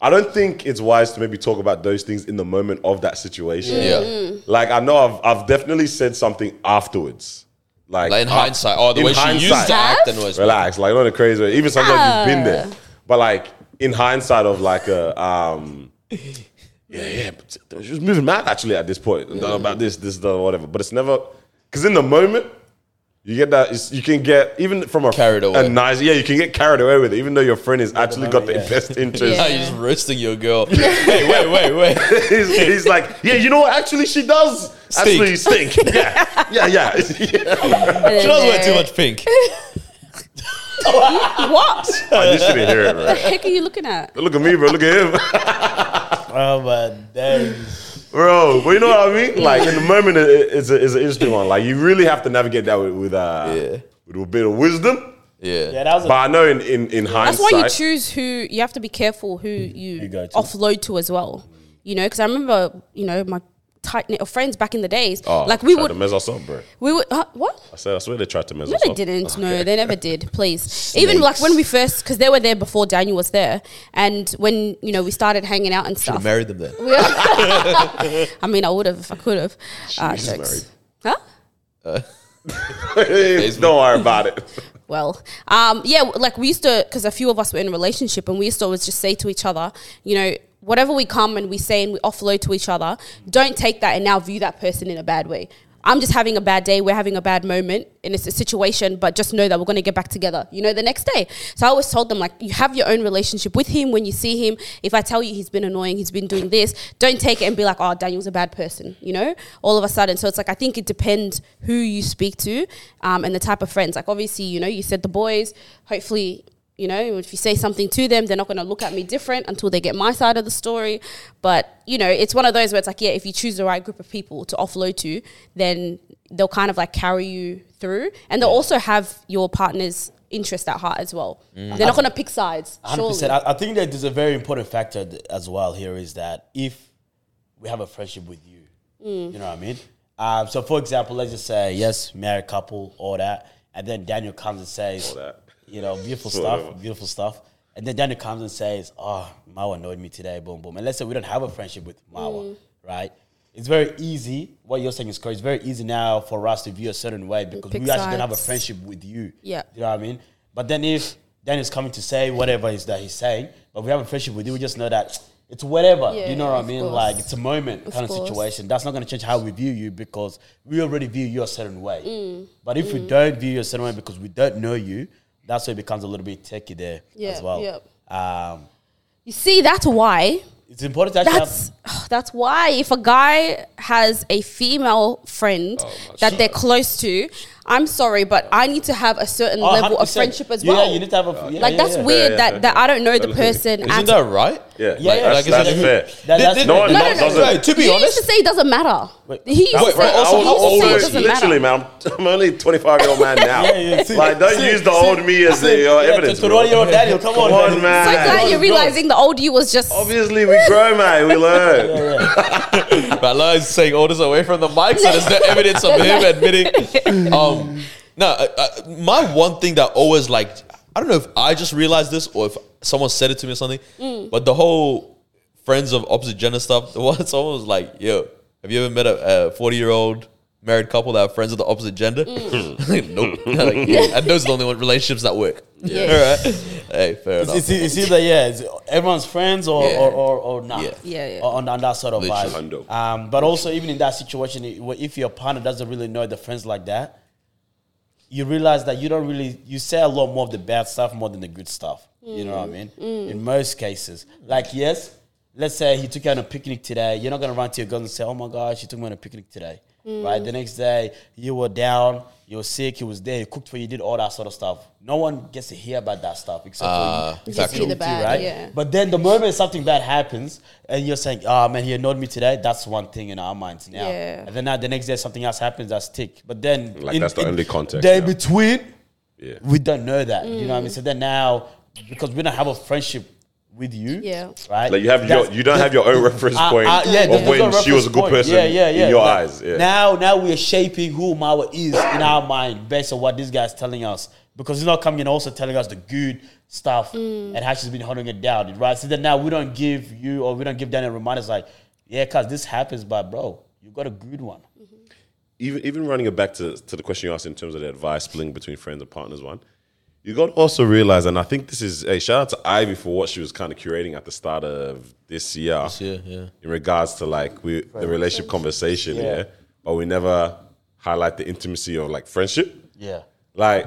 Speaker 1: I don't think it's wise to maybe talk about those things in the moment of that situation.
Speaker 3: Yeah. Mm.
Speaker 1: Like, I know I've I've definitely said something afterwards. Like,
Speaker 3: Like in
Speaker 1: I-
Speaker 3: hindsight, oh,
Speaker 1: Uh,
Speaker 3: the
Speaker 1: in
Speaker 3: way she used to
Speaker 2: Have?
Speaker 3: act and was
Speaker 1: relax. Like, not in a crazy way. Even sometimes you've been
Speaker 2: Ah.
Speaker 1: there, but like in hindsight of like a um. Yeah, yeah, but she was moving mad actually at this point about this, this, the whatever. But it's never because in the moment you get that it's, you can get even from a
Speaker 3: Carried away.
Speaker 1: a nice yeah you can get carried away with it even though your friend has actually got the
Speaker 4: yeah.
Speaker 1: best interest.
Speaker 3: Now
Speaker 2: Yeah.
Speaker 3: you're just roasting your
Speaker 2: *laughs*
Speaker 3: girl. hey, wait, wait, wait.
Speaker 1: *laughs* he's, he's like, yeah, you know what? Actually, she does
Speaker 3: Stink.
Speaker 1: actually stink. *laughs* Yeah, yeah, yeah. yeah.
Speaker 3: She doesn't wear too much pink.
Speaker 2: *laughs* What?
Speaker 1: Man, you shouldn't hear it, bro.
Speaker 2: heck are you looking at?
Speaker 1: Look at me, bro. Look at him.
Speaker 4: Oh my days.
Speaker 1: bro. But you know what I mean? Like in the moment, it, it- it's, a, it's an interesting one. Like you really have to navigate that with with, uh,
Speaker 3: Yeah.
Speaker 1: with a bit of wisdom.
Speaker 3: Yeah.
Speaker 4: Yeah, that was a
Speaker 1: But I know in in, in hindsight,
Speaker 2: That's why you choose who. You have to be careful who you,
Speaker 4: go to.
Speaker 2: offload to as well. You know, because I remember, you know, my tight knit friends back in the days.
Speaker 1: Oh,
Speaker 2: like we
Speaker 1: tried
Speaker 2: would,
Speaker 1: to mess us up, bro.
Speaker 2: we would. Huh, what?
Speaker 1: I said I swear they tried to mess
Speaker 2: No,
Speaker 1: us
Speaker 2: they
Speaker 1: up.
Speaker 2: didn't. No, they never did.
Speaker 1: *laughs*
Speaker 2: Please, even like when we first, because they were there before Daniel was there, and when you know we started hanging out and
Speaker 3: You
Speaker 2: stuff.
Speaker 3: married them then.
Speaker 2: I mean, I would have if I could have. Uh,
Speaker 1: She's
Speaker 2: jokes.
Speaker 1: married.
Speaker 2: Huh?
Speaker 1: *laughs* Don't worry about
Speaker 4: *laughs*
Speaker 1: it.
Speaker 2: well. Um, yeah, like we used to, because a few of us were in a relationship, and we used to always just say to each other, you know, whatever we come and we say and we offload to each other, don't take that and now view that person in a bad way. I'm just having a bad day. We're having a bad moment, and it's a situation. But just know that we're going to get back together. You know, the next day. So I always told them like, you have your own relationship with him. When you see him, if I tell you he's been annoying, he's been doing this, don't take it and be like, oh, Daniel's a bad person. You know, all of a sudden. So it's like I think it depends who you speak to um, and the type of friends. Like obviously, you know, you said the boys. Hopefully, you know, if you say something to them, they're not going to look at me different until they get my side of the story. But, you know, it's one of those where it's like, yeah, if you choose the right group of people to offload to, then they'll kind of like carry you through. And they'll also have your partner's interest at heart as well. They're not going to pick sides.
Speaker 4: Mm. hundred
Speaker 2: surely.
Speaker 4: percent. I, I think that there's a very important factor th- as well here is that if we have a friendship with you, you know what I mean. Um, so, for example, let's just say yes, married couple, all that, and then Daniel comes and says,
Speaker 1: that.
Speaker 4: you know, beautiful
Speaker 1: Sort
Speaker 4: stuff,
Speaker 1: of.
Speaker 4: beautiful stuff, and then Daniel comes and says, oh, Mawa annoyed me today, boom, boom. And let's say we don't have a friendship with
Speaker 2: Mm.
Speaker 4: Mawa, right? It's very easy. What you're saying is correct. It's very easy now for us to view a certain way because
Speaker 2: Pick
Speaker 4: we actually don't have a
Speaker 2: sides.
Speaker 4: friendship with you.
Speaker 2: Yeah.
Speaker 4: You know what I mean? But then if Daniel's coming to say whatever is that he's saying, but we have a friendship with you, we just know that it's whatever.
Speaker 2: Yeah,
Speaker 4: you know what I
Speaker 2: of
Speaker 4: mean?
Speaker 2: course.
Speaker 4: Like it's a moment
Speaker 2: Of
Speaker 4: kind of
Speaker 2: course.
Speaker 4: situation. That's not gonna change how we view you because we already view you a certain way.
Speaker 2: Mm.
Speaker 4: But if we don't view you a certain way because we don't know you, that's where it becomes a little bit techie there
Speaker 2: Yeah,
Speaker 4: as well.
Speaker 2: yep.
Speaker 4: Um,
Speaker 2: You see, that's why
Speaker 4: it's important to actually have-
Speaker 2: That's *sighs* that's why if a guy has a female friend
Speaker 4: Oh,
Speaker 2: that they're close to, I'm sorry, but I need to have a certain
Speaker 4: Oh,
Speaker 2: level of
Speaker 4: 100%.
Speaker 2: friendship as
Speaker 4: Yeah,
Speaker 2: well.
Speaker 4: you need to have a yeah,
Speaker 2: like
Speaker 4: yeah,
Speaker 2: that's
Speaker 4: yeah.
Speaker 2: weird
Speaker 1: yeah,
Speaker 2: that,
Speaker 1: yeah.
Speaker 2: that I don't know the
Speaker 1: Totally.
Speaker 2: person.
Speaker 3: Isn't
Speaker 2: at-
Speaker 3: that right?
Speaker 1: Yeah,
Speaker 4: Yeah, yeah.
Speaker 1: like,
Speaker 4: Like,
Speaker 1: that's,
Speaker 4: it's
Speaker 1: that's
Speaker 4: like-
Speaker 1: fair.
Speaker 4: That- that's-
Speaker 1: No one-
Speaker 2: no,
Speaker 1: no,
Speaker 2: no, no,
Speaker 1: doesn't.
Speaker 2: no.
Speaker 3: Wait, to be
Speaker 2: he *laughs*
Speaker 3: honest-
Speaker 2: used to say it doesn't matter.
Speaker 4: Wait,
Speaker 2: he used
Speaker 3: wait,
Speaker 2: to say,
Speaker 3: wait, also,
Speaker 2: he
Speaker 3: how
Speaker 2: used to
Speaker 3: old
Speaker 2: say it
Speaker 3: was
Speaker 2: doesn't
Speaker 3: he?
Speaker 1: literally,
Speaker 2: matter.
Speaker 1: man, I'm, I'm only 25 year old
Speaker 4: *laughs*
Speaker 1: man now.
Speaker 4: Yeah, yeah, see,
Speaker 1: like, don't
Speaker 4: see,
Speaker 1: use the
Speaker 4: see,
Speaker 1: old me as the your evidence.
Speaker 4: Yeah,
Speaker 1: bro.
Speaker 4: to, to your Daniel, come on,
Speaker 1: Come on,
Speaker 4: Daniel.
Speaker 1: man.
Speaker 2: So glad you're
Speaker 4: Grow.
Speaker 2: realizing the old you was
Speaker 4: Oh.
Speaker 2: just.
Speaker 1: Obviously, we grow, man. We learn.
Speaker 3: But Allah is saying all this away from the mic, so there's no evidence of him admitting. Um, no, uh, uh, my one thing that always like, I don't know if I just realized this or if someone said it to me or something, but the whole friends of opposite gender stuff, *laughs* the one someone was like, "Yo, have you ever met a 40 year old?" Married couple that are friends of the opposite gender? nope. *laughs* Like, yeah, and those are the only one relationships that work.
Speaker 2: Yeah.
Speaker 3: All right. Hey, fair enough.
Speaker 4: It's, it's, it's either yeah, it's everyone's friends or
Speaker 3: Yeah.
Speaker 4: or, or, or not.
Speaker 3: Yeah.
Speaker 2: Yeah, yeah.
Speaker 4: Or on, on that sort of
Speaker 3: Literally.
Speaker 1: Hundo.
Speaker 4: vibe. Um, but also even in that situation, i- where if your partner doesn't really know the friends like that, you realize that you don't really you say a lot more of the bad stuff more than the good stuff. You know what
Speaker 3: Mm.
Speaker 4: I mean? In most cases, like yes, let's say he took you on a picnic today. You're not gonna run to your girls and say, "Oh my gosh, she took me on a picnic today."
Speaker 3: Mm.
Speaker 4: Right? The next day, you were down. You were sick. He was there. He cooked for you. Did all that sort of stuff. No one gets to hear about that stuff except
Speaker 3: Uh,
Speaker 4: for you.
Speaker 3: Just see factual.
Speaker 2: the bad,
Speaker 4: right?
Speaker 2: yeah.
Speaker 4: But then the moment something bad happens and you're saying, oh man, he annoyed me today, that's one thing in our minds now.
Speaker 2: Yeah.
Speaker 4: And then now the next day something else happens, that's tick. But then
Speaker 1: Like, that's the only context
Speaker 4: Then
Speaker 1: now.
Speaker 4: between,
Speaker 1: Yeah.
Speaker 2: Mm.
Speaker 4: we don't know that. You know what I mean? So then now, because we don't have a friendship with you.
Speaker 2: Yeah.
Speaker 4: Right.
Speaker 1: Like you have
Speaker 4: That's-
Speaker 1: your, you don't have your own reference
Speaker 4: Uh,
Speaker 1: point
Speaker 4: uh, yeah,
Speaker 1: of
Speaker 4: there's no
Speaker 1: when she was a
Speaker 4: reference
Speaker 1: good
Speaker 4: point.
Speaker 1: person
Speaker 4: yeah, yeah, yeah.
Speaker 1: in your
Speaker 4: Like,
Speaker 1: eyes. Yeah.
Speaker 4: Now, now we are shaping who Mawa is in our mind based on what this guy's telling us because he's not coming and also telling us the good stuff and how she's been holding it down, right? So then now we don't give you or we don't give Daniel reminders like, yeah, cause this happens, but bro, you got a good one.
Speaker 1: even even running it back to, to the question you asked in terms of the advice splitting between friends and partners one, you got to also realize, and I think this is a shout out to Ivy for what she was kind of curating at the start of this year.
Speaker 3: year, yeah.
Speaker 1: In regards to like we, the relationship conversation, yeah.
Speaker 4: Yeah.
Speaker 1: but we never highlight the intimacy of like friendship.
Speaker 4: Yeah.
Speaker 1: Like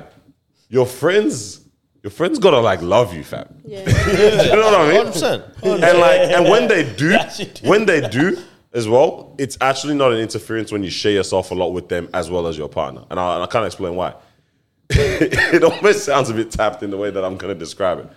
Speaker 1: your friends, your friends gotta like love you, fam. *laughs*
Speaker 2: Yeah.
Speaker 1: you know what I mean?
Speaker 3: 100%.
Speaker 1: And like, and when
Speaker 3: *laughs*
Speaker 1: they do,
Speaker 4: That shit do.
Speaker 1: when they do as well, it's actually not an interference when you share yourself a lot with them as well as your partner. And I, and I can't explain why. *laughs* it almost sounds a bit tapped in the way that I'm gonna describe it.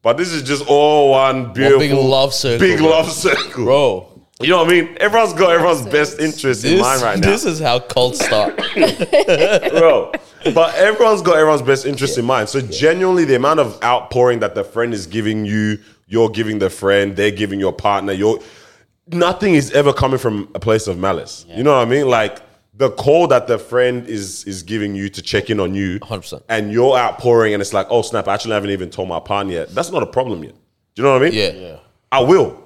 Speaker 1: But this is just all one beautiful
Speaker 3: love circle,
Speaker 1: Big
Speaker 3: bro.
Speaker 1: love *laughs* circle.
Speaker 3: Bro,
Speaker 1: You know what I mean? Everyone's got everyone's best interest in
Speaker 3: this,
Speaker 1: mind right now.
Speaker 3: this is how
Speaker 1: *laughs*
Speaker 3: cults start.
Speaker 1: bro. But everyone's got everyone's best interest in mind. So genuinely, the amount of outpouring that the friend is giving you, you're giving the friend, they're giving your partner, you're nothing is ever coming from a place of malice. You know what I mean? Like the call that the friend is is giving you to check in on you,
Speaker 3: 100%.
Speaker 1: and you're outpouring, and it's like, oh snap, I actually haven't even told my partner yet. That's not a problem yet. Do you know what I mean?
Speaker 3: Yeah. Yeah.
Speaker 1: I will.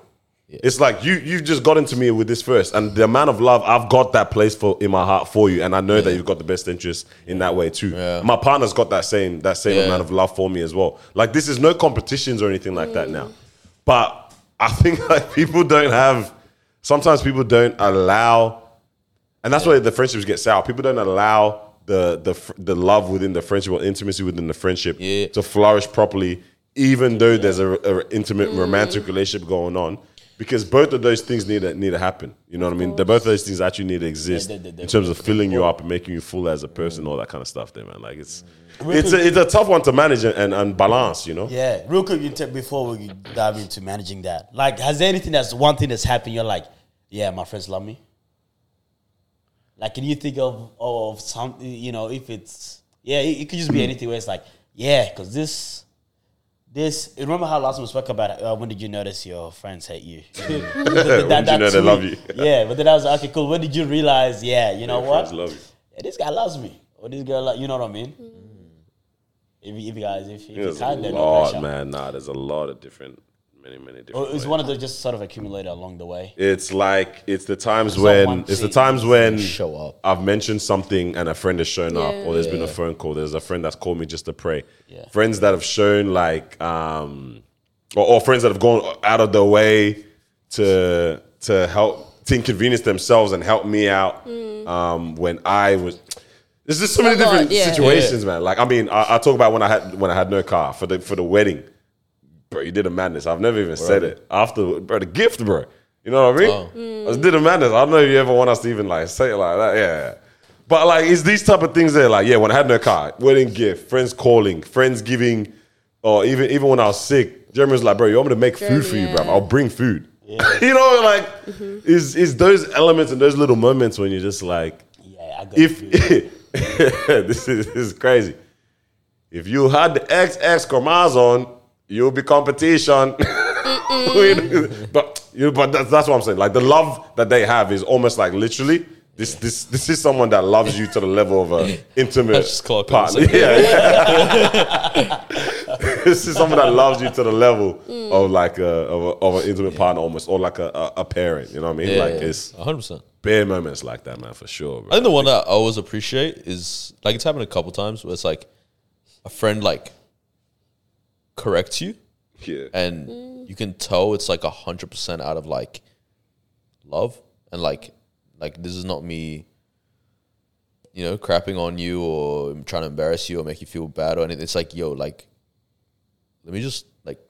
Speaker 1: It's like you you just got into me with this first, and the amount of love I've got that place for in my heart for you, and I know that you've got the best interest in that way too. My partner's got that same that same
Speaker 3: Yeah.
Speaker 1: amount of love for me as well. Like this is no competitions or anything like
Speaker 3: Mm.
Speaker 1: that now, but I think *laughs* like people don't have. Sometimes people don't allow, and that's why the friendships get sour. People don't allow the the fr- the love within the friendship or intimacy within the friendship
Speaker 3: Yeah.
Speaker 1: to flourish properly, even though there's a, a intimate
Speaker 4: Mm.
Speaker 1: romantic relationship going on, because both of those things need to, need to happen. You know what I mean? The both of those things actually need to exist
Speaker 4: Yeah, they- they- they-
Speaker 1: in terms of filling you up and making you full as a person, all that kind of stuff. There, man, like it's it's a, it's a tough one to manage and, and, and balance. You know?
Speaker 4: Mm-hmm. Yeah, real quick you take- before we dive into managing that. Like, has there anything that's one thing that's happened? You're like, yeah, my friends love me. Like, can you think of of something? You know, if it's yeah, it, it could just be anything where it's like, yeah, because this. This remember how last time we spoke about uh, when did you notice your friends
Speaker 1: *laughs*
Speaker 4: hate you?
Speaker 1: When did you know they
Speaker 4: tweet.
Speaker 1: love you?
Speaker 4: *laughs* Yeah, but then I was like, okay, cool. When did you realize? Yeah, you know
Speaker 1: Your
Speaker 4: what?
Speaker 1: friends love you.
Speaker 4: Yeah, this guy loves me, or this girl, lo- you know what I mean? If, you- if you guys, if, if you
Speaker 1: There's a
Speaker 4: can't, then no
Speaker 1: lot,
Speaker 4: pressure.
Speaker 1: man. Nah, there's a lot of different, many, many different.
Speaker 4: Or it's
Speaker 1: ways.
Speaker 4: one of those just sort of accumulated along the way.
Speaker 1: It's like it's the times
Speaker 4: not
Speaker 1: when
Speaker 4: one
Speaker 1: it's the
Speaker 4: thing.
Speaker 1: times when
Speaker 3: Show up.
Speaker 1: I've mentioned something and a friend has shown up,
Speaker 2: Yeah.
Speaker 1: or there's been a phone call. There's a friend that's called me just to pray.
Speaker 4: Yeah.
Speaker 1: Friends that have shown like, um, or, or friends that have gone out of their way to to help to inconvenience themselves and help me out um, when I was. There's just so many
Speaker 2: A lot,
Speaker 1: different
Speaker 2: yeah.
Speaker 1: situations, man. Like I mean, I, I talk about when I had when I had no car for the for the wedding bro, you did a madness. I've never even said it. After, bro, the gift, bro. You know what I mean? I just did a madness. I don't know if you ever want us to even like say it like that. Yeah. But like, it's these type of things there. Like, yeah, when I had no car, wedding gift, friends calling, friends giving, or even even when I was sick, Jeremy was like, bro, you want me to make food for you,
Speaker 2: Jeremy,
Speaker 1: bro?
Speaker 2: yeah. Mm-hmm.
Speaker 1: I'll bring food. *laughs* you know, like, is is those elements and those little moments when you're just like,
Speaker 4: Yeah, I got
Speaker 1: if *laughs*
Speaker 4: you.
Speaker 1: this is this is crazy. If you had the XX chromosome, you'll be competition. *laughs* but you but that's, that's what I'm saying. Like the love that they have is almost like literally this this this is someone that loves you to the level of
Speaker 3: *laughs*
Speaker 1: an intimate
Speaker 3: Just call it
Speaker 1: partner.
Speaker 3: conversation.
Speaker 1: Yeah, *laughs* this is someone that loves you to the level
Speaker 3: Mm.
Speaker 1: of like a, of, a, of an intimate partner almost, or like a, a, a parent. You know what I mean?
Speaker 3: Yeah,
Speaker 1: like
Speaker 3: yeah.
Speaker 1: it's
Speaker 3: 100%.
Speaker 1: bare moments like that, man, for sure. Bro.
Speaker 3: I think the one that I always appreciate is like it's happened a couple times where it's like a friend like corrects you
Speaker 1: Yeah.
Speaker 3: and you can tell it's like a hundred percent out of like love and like like this is not me you know crapping on you or trying to embarrass you or make you feel bad or anything it's like yo like let me just like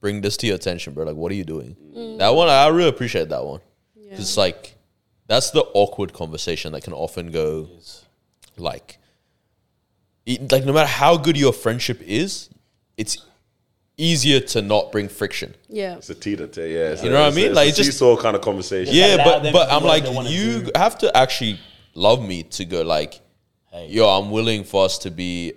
Speaker 3: bring this to your attention bro like what are you doing that one i really appreciate that one 'Cause it's like that's the awkward conversation that can often go like it- like no matter how good your friendship is it's easier to not bring friction
Speaker 2: Yeah.
Speaker 1: It's a teeter tater, yeah. it's
Speaker 3: You
Speaker 1: a-
Speaker 3: know what I
Speaker 1: it's a-
Speaker 3: mean?
Speaker 1: It's
Speaker 3: Like,
Speaker 1: a
Speaker 3: it's just-
Speaker 1: seesaw kind of conversation.
Speaker 3: yeah,
Speaker 4: allow
Speaker 3: but
Speaker 4: them
Speaker 3: but
Speaker 4: to
Speaker 3: I'm
Speaker 4: do what
Speaker 3: like,
Speaker 4: they wanna
Speaker 3: you
Speaker 4: do.
Speaker 3: have to actually love me to go like, yo, I'm willing for us to be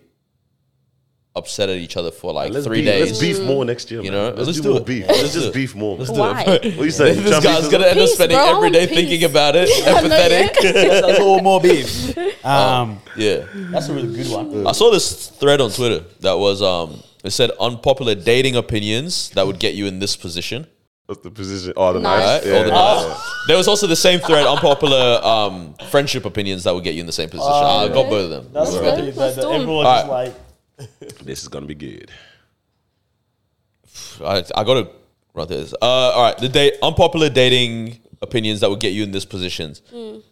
Speaker 3: upset at each other for like
Speaker 1: Let's
Speaker 3: three
Speaker 1: beef,
Speaker 3: days. *laughs*
Speaker 1: Let's beef more next year.
Speaker 3: You
Speaker 1: man.
Speaker 3: know,
Speaker 1: let's,
Speaker 3: let's
Speaker 1: do,
Speaker 3: do
Speaker 1: more
Speaker 3: it.
Speaker 1: beef.
Speaker 3: Let's
Speaker 1: Let's
Speaker 3: do
Speaker 1: just
Speaker 3: it.
Speaker 1: beef more.
Speaker 3: Let's
Speaker 2: Why?
Speaker 3: do it.
Speaker 1: What you say?
Speaker 3: this guy's gonna end up
Speaker 2: Peace,
Speaker 3: spending
Speaker 2: bro, I
Speaker 3: every
Speaker 2: want
Speaker 3: day
Speaker 2: peace.
Speaker 3: thinking about
Speaker 4: *laughs*
Speaker 3: it and
Speaker 2: I know, yeah.
Speaker 3: pathetic.
Speaker 4: That's all more beef. Um,
Speaker 3: Yeah.
Speaker 4: that's a really good one.
Speaker 3: I saw this thread on Twitter that was um it said unpopular dating opinions that would get you in this position.
Speaker 1: What's the position? Oh, the
Speaker 2: Nice.
Speaker 1: knife.
Speaker 3: Right? Or the knife. There was also the same thread, unpopular um, friendship opinions that would get you in the same position. I got both of them.
Speaker 2: Let's
Speaker 4: That's what
Speaker 2: go,
Speaker 4: they- that-
Speaker 2: let's
Speaker 4: that
Speaker 2: do 'em.
Speaker 4: everyone's
Speaker 3: All
Speaker 4: just
Speaker 3: right.
Speaker 4: like,
Speaker 1: This is gonna be good.
Speaker 3: I, I got to run through this. Uh, all right, the date unpopular dating opinions that would get you in this position.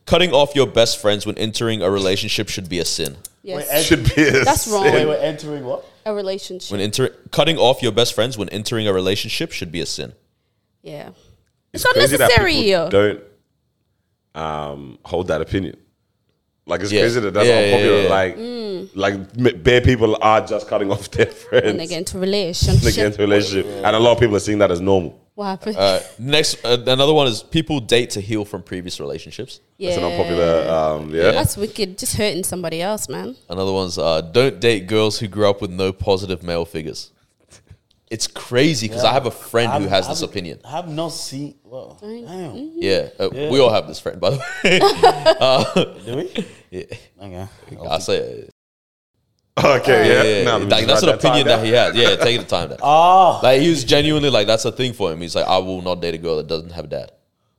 Speaker 3: Cutting off your best friends when entering a relationship should be a sin.
Speaker 2: Yes,
Speaker 4: Wait,
Speaker 1: Should be. a
Speaker 2: That's
Speaker 1: sin.
Speaker 2: wrong.
Speaker 4: they were entering what?
Speaker 2: a relationship.
Speaker 3: When enter cutting off your best friends when entering a relationship should be a sin.
Speaker 2: yeah,
Speaker 1: It's,
Speaker 2: It's unnecessary.
Speaker 1: That people don't um, hold that opinion. Like it's
Speaker 3: Yeah.
Speaker 1: crazy that that's
Speaker 3: Yeah, yeah,
Speaker 1: unpopular.
Speaker 3: yeah.
Speaker 1: Like, like m- bare people are just cutting off *laughs* their friends
Speaker 2: and they get into relationship.
Speaker 1: to get into a relationship, and a lot of people are seeing that as normal.
Speaker 2: What happened?
Speaker 3: All right, next, uh, another one is people date to heal from previous relationships.
Speaker 2: yeah,
Speaker 1: It's an unpopular. Um, yeah.
Speaker 2: That's wicked. Just hurting somebody else,
Speaker 4: *laughs*
Speaker 2: man.
Speaker 3: Another one's uh, don't date girls who grew up with no positive male figures. It's crazy because I have a friend who
Speaker 4: I've-
Speaker 3: has this
Speaker 4: I've-
Speaker 3: opinion.
Speaker 4: I have not seen. Well, damn.
Speaker 3: Yeah, uh, we all have this friend, by the
Speaker 2: *laughs*
Speaker 3: way.
Speaker 4: Do we?
Speaker 3: yeah,
Speaker 4: Okay.
Speaker 1: *laughs*
Speaker 3: I say it.
Speaker 1: Okay.
Speaker 3: Yeah,
Speaker 1: Yeah.
Speaker 3: yeah,
Speaker 1: Now
Speaker 3: yeah.
Speaker 1: we
Speaker 3: Like,
Speaker 1: just
Speaker 3: that's
Speaker 1: write
Speaker 3: an
Speaker 1: time
Speaker 3: opinion that he has. Yeah, take the time. Down.
Speaker 4: Oh,
Speaker 3: Like he was genuinely like that's a thing for him. He's like, I will not date a girl that doesn't have a dad,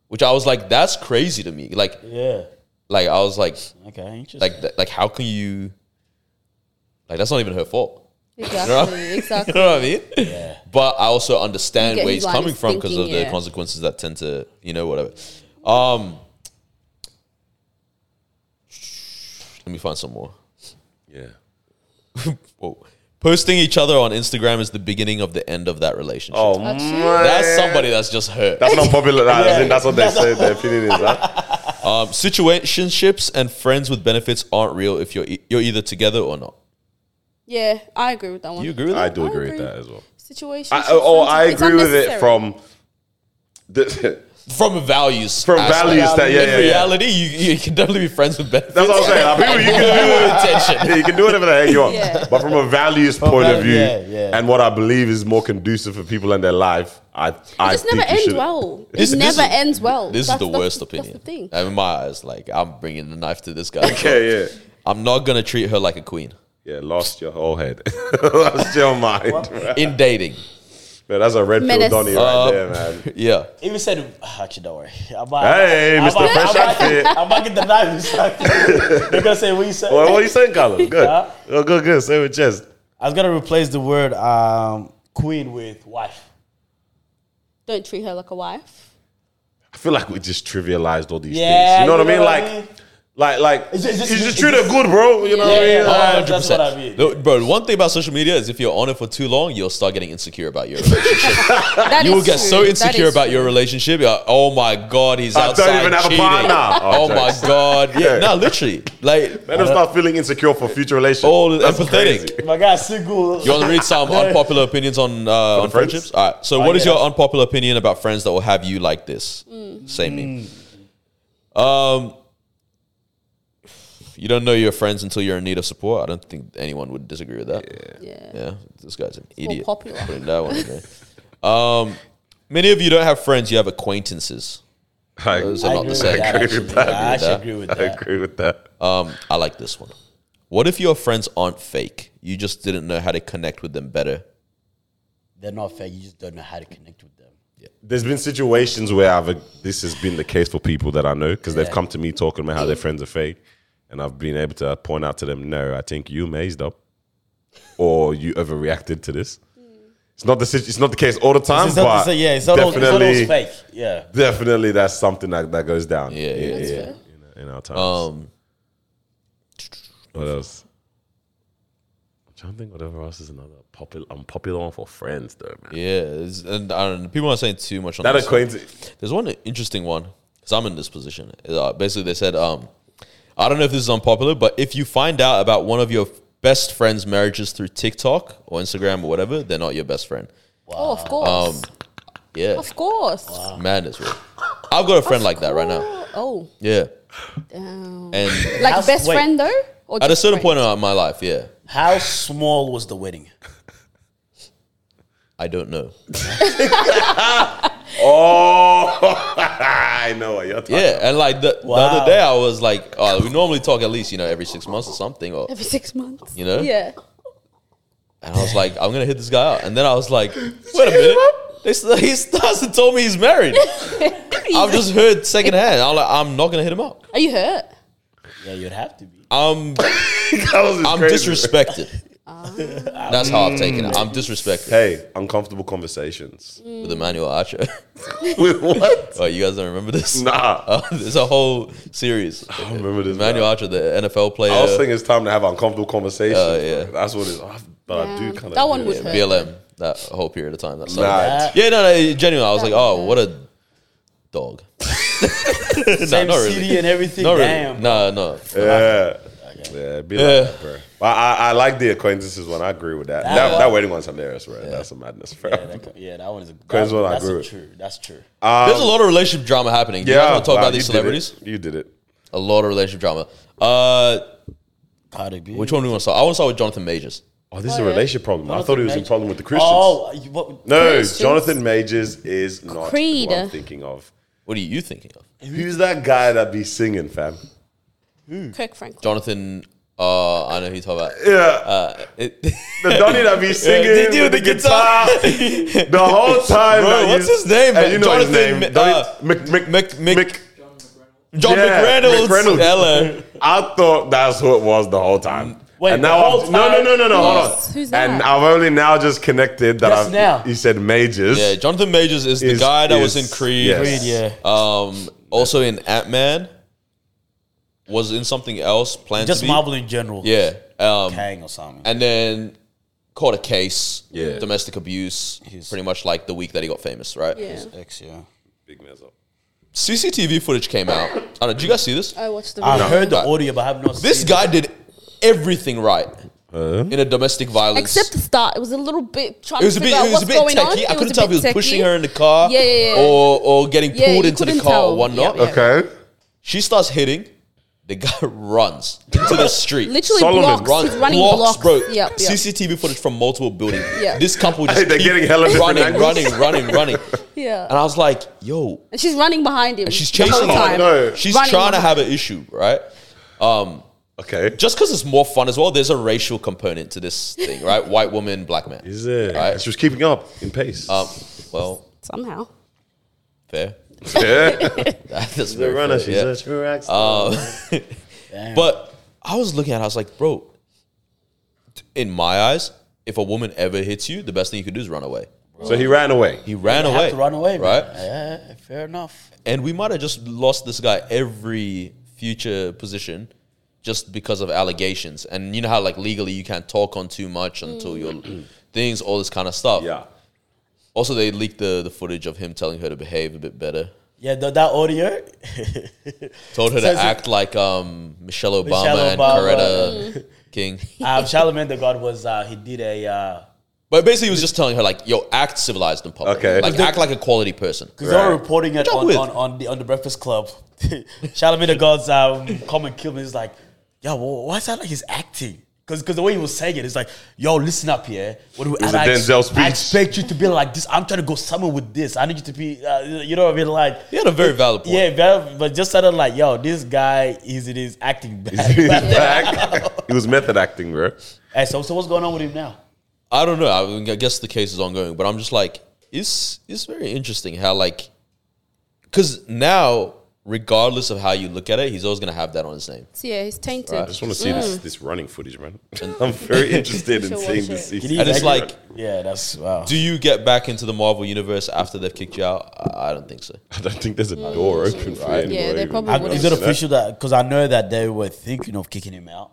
Speaker 3: which I was like, that's crazy to me. Like,
Speaker 4: yeah.
Speaker 3: like I was like,
Speaker 4: Okay, interesting.
Speaker 3: like, th- like how can you? Like that's not even her fault. *laughs*
Speaker 2: Exactly. Exactly.
Speaker 3: You know what I mean? But I also understand
Speaker 2: You get
Speaker 3: where
Speaker 2: his
Speaker 3: he's
Speaker 2: line
Speaker 3: coming
Speaker 2: of
Speaker 3: from because of
Speaker 2: thinking,
Speaker 3: the
Speaker 2: yeah.
Speaker 3: consequences that tend to, you know, whatever. Um, let me find some more.
Speaker 1: Yeah.
Speaker 3: Whoa. Posting each other on Instagram is the beginning of the end of that relationship.
Speaker 1: Oh
Speaker 2: That's
Speaker 1: man.
Speaker 2: it.
Speaker 3: That's somebody that's just hurt.
Speaker 1: That's not popular. That, as in, that's what they say. Their opinion is that.
Speaker 3: Um, situationships and friends with benefits aren't real if you're e- you're either together or not.
Speaker 2: Yeah, I agree with that one.
Speaker 3: You agree with
Speaker 1: I
Speaker 3: that?
Speaker 1: do
Speaker 2: I
Speaker 1: agree with
Speaker 2: agree.
Speaker 1: that as well.
Speaker 2: Situation.
Speaker 1: I, oh, I agree with it from the *laughs*
Speaker 3: From valules.
Speaker 1: from
Speaker 3: aspect.
Speaker 1: values that yeah
Speaker 3: In
Speaker 1: yeah, yeah.
Speaker 3: reality, you, you can definitely be friends with
Speaker 1: *laughs*
Speaker 3: benefits.
Speaker 1: That's what I'm saying. Like, people, you can do
Speaker 3: With *laughs* intention.
Speaker 1: Yeah, you can do whatever the heck you want.
Speaker 2: Yeah.
Speaker 1: But from a values point
Speaker 4: val-
Speaker 1: of view,
Speaker 4: yeah, yeah.
Speaker 1: and what I believe is more conducive for people in their life, I I
Speaker 2: It just
Speaker 1: think
Speaker 2: never
Speaker 1: you
Speaker 2: ends
Speaker 1: should.
Speaker 2: well.
Speaker 3: This-
Speaker 2: it
Speaker 3: this
Speaker 2: never
Speaker 3: is-
Speaker 2: ends well.
Speaker 3: This is
Speaker 2: That's-
Speaker 3: the
Speaker 2: that's-
Speaker 3: worst
Speaker 2: that's the
Speaker 3: opinion.
Speaker 2: thing.
Speaker 3: And in my eyes, like I'm bringing the knife to this guy.
Speaker 1: Okay, yeah,
Speaker 3: I'm not gonna treat her like a queen
Speaker 1: yeah. Lost your whole head. *laughs* lost your mind. Man,
Speaker 3: in dating. *laughs*
Speaker 1: that's a red pill
Speaker 2: Menace.
Speaker 1: Donny right
Speaker 3: Uh,
Speaker 1: there, man.
Speaker 3: Yeah,
Speaker 4: Even said, ah, actually, don't worry. I'm about,
Speaker 1: Hey,
Speaker 4: I'm
Speaker 1: Mr.
Speaker 4: about-
Speaker 1: Fresh
Speaker 4: I'm about- *laughs*
Speaker 1: Outfit.
Speaker 4: I'm about to get the knife. It's *laughs* like- They're gonna say what you said.
Speaker 1: Well, what are you saying,
Speaker 4: *laughs*
Speaker 1: Callum? Good.
Speaker 4: Huh?
Speaker 1: Oh, good, good. Say with chest.
Speaker 4: I was gonna replace the word um, queen with wife.
Speaker 2: Don't treat her like a
Speaker 3: *laughs*
Speaker 2: wife.
Speaker 1: I feel like we just trivialized all these
Speaker 4: Yeah,
Speaker 1: things. You know what
Speaker 4: you
Speaker 1: I mean?
Speaker 4: know what I
Speaker 1: Like, like, like.
Speaker 4: Is it- is it-
Speaker 1: you just
Speaker 4: is
Speaker 1: treat
Speaker 4: it-
Speaker 1: her good, bro. You know what I mean?
Speaker 4: Yeah.
Speaker 1: Like,
Speaker 3: 100.
Speaker 4: that's what I mean.
Speaker 3: Oh, percent Bro, one thing about social media is if you're on it for too long, you'll start getting insecure about your. relationship.
Speaker 2: That
Speaker 3: you will
Speaker 2: is
Speaker 3: get
Speaker 2: true.
Speaker 3: so
Speaker 2: That
Speaker 3: insecure
Speaker 2: is
Speaker 3: about
Speaker 2: true.
Speaker 3: your relationship. You're like, oh my god, he's
Speaker 1: I don't
Speaker 3: outside
Speaker 1: even have a
Speaker 3: cheating.
Speaker 1: partner.
Speaker 3: Oh,
Speaker 1: Oh,
Speaker 3: my
Speaker 1: jokes.
Speaker 3: god, yeah,
Speaker 1: Yeah.
Speaker 3: no, literally, like
Speaker 1: Let them start feeling insecure for future relationships.
Speaker 3: all
Speaker 1: That's
Speaker 3: empathetic.
Speaker 1: crazy. *laughs*
Speaker 4: My guy's single.
Speaker 3: You want to read some unpopular opinions on uh, on
Speaker 1: the friends?
Speaker 3: friendships? All right. So, what is
Speaker 4: Oh, yeah.
Speaker 3: your unpopular opinion about friends that will have you like this?
Speaker 1: Mm.
Speaker 3: Same name.
Speaker 4: Mm.
Speaker 3: Um, you don't know your friends until you're in need of support. I don't think anyone would disagree with that.
Speaker 2: Yeah.
Speaker 3: Yeah, this guy's an
Speaker 2: more
Speaker 3: idiot.
Speaker 2: popular.
Speaker 3: Putting that one in there. Um, many of you don't have friends; you have acquaintances.
Speaker 1: I, I
Speaker 3: are not the
Speaker 1: agree with
Speaker 3: same.
Speaker 1: that,
Speaker 4: I agree with that. I actually
Speaker 3: that.
Speaker 4: agree with
Speaker 1: I
Speaker 4: that.
Speaker 1: agree with that.
Speaker 3: Um, I like this one. What if your friends aren't fake? You just didn't know how to connect with them better.
Speaker 4: They're not fair. You just don't know how to connect with them.
Speaker 1: There's been situations where I've this has been the case for people that I know because they've come to me talking about how their friends are fake, and I've been able to point out to them, no, I think you mazed up, or you overreacted to this. It's not the situ- it's not the case all the time,
Speaker 4: It's not
Speaker 1: but
Speaker 4: to say, yeah, it's not, all, it's
Speaker 1: definitely,
Speaker 4: not always fake. Yeah.
Speaker 1: definitely that's something that, that goes down.
Speaker 3: Yeah, yeah,
Speaker 1: in,
Speaker 2: yeah.
Speaker 1: in- in our times.
Speaker 3: Um,
Speaker 1: what else? I'm trying to think. Whatever else is another popular unpopular one for friends, though, man.
Speaker 3: yeah, it's- and I don't know, people aren't saying too much on
Speaker 1: That
Speaker 3: this.
Speaker 1: acquaintance.
Speaker 3: There's one interesting one because I'm in this position. Uh, basically, they said, um, I don't know if this is unpopular, but if you find out about one of your best friend's marriages through TikTok or Instagram or whatever, they're not your best friend.
Speaker 2: Oh, of course.
Speaker 3: Um, Yeah,
Speaker 2: of course.
Speaker 3: madness. Bro. I've got a friend like that right now.
Speaker 2: Oh, oh,
Speaker 3: Yeah,
Speaker 2: damn.
Speaker 3: and
Speaker 2: Like
Speaker 4: That's-
Speaker 2: best
Speaker 4: wait.
Speaker 2: friend though? Or
Speaker 3: at a
Speaker 2: just
Speaker 3: certain
Speaker 2: friend?
Speaker 3: point in my life, yeah,
Speaker 4: How small was the wedding?
Speaker 3: I don't know.
Speaker 1: Oh, *laughs* I know what you're talking.
Speaker 3: Yeah, and like the, the
Speaker 4: Wow.
Speaker 3: other day, I was like, oh, we normally talk at least you know every six months or something, or
Speaker 2: Every six months.
Speaker 3: You know?
Speaker 2: Yeah.
Speaker 3: and I was like, I'm gonna hit this guy out, and then I was like, wait a minute, they, st- he starts to tell me he's married. I've just heard secondhand. I'm like, I'm not gonna hit him up.
Speaker 2: Are you hurt?
Speaker 4: Yeah, you'd have to be.
Speaker 1: *laughs*
Speaker 3: I'm
Speaker 1: That was just
Speaker 3: I'm
Speaker 1: crazy.
Speaker 3: disrespected. That's how I've taken it. I'm disrespected
Speaker 1: Hey, uncomfortable
Speaker 2: *laughs*
Speaker 1: conversations. *laughs*
Speaker 3: with Emmanuel Archer. *laughs*
Speaker 1: With what?
Speaker 3: oh, you guys don't remember *laughs* this?
Speaker 1: Nah.
Speaker 3: Uh, there's a whole series.
Speaker 1: I don't remember this.
Speaker 3: Emmanuel
Speaker 1: man.
Speaker 3: Archer, the NFL player,
Speaker 1: I was thinking it's time to have uncomfortable conversations.
Speaker 3: Uh, yeah.
Speaker 1: bro. That's what it is. I, but I
Speaker 2: Yeah.
Speaker 1: do kind of.
Speaker 2: That one would
Speaker 3: yeah,
Speaker 2: hurt.
Speaker 3: BLM, that whole period of time. That's
Speaker 1: Nah, it's-
Speaker 4: That
Speaker 3: Yeah, no, no, genuinely. I was like, oh, what a dog. *laughs* no,
Speaker 4: same
Speaker 3: not really.
Speaker 4: city and everything.
Speaker 3: Not really.
Speaker 4: Damn.
Speaker 3: No, no.
Speaker 1: Yeah. Yeah, be like
Speaker 3: Yeah.
Speaker 1: that, bro. But I, I like the acquaintances one. I agree with that. That, that,
Speaker 4: one-
Speaker 1: wedding one's hilarious, bro. That's a madness, bro.
Speaker 4: Yeah, that, yeah, that one is a
Speaker 1: Depends
Speaker 4: that-
Speaker 1: what I
Speaker 4: that's
Speaker 1: grew
Speaker 4: a
Speaker 1: with.
Speaker 4: true. That's true.
Speaker 3: There's a lot of relationship drama happening. Do you guys want to talk
Speaker 1: wow,
Speaker 3: about these
Speaker 1: you did it.
Speaker 3: celebrities?
Speaker 1: You did it.
Speaker 3: A lot of relationship drama. Uh,
Speaker 4: Cardi B.
Speaker 3: which one do we want to start? I want to start with Jonathan Majors.
Speaker 1: Oh, this is
Speaker 2: Oh,
Speaker 1: a
Speaker 2: yeah.
Speaker 1: relationship problem. I thought it was a
Speaker 4: Major-
Speaker 1: problem with the Christians.
Speaker 4: Oh, you- what,
Speaker 1: no,
Speaker 2: Christians.
Speaker 1: Jonathan Majors is not
Speaker 2: Creed.
Speaker 1: who I'm thinking of.
Speaker 3: What are you thinking of?
Speaker 1: Who's that guy that be singing, fam?
Speaker 3: Hmm.
Speaker 2: Kirk Franklin.
Speaker 3: Jonathan, uh, I know who you're talking about.
Speaker 1: Yeah,
Speaker 3: Uh, it,
Speaker 1: the Donny that
Speaker 3: *laughs*
Speaker 1: be singing
Speaker 3: Did you
Speaker 1: with the guitar. the whole time.
Speaker 3: *laughs* Bro,
Speaker 1: that
Speaker 3: what's
Speaker 1: you-
Speaker 3: his name,
Speaker 1: And
Speaker 3: man?
Speaker 1: you know
Speaker 3: Jonathan
Speaker 1: his name.
Speaker 3: Ma-
Speaker 1: Donny-
Speaker 3: uh,
Speaker 1: Mc, Mc,
Speaker 3: Mc- Mc- oh,
Speaker 1: Mc-
Speaker 3: John
Speaker 1: Yeah,
Speaker 3: McReynolds.
Speaker 1: McReynolds. *laughs*
Speaker 3: Hello.
Speaker 1: I thought that's who it was the whole time.
Speaker 4: Wait,
Speaker 1: and
Speaker 4: the
Speaker 1: now
Speaker 4: whole
Speaker 1: I've, no, no,
Speaker 4: time?
Speaker 1: no, no, no. Hold on.
Speaker 2: Who's- who's
Speaker 1: And
Speaker 2: that?
Speaker 1: I've only now just connected that
Speaker 4: Just
Speaker 1: I've.
Speaker 4: now.
Speaker 1: You said majors.
Speaker 3: Yeah, Jonathan Majors is the
Speaker 1: Is-
Speaker 3: guy that
Speaker 1: is-
Speaker 3: was in Creed.
Speaker 1: yes.
Speaker 4: Creed, yeah.
Speaker 3: Um, also in Ant Man, was in something else. Planned
Speaker 4: Just
Speaker 3: to be.
Speaker 4: Marvel in general.
Speaker 3: Yeah. Um,
Speaker 4: Kang or something.
Speaker 3: and then caught a case.
Speaker 1: Yeah.
Speaker 3: Domestic abuse.
Speaker 4: He's-
Speaker 3: pretty much like the week that he got famous, right?
Speaker 2: Yeah.
Speaker 4: X, yeah.
Speaker 1: Big mess up.
Speaker 3: CCTV footage came out. I don't know. Did you guys see this?
Speaker 2: I watched the
Speaker 3: Ah.
Speaker 4: I've
Speaker 2: video.
Speaker 4: heard the
Speaker 3: Right.
Speaker 4: audio, but I have not
Speaker 3: This
Speaker 4: seen
Speaker 3: guy did everything right in a domestic violence.
Speaker 2: Except the start, it was a little bit trying
Speaker 3: it was a
Speaker 2: to
Speaker 3: bit,
Speaker 2: figure out
Speaker 3: it was
Speaker 2: what's
Speaker 3: a bit
Speaker 2: going on.
Speaker 3: techie. I couldn't tell if he was
Speaker 2: bit
Speaker 3: pushing
Speaker 2: techie.
Speaker 3: her in the car
Speaker 2: Yeah, yeah, yeah.
Speaker 3: Or, or getting
Speaker 2: Yeah,
Speaker 3: pulled
Speaker 2: you
Speaker 3: into the
Speaker 2: couldn't
Speaker 3: car or
Speaker 2: tell.
Speaker 3: whatnot.
Speaker 2: Yeah, yeah.
Speaker 1: Okay.
Speaker 3: She starts hitting. The guy *laughs* runs to the street.
Speaker 2: Literally
Speaker 1: Solomon
Speaker 2: blocks.
Speaker 3: runs,
Speaker 2: He's running
Speaker 3: blocks,
Speaker 2: blocks.
Speaker 3: bro.
Speaker 2: Yep, yep.
Speaker 3: CCTV footage from multiple buildings.
Speaker 2: Yeah.
Speaker 3: This couple just
Speaker 1: They're
Speaker 3: keep
Speaker 1: getting hella different
Speaker 3: running,
Speaker 1: angles.
Speaker 3: running, running, running.
Speaker 2: Yeah.
Speaker 3: And I was like, yo,
Speaker 2: And she's running behind him.
Speaker 3: and she's chasing
Speaker 2: the whole
Speaker 3: him.
Speaker 2: time.
Speaker 1: no.
Speaker 3: She's
Speaker 2: Running
Speaker 3: trying to
Speaker 2: behind-
Speaker 3: have an issue, right?
Speaker 1: Okay.
Speaker 3: Just because it's more fun as well. There's a racial component to this thing, right? White woman, black man.
Speaker 1: Is it?
Speaker 3: Right.
Speaker 1: She was keeping up in pace.
Speaker 3: Um, well,
Speaker 2: Somehow.
Speaker 3: fair.
Speaker 1: *laughs*
Speaker 3: *laughs*
Speaker 1: yeah.
Speaker 3: That's
Speaker 1: the
Speaker 3: very
Speaker 1: runner.
Speaker 3: fair,
Speaker 1: She's
Speaker 3: yeah. Uh,
Speaker 1: a true rock
Speaker 4: Damn.
Speaker 3: But I was looking at it, I was like, bro, in my eyes, if a woman ever hits you, the best thing you could do is run away.
Speaker 1: So he ran away.
Speaker 3: He ran
Speaker 4: You
Speaker 3: away.
Speaker 4: have to run away,
Speaker 3: Right?
Speaker 4: right? Yeah, fair enough.
Speaker 3: And we might have just lost this guy every future position just because of allegations. And you know how, like, legally you can't talk on too much until your
Speaker 4: Mm.
Speaker 3: *clears throat* things, all this kind of stuff.
Speaker 1: Yeah.
Speaker 3: Also, they leaked the, the footage of him telling her to behave a bit better.
Speaker 4: Yeah, th- that
Speaker 3: *laughs*
Speaker 4: audio.
Speaker 3: Told her
Speaker 4: Says
Speaker 3: to
Speaker 4: it-
Speaker 3: act like um, Michelle Obama
Speaker 4: Michelle
Speaker 3: and
Speaker 4: Obama. *laughs*
Speaker 3: Coretta King.
Speaker 4: um, Charlemagne the God was uh, he did a because
Speaker 3: But basically, he was just telling her, like, yo, act civilized in public.
Speaker 1: Okay.
Speaker 3: Like, act like a quality person.
Speaker 4: they were
Speaker 1: Right.
Speaker 4: reporting it
Speaker 3: Job
Speaker 4: on,
Speaker 3: with.
Speaker 4: on, on the on the Breakfast Club. *laughs* Charlemagne the God's um, come and kill me. He's like, yo, wh- why is that like he's acting? Because the way he was saying it, it's like, yo, listen up here. When we,
Speaker 1: was
Speaker 4: and
Speaker 1: a
Speaker 4: I ex-
Speaker 1: Denzel speech.
Speaker 4: I expect you to be like this. I'm trying to go somewhere with this. I need you to be, uh, you know what I mean? Like,
Speaker 3: He had a very valid point.
Speaker 4: yeah, but- but just sounded like, yo, this guy is it is acting
Speaker 1: *laughs*
Speaker 4: bad.
Speaker 1: He's back. he was method acting, bro.
Speaker 4: hey, so, so what's going on with him now?
Speaker 3: I don't know. I, mean, I guess the case is ongoing, but I'm just like, it's it's very interesting how like, because now regardless of how you look at it, he's always gonna have that on his name.
Speaker 2: So yeah, he's tainted.
Speaker 1: I just want to see this this running footage, man. *laughs* I'm very interested in
Speaker 2: Mm. Sure,
Speaker 1: seeing
Speaker 2: watch
Speaker 1: this.
Speaker 2: it.
Speaker 1: season.
Speaker 3: And it's like,
Speaker 4: Yeah, that's wow.
Speaker 3: do you get back into the Marvel universe after they've kicked you out? I, I don't think so.
Speaker 1: I don't think there's a door open for anyone.
Speaker 2: Mm. Yeah, they probably
Speaker 4: I-
Speaker 2: wouldn't.
Speaker 4: is it official that because I know that they were thinking of kicking him out,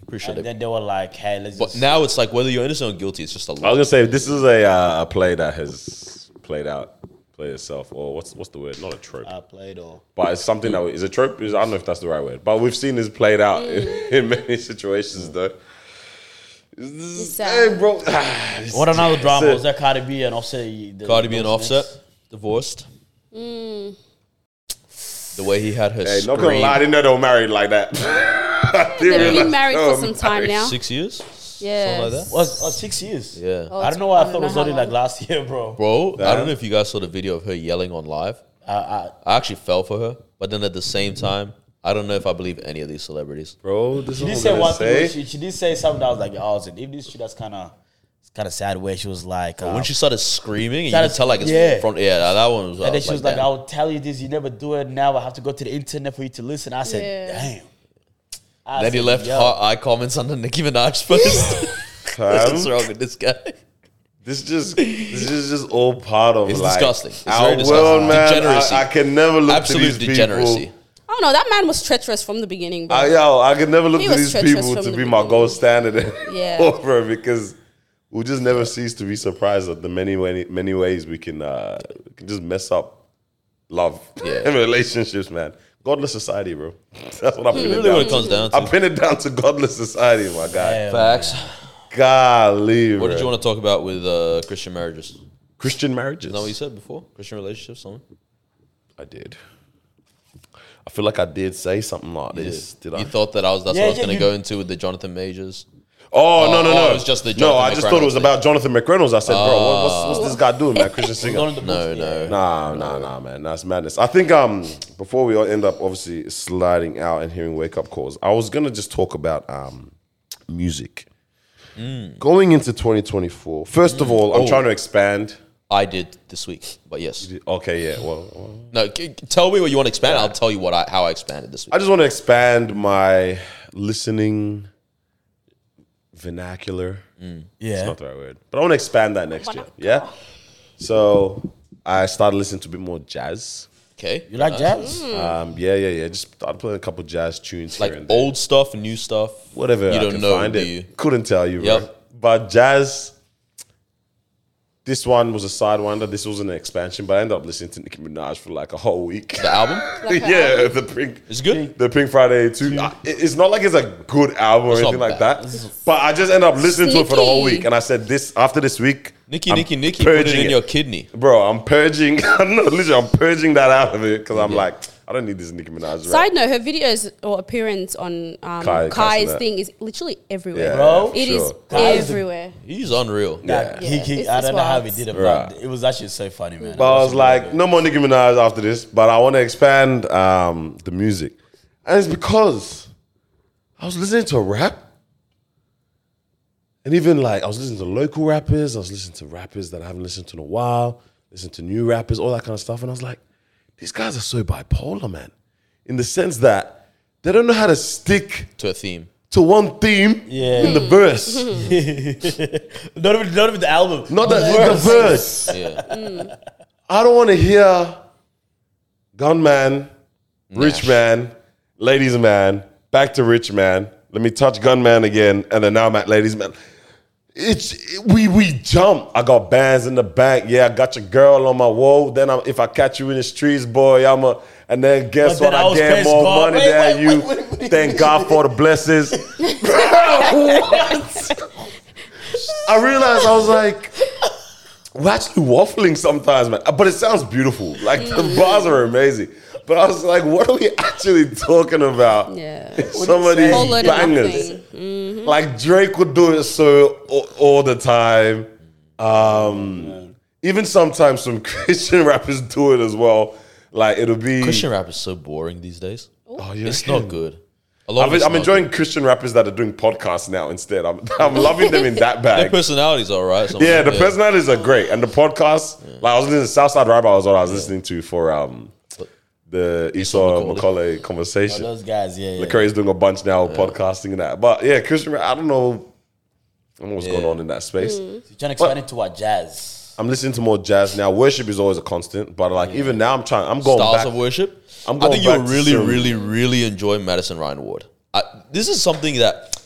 Speaker 3: Appreciate
Speaker 4: and
Speaker 3: it.
Speaker 4: then they were like, "Hey, let's."
Speaker 3: But
Speaker 4: just,
Speaker 3: now it's like whether you're innocent or guilty, it's just a
Speaker 1: I was
Speaker 3: lot.
Speaker 1: gonna say this is a, uh, a play that has played out, played itself, or what's what's the word? Not a trope,
Speaker 4: I played or
Speaker 1: but it's something that is a trope. Is, I don't know if that's the right word, but we've seen this played out
Speaker 2: Mm.
Speaker 1: in, *laughs* in many situations, though.
Speaker 2: sad.
Speaker 1: Hey, bro. *sighs*
Speaker 4: what another drama
Speaker 1: it.
Speaker 4: was that Cardi B and Offset? The,
Speaker 3: Cardi B and
Speaker 4: what's
Speaker 3: Offset
Speaker 4: next?
Speaker 3: divorced. The way he had her
Speaker 1: Hey, not gonna
Speaker 3: scream
Speaker 1: lie, I didn't know they were married like that. I didn't
Speaker 2: They've
Speaker 1: realize
Speaker 2: been married
Speaker 1: they were
Speaker 2: for some time
Speaker 1: married.
Speaker 2: now.
Speaker 3: six years.
Speaker 2: Yeah.
Speaker 3: Something like that?
Speaker 4: Was uh, six years.
Speaker 3: Yeah.
Speaker 2: Oh,
Speaker 4: I
Speaker 2: it's
Speaker 4: don't know why I
Speaker 2: one
Speaker 4: thought
Speaker 2: and
Speaker 4: it was
Speaker 2: a half
Speaker 4: only like
Speaker 2: hours.
Speaker 4: last year, bro.
Speaker 3: Bro, I
Speaker 1: Yeah.
Speaker 3: don't know if you guys saw the video of her yelling on live.
Speaker 4: I, I,
Speaker 3: I actually fell for her, but then at the same time, I don't know if I believe any of these celebrities.
Speaker 1: Mm-hmm. Bro, this
Speaker 4: she did
Speaker 1: is
Speaker 4: say
Speaker 1: what
Speaker 4: one
Speaker 1: I'm
Speaker 4: thing.
Speaker 1: going
Speaker 4: but She, she did say something that I was like, oh, I was like, if this shit, that's kind of, it's kind of sad. Where she was like, uh,
Speaker 3: When she started screaming, and you
Speaker 4: Started-
Speaker 3: could tell like it's
Speaker 4: yeah.
Speaker 3: from yeah, that, that one was. I
Speaker 4: and then she was like,
Speaker 3: "Damn."
Speaker 4: I'll tell you this, you never do it. Now I have to go to the internet for you to listen. I said,
Speaker 2: Yeah.
Speaker 4: damn. I
Speaker 3: Then he
Speaker 4: said,
Speaker 3: left
Speaker 4: yo.
Speaker 3: hot eye comments under Nicki Minaj *laughs* post. What's
Speaker 1: Fam,
Speaker 3: wrong with this guy?
Speaker 1: this just this is just all part of
Speaker 3: It's
Speaker 1: like
Speaker 3: disgusting. It's
Speaker 1: our
Speaker 3: very disgusting.
Speaker 1: world, man.
Speaker 3: Degeneracy.
Speaker 1: I, I can never look to
Speaker 3: Absolute
Speaker 1: these
Speaker 3: degeneracy.
Speaker 1: people.
Speaker 2: I don't know. Oh, That man was treacherous from the beginning, bro.
Speaker 1: I, yo, I can never look
Speaker 2: He
Speaker 1: to
Speaker 2: was
Speaker 1: these
Speaker 2: treacherous
Speaker 1: people
Speaker 2: from
Speaker 1: to
Speaker 2: the
Speaker 1: be my
Speaker 2: beginning.
Speaker 1: gold standard
Speaker 2: *laughs* Yeah.
Speaker 1: *laughs* over because we just never cease to be surprised at the many many, many ways we can, uh, we can just mess up love
Speaker 3: Yeah.
Speaker 1: *laughs* and relationships, man. Godless society, bro. *laughs* That's what I pin it
Speaker 3: Really, what it
Speaker 1: down.
Speaker 3: comes down to.
Speaker 1: I pin it down to godless society, my guy.
Speaker 4: Damn.
Speaker 3: Facts.
Speaker 1: Golly,
Speaker 3: What did you want to talk about with uh, Christian marriages? Is
Speaker 1: Christian marriages?
Speaker 3: that what you said before? Christian relationships, something.
Speaker 1: I did. I feel like I did say something like this. Did I?
Speaker 3: You thought that I was that's
Speaker 4: Yeah,
Speaker 3: what I was
Speaker 4: yeah,
Speaker 3: going to
Speaker 4: you-
Speaker 3: go into with the Jonathan Majors.
Speaker 1: oh, no,
Speaker 3: Oh,
Speaker 1: no,
Speaker 3: oh,
Speaker 1: no!
Speaker 3: it was just the
Speaker 1: no.
Speaker 3: Jonathan
Speaker 1: I just thought it was
Speaker 3: McReynolds Oh.
Speaker 1: about Jonathan McReynolds. I said, bro, what, what's, what's this guy doing, man?
Speaker 3: *laughs*
Speaker 1: Christian singer.
Speaker 4: Going to the
Speaker 3: No,
Speaker 4: booth,
Speaker 3: no.
Speaker 1: Nah, nah, nah, man. That's madness. I think um before we all end up obviously sliding out and hearing wake up calls, I was gonna just talk about um music.
Speaker 3: Mm.
Speaker 1: Going into 2024, first of all, I'm
Speaker 3: Oh.
Speaker 1: trying to expand.
Speaker 3: I did this week, but yes.
Speaker 1: Okay, yeah. Well, well,
Speaker 3: No, c- c- tell me what you want to expand. I'll tell you what I, how I expanded this week.
Speaker 1: I just want to expand my listening vernacular.
Speaker 3: Mm.
Speaker 1: It's
Speaker 4: Yeah.
Speaker 1: not the right word, but I want to expand that next year. Yeah. So I started listening to a bit more jazz.
Speaker 3: Okay,
Speaker 4: You like jazz?
Speaker 1: Um, yeah, yeah, yeah. Just started playing a couple jazz tunes
Speaker 3: Mm. like
Speaker 1: here and there.
Speaker 3: old stuff, new stuff.
Speaker 1: whatever.
Speaker 3: you
Speaker 1: I
Speaker 3: don't
Speaker 1: can
Speaker 3: know,
Speaker 1: find
Speaker 3: do
Speaker 1: it.
Speaker 3: you?
Speaker 1: Couldn't tell you, bro.
Speaker 3: Yep.
Speaker 1: But jazz. This one was a sidewinder. This was an expansion, but I ended up listening to Nicki Minaj for like a whole week.
Speaker 3: The album
Speaker 1: *laughs* yeah, the Pink,
Speaker 3: is good.
Speaker 1: the Pink Friday two. I- it- it's not like it's a good album or
Speaker 3: It's not
Speaker 1: anything like
Speaker 3: bad.
Speaker 1: that. But I just ended up listening to it for the whole
Speaker 2: Sneaky.
Speaker 1: week, and I said this after this week,
Speaker 3: Nikki,
Speaker 1: I'm
Speaker 3: Nikki, Nikki, put it
Speaker 1: purging
Speaker 3: in your kidney.
Speaker 1: Bro, I'm purging. *laughs* no, literally, I'm purging that out of it because I'm like, I don't need this Nicki Minaj. Right?
Speaker 2: Side note: Her videos or appearance on um,
Speaker 1: Kai-
Speaker 2: Kai's
Speaker 1: Kai's
Speaker 2: thing is literally everywhere.
Speaker 4: Bro.
Speaker 2: It is
Speaker 1: sure.
Speaker 4: Kai is the-
Speaker 2: everywhere.
Speaker 3: He's unreal.
Speaker 4: Nah, he-
Speaker 2: Yeah,
Speaker 4: he-
Speaker 2: it's-
Speaker 4: I
Speaker 2: it's
Speaker 4: don't know how he
Speaker 2: wild.
Speaker 4: did it,
Speaker 1: Right.
Speaker 4: but it was actually so funny, man.
Speaker 1: But I was like, no more Nicki Minaj after this, but I want to expand um, the music. And it's because I was listening to rap. And even like, I was listening to local rappers, I was listening to rappers that I haven't listened to in a while, listened to new rappers, all that kind of stuff. And I was like, these guys are so bipolar, man, in the sense that they don't know how to stick
Speaker 3: To a theme.
Speaker 1: to one theme
Speaker 4: Yeah.
Speaker 1: in the verse.
Speaker 4: *laughs* not even, not even the album.
Speaker 1: Not that the verse.
Speaker 3: Yeah.
Speaker 1: I don't want to hear gunman, rich man, ladies man, back to rich man. Let me touch gunman again, and then now I'm at ladies man. It's we we jump. I got bands in the bank. Yeah, I got your girl on my wall. Then I'm, if I catch you in the streets, boy, I'm a. And then guess
Speaker 4: But then
Speaker 1: what?
Speaker 4: I
Speaker 1: I,
Speaker 4: was
Speaker 1: get
Speaker 4: pissed,
Speaker 1: more
Speaker 4: God.
Speaker 1: money
Speaker 4: Wait,
Speaker 1: than
Speaker 4: wait,
Speaker 1: you.
Speaker 4: wait, wait, wait.
Speaker 1: Thank God for the blessings. what? I realized I was like, we're actually waffling sometimes, man. But it sounds beautiful. Like the
Speaker 2: Mm.
Speaker 1: bars are amazing. But I was like, what are we actually talking about?
Speaker 2: Yeah.
Speaker 1: *laughs* Some of these
Speaker 2: Whole load of
Speaker 1: bangers.
Speaker 2: nothing. Mm-hmm.
Speaker 1: Like Drake would do it so all, all the time. Um, even sometimes some *laughs* Christian rappers do it as well. Like it'll be
Speaker 3: Christian rap is so boring these days.
Speaker 1: Oh, you
Speaker 3: It's
Speaker 1: reckon?
Speaker 3: not good. A lot of
Speaker 1: I've,
Speaker 3: it's
Speaker 1: I'm
Speaker 3: not
Speaker 1: enjoying Christian rappers that are doing podcasts now instead. I'm, *laughs* I'm loving them in
Speaker 3: *laughs*
Speaker 1: that
Speaker 3: good.
Speaker 1: bag.
Speaker 3: Their personalities are right.
Speaker 1: Yeah, the personalities are uh, great, and the podcast. Like I was listening to Southside Rabbi was what I was listening to for um the Esau Macaulay conversation.
Speaker 4: Those guys, yeah. Oh, yeah.
Speaker 1: Curry's doing a bunch now, with podcasting and that. But yeah, Christian, I don't know, I don't know what's going on in that space.
Speaker 4: You're trying to expand it to what jazz.
Speaker 1: I'm listening to more jazz now. Worship is always a constant, but like even now, I'm trying. I'm going
Speaker 3: styles
Speaker 1: back.
Speaker 3: of worship.
Speaker 1: I'm
Speaker 3: I
Speaker 1: going
Speaker 3: think you'll
Speaker 1: back to
Speaker 3: really,
Speaker 1: some-
Speaker 3: really, really enjoy Madison Ryan Ward. I, this is
Speaker 1: *laughs*
Speaker 3: something that,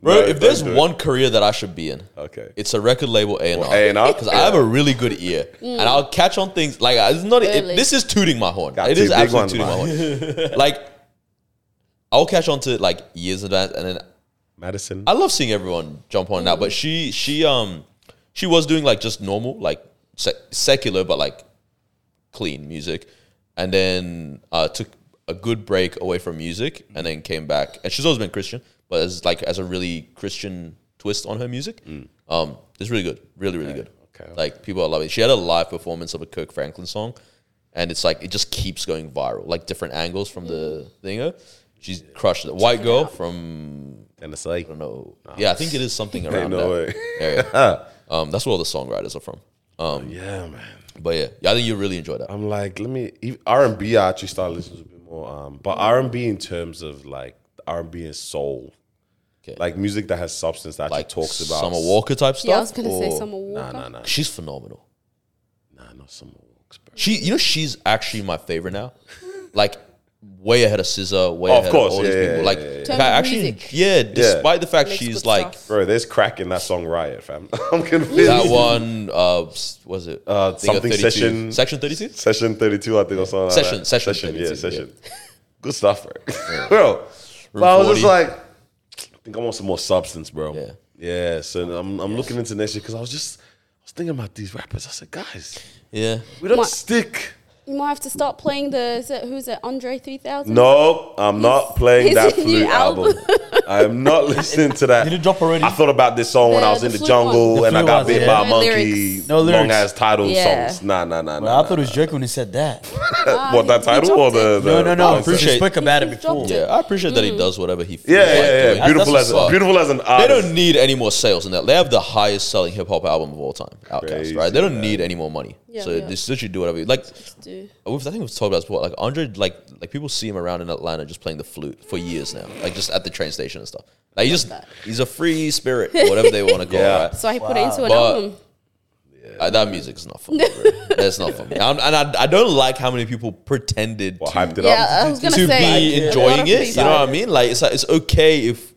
Speaker 3: bro.
Speaker 1: No,
Speaker 3: if
Speaker 1: don't
Speaker 3: there's
Speaker 1: do it.
Speaker 3: one career that I should be in,
Speaker 1: Okay.
Speaker 3: it's a record label A and R.
Speaker 1: A&R?
Speaker 3: because I have a really good ear and I'll catch on things. Like I- it's not. it-
Speaker 2: Really?
Speaker 3: this is tooting my horn.
Speaker 1: Got
Speaker 3: it
Speaker 1: two
Speaker 3: is
Speaker 1: big
Speaker 3: absolutely
Speaker 1: ones,
Speaker 3: tooting my horn. like I'll catch on to it like years in advance, and then
Speaker 1: Madison.
Speaker 3: I love seeing everyone jump on now, but she she um she was doing like just normal like sec- secular but like clean music, and then uh, took a good break away from music, and then came back. And she's always been Christian, but as like as a really Christian twist on her music. Um, it's really good, really, really good.
Speaker 1: Mm. okay.
Speaker 3: Like people are loving. it. She had a live performance of a Kirk Franklin song, and it's like it just keeps going viral. Like different angles from the thingo. She's crushed it. White girl from
Speaker 1: And it's like,
Speaker 3: I don't know. Yeah, I think it is
Speaker 1: *laughs*
Speaker 3: something around
Speaker 1: no
Speaker 3: that
Speaker 1: way. *laughs* Ah.
Speaker 3: area. Um, that's where all the songwriters are from. Um,
Speaker 1: yeah, man.
Speaker 3: but yeah, yeah, I think you really enjoy that.
Speaker 1: I'm like, let me e, R and B. I actually started listening to a bit more, um, but R and B in terms of like R and B and soul,
Speaker 3: Okay.
Speaker 1: like music that has substance that
Speaker 3: Like
Speaker 1: actually talks about
Speaker 3: Summer Walker type stuff.
Speaker 2: Yeah, I was gonna say
Speaker 3: or-
Speaker 2: Summer Walker.
Speaker 1: Nah, nah, nah,
Speaker 3: She's phenomenal.
Speaker 1: nah, not Summer Walks, bro.
Speaker 3: She, you know, she's actually my favorite now. Like, way ahead of Scissor, way
Speaker 1: Oh, of
Speaker 3: ahead of,
Speaker 1: course,
Speaker 3: all
Speaker 1: yeah,
Speaker 3: these people.
Speaker 1: yeah,
Speaker 3: like,
Speaker 1: yeah, yeah.
Speaker 3: like,
Speaker 2: Terms
Speaker 3: I
Speaker 2: of
Speaker 3: actually,
Speaker 2: music.
Speaker 3: yeah. Despite the fact
Speaker 2: Makes
Speaker 3: she's
Speaker 2: good
Speaker 3: like
Speaker 2: stuff.
Speaker 1: Bro, there's crack in that song Riot, fam. *laughs* I'm convinced.
Speaker 3: that one. Uh, s- was it
Speaker 1: Uh,
Speaker 3: I think of
Speaker 1: something session-
Speaker 3: Section thirty two.
Speaker 1: Session 32, I think, or something like
Speaker 3: Session-
Speaker 1: that.
Speaker 3: session
Speaker 1: yeah,
Speaker 3: 32,
Speaker 1: session. Good stuff, bro. *laughs* bro, but I was just
Speaker 3: 40.
Speaker 1: like, I think I want some more substance, bro.
Speaker 3: Yeah.
Speaker 1: Yeah, so I'm, I'm looking into next year because I was just, I was thinking about these rappers. I said, guys,
Speaker 3: Yeah,
Speaker 1: we don't
Speaker 2: My-
Speaker 1: stick.
Speaker 2: You might have to start playing the is it, who's it Andre three thousand.
Speaker 1: No, I'm not playing
Speaker 2: his
Speaker 1: that
Speaker 2: new
Speaker 1: flute album.
Speaker 2: album.
Speaker 1: *laughs* I am not listening to that.
Speaker 4: Did it drop already?
Speaker 1: I thought about this song when
Speaker 2: The-
Speaker 1: I was
Speaker 2: the
Speaker 1: in the
Speaker 2: flute
Speaker 1: jungle
Speaker 2: one.
Speaker 4: The
Speaker 1: and I
Speaker 4: flute
Speaker 1: got
Speaker 4: one,
Speaker 1: bit
Speaker 4: yeah.
Speaker 1: by a
Speaker 2: No
Speaker 1: monkey.
Speaker 2: lyrics.
Speaker 4: No lyrics.
Speaker 1: Long ass title
Speaker 2: Yeah.
Speaker 1: songs. Nah, nah, nah, nah.
Speaker 4: Well, I
Speaker 1: nah.
Speaker 4: thought it was joke when he said that.
Speaker 1: what that
Speaker 2: he
Speaker 1: title or
Speaker 2: dropped
Speaker 1: the,
Speaker 2: it.
Speaker 1: the
Speaker 4: No, no, no.
Speaker 1: the-
Speaker 4: I appreciate
Speaker 3: Shit.
Speaker 4: spoke about it
Speaker 2: He dropped
Speaker 4: before.
Speaker 2: it.
Speaker 3: yeah. I appreciate that he
Speaker 2: Mm.
Speaker 3: does whatever he feels
Speaker 1: Yeah,
Speaker 3: like
Speaker 1: yeah,
Speaker 3: doing.
Speaker 1: yeah. Beautiful
Speaker 4: that's
Speaker 1: as
Speaker 3: what's up.
Speaker 1: beautiful as an
Speaker 3: They
Speaker 1: artist.
Speaker 3: don't need any more sales than that. They have the highest selling hip hop album of all time, Outkast.
Speaker 1: Crazy,
Speaker 3: Right? They don't need any more money.
Speaker 2: Yeah,
Speaker 3: so
Speaker 2: yeah.
Speaker 3: they literally do whatever. You, like
Speaker 2: Do.
Speaker 3: We've, I think we've talked about this before. Like Andre, like like people see him around in Atlanta just playing the flute for years now, like just at the train station and stuff. Like he just he's a free spirit, whatever they want to call
Speaker 1: *laughs* Yeah.
Speaker 3: it. Right?
Speaker 2: So he put it into an
Speaker 3: But-
Speaker 2: album.
Speaker 3: Uh, that music's not for me. bro. That's not for me. I'm, and I, I don't like how many people pretended
Speaker 1: Well,
Speaker 3: to,
Speaker 1: hyped it
Speaker 2: Yeah, uh,
Speaker 1: up.
Speaker 2: I was gonna
Speaker 3: to
Speaker 2: say
Speaker 3: be
Speaker 2: a lot
Speaker 3: enjoying
Speaker 2: of
Speaker 3: it. You
Speaker 2: people-
Speaker 3: know what I mean? Like it's like, it's okay if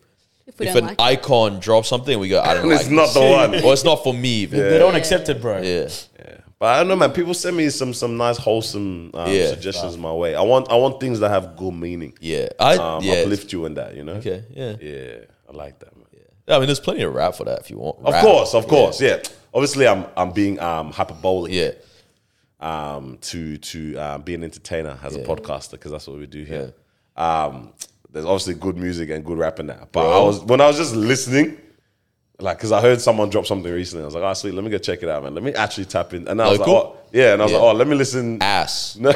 Speaker 2: If we
Speaker 3: if
Speaker 2: don't
Speaker 3: an
Speaker 2: like it.
Speaker 3: icon drops something, we go I don't
Speaker 1: And
Speaker 3: like.
Speaker 1: it's not
Speaker 3: this.
Speaker 1: the one.
Speaker 3: Or it's not for me. Even.
Speaker 4: They don't accept it, bro.
Speaker 3: Yeah.
Speaker 1: But I don't know, man. People send me some some nice wholesome um,
Speaker 3: Yeah.
Speaker 1: suggestions my way. I want I want things that have good meaning.
Speaker 3: Yeah. I
Speaker 1: Um,
Speaker 3: yeah.
Speaker 1: uplift you in that. You know.
Speaker 3: Okay. Yeah.
Speaker 1: Yeah, I like that, man.
Speaker 3: I mean, there's plenty of rap for that if you want.
Speaker 1: Of
Speaker 3: Rap.
Speaker 1: course, of course, yeah. Obviously, I'm I'm being um, hyperbolic
Speaker 3: Yeah.
Speaker 1: um, to to um, be an entertainer as a podcaster because that's what we do here. Um, there's obviously good music and good rap in that, but I was when I was just listening, like because I heard someone drop something recently, I was like, oh sweet, let me go check it out, man. Let me actually tap in, and I was
Speaker 3: Local?
Speaker 1: like, oh, yeah, and I was
Speaker 3: Yeah.
Speaker 1: like, oh, let me listen.
Speaker 3: Ass.
Speaker 1: *laughs* No,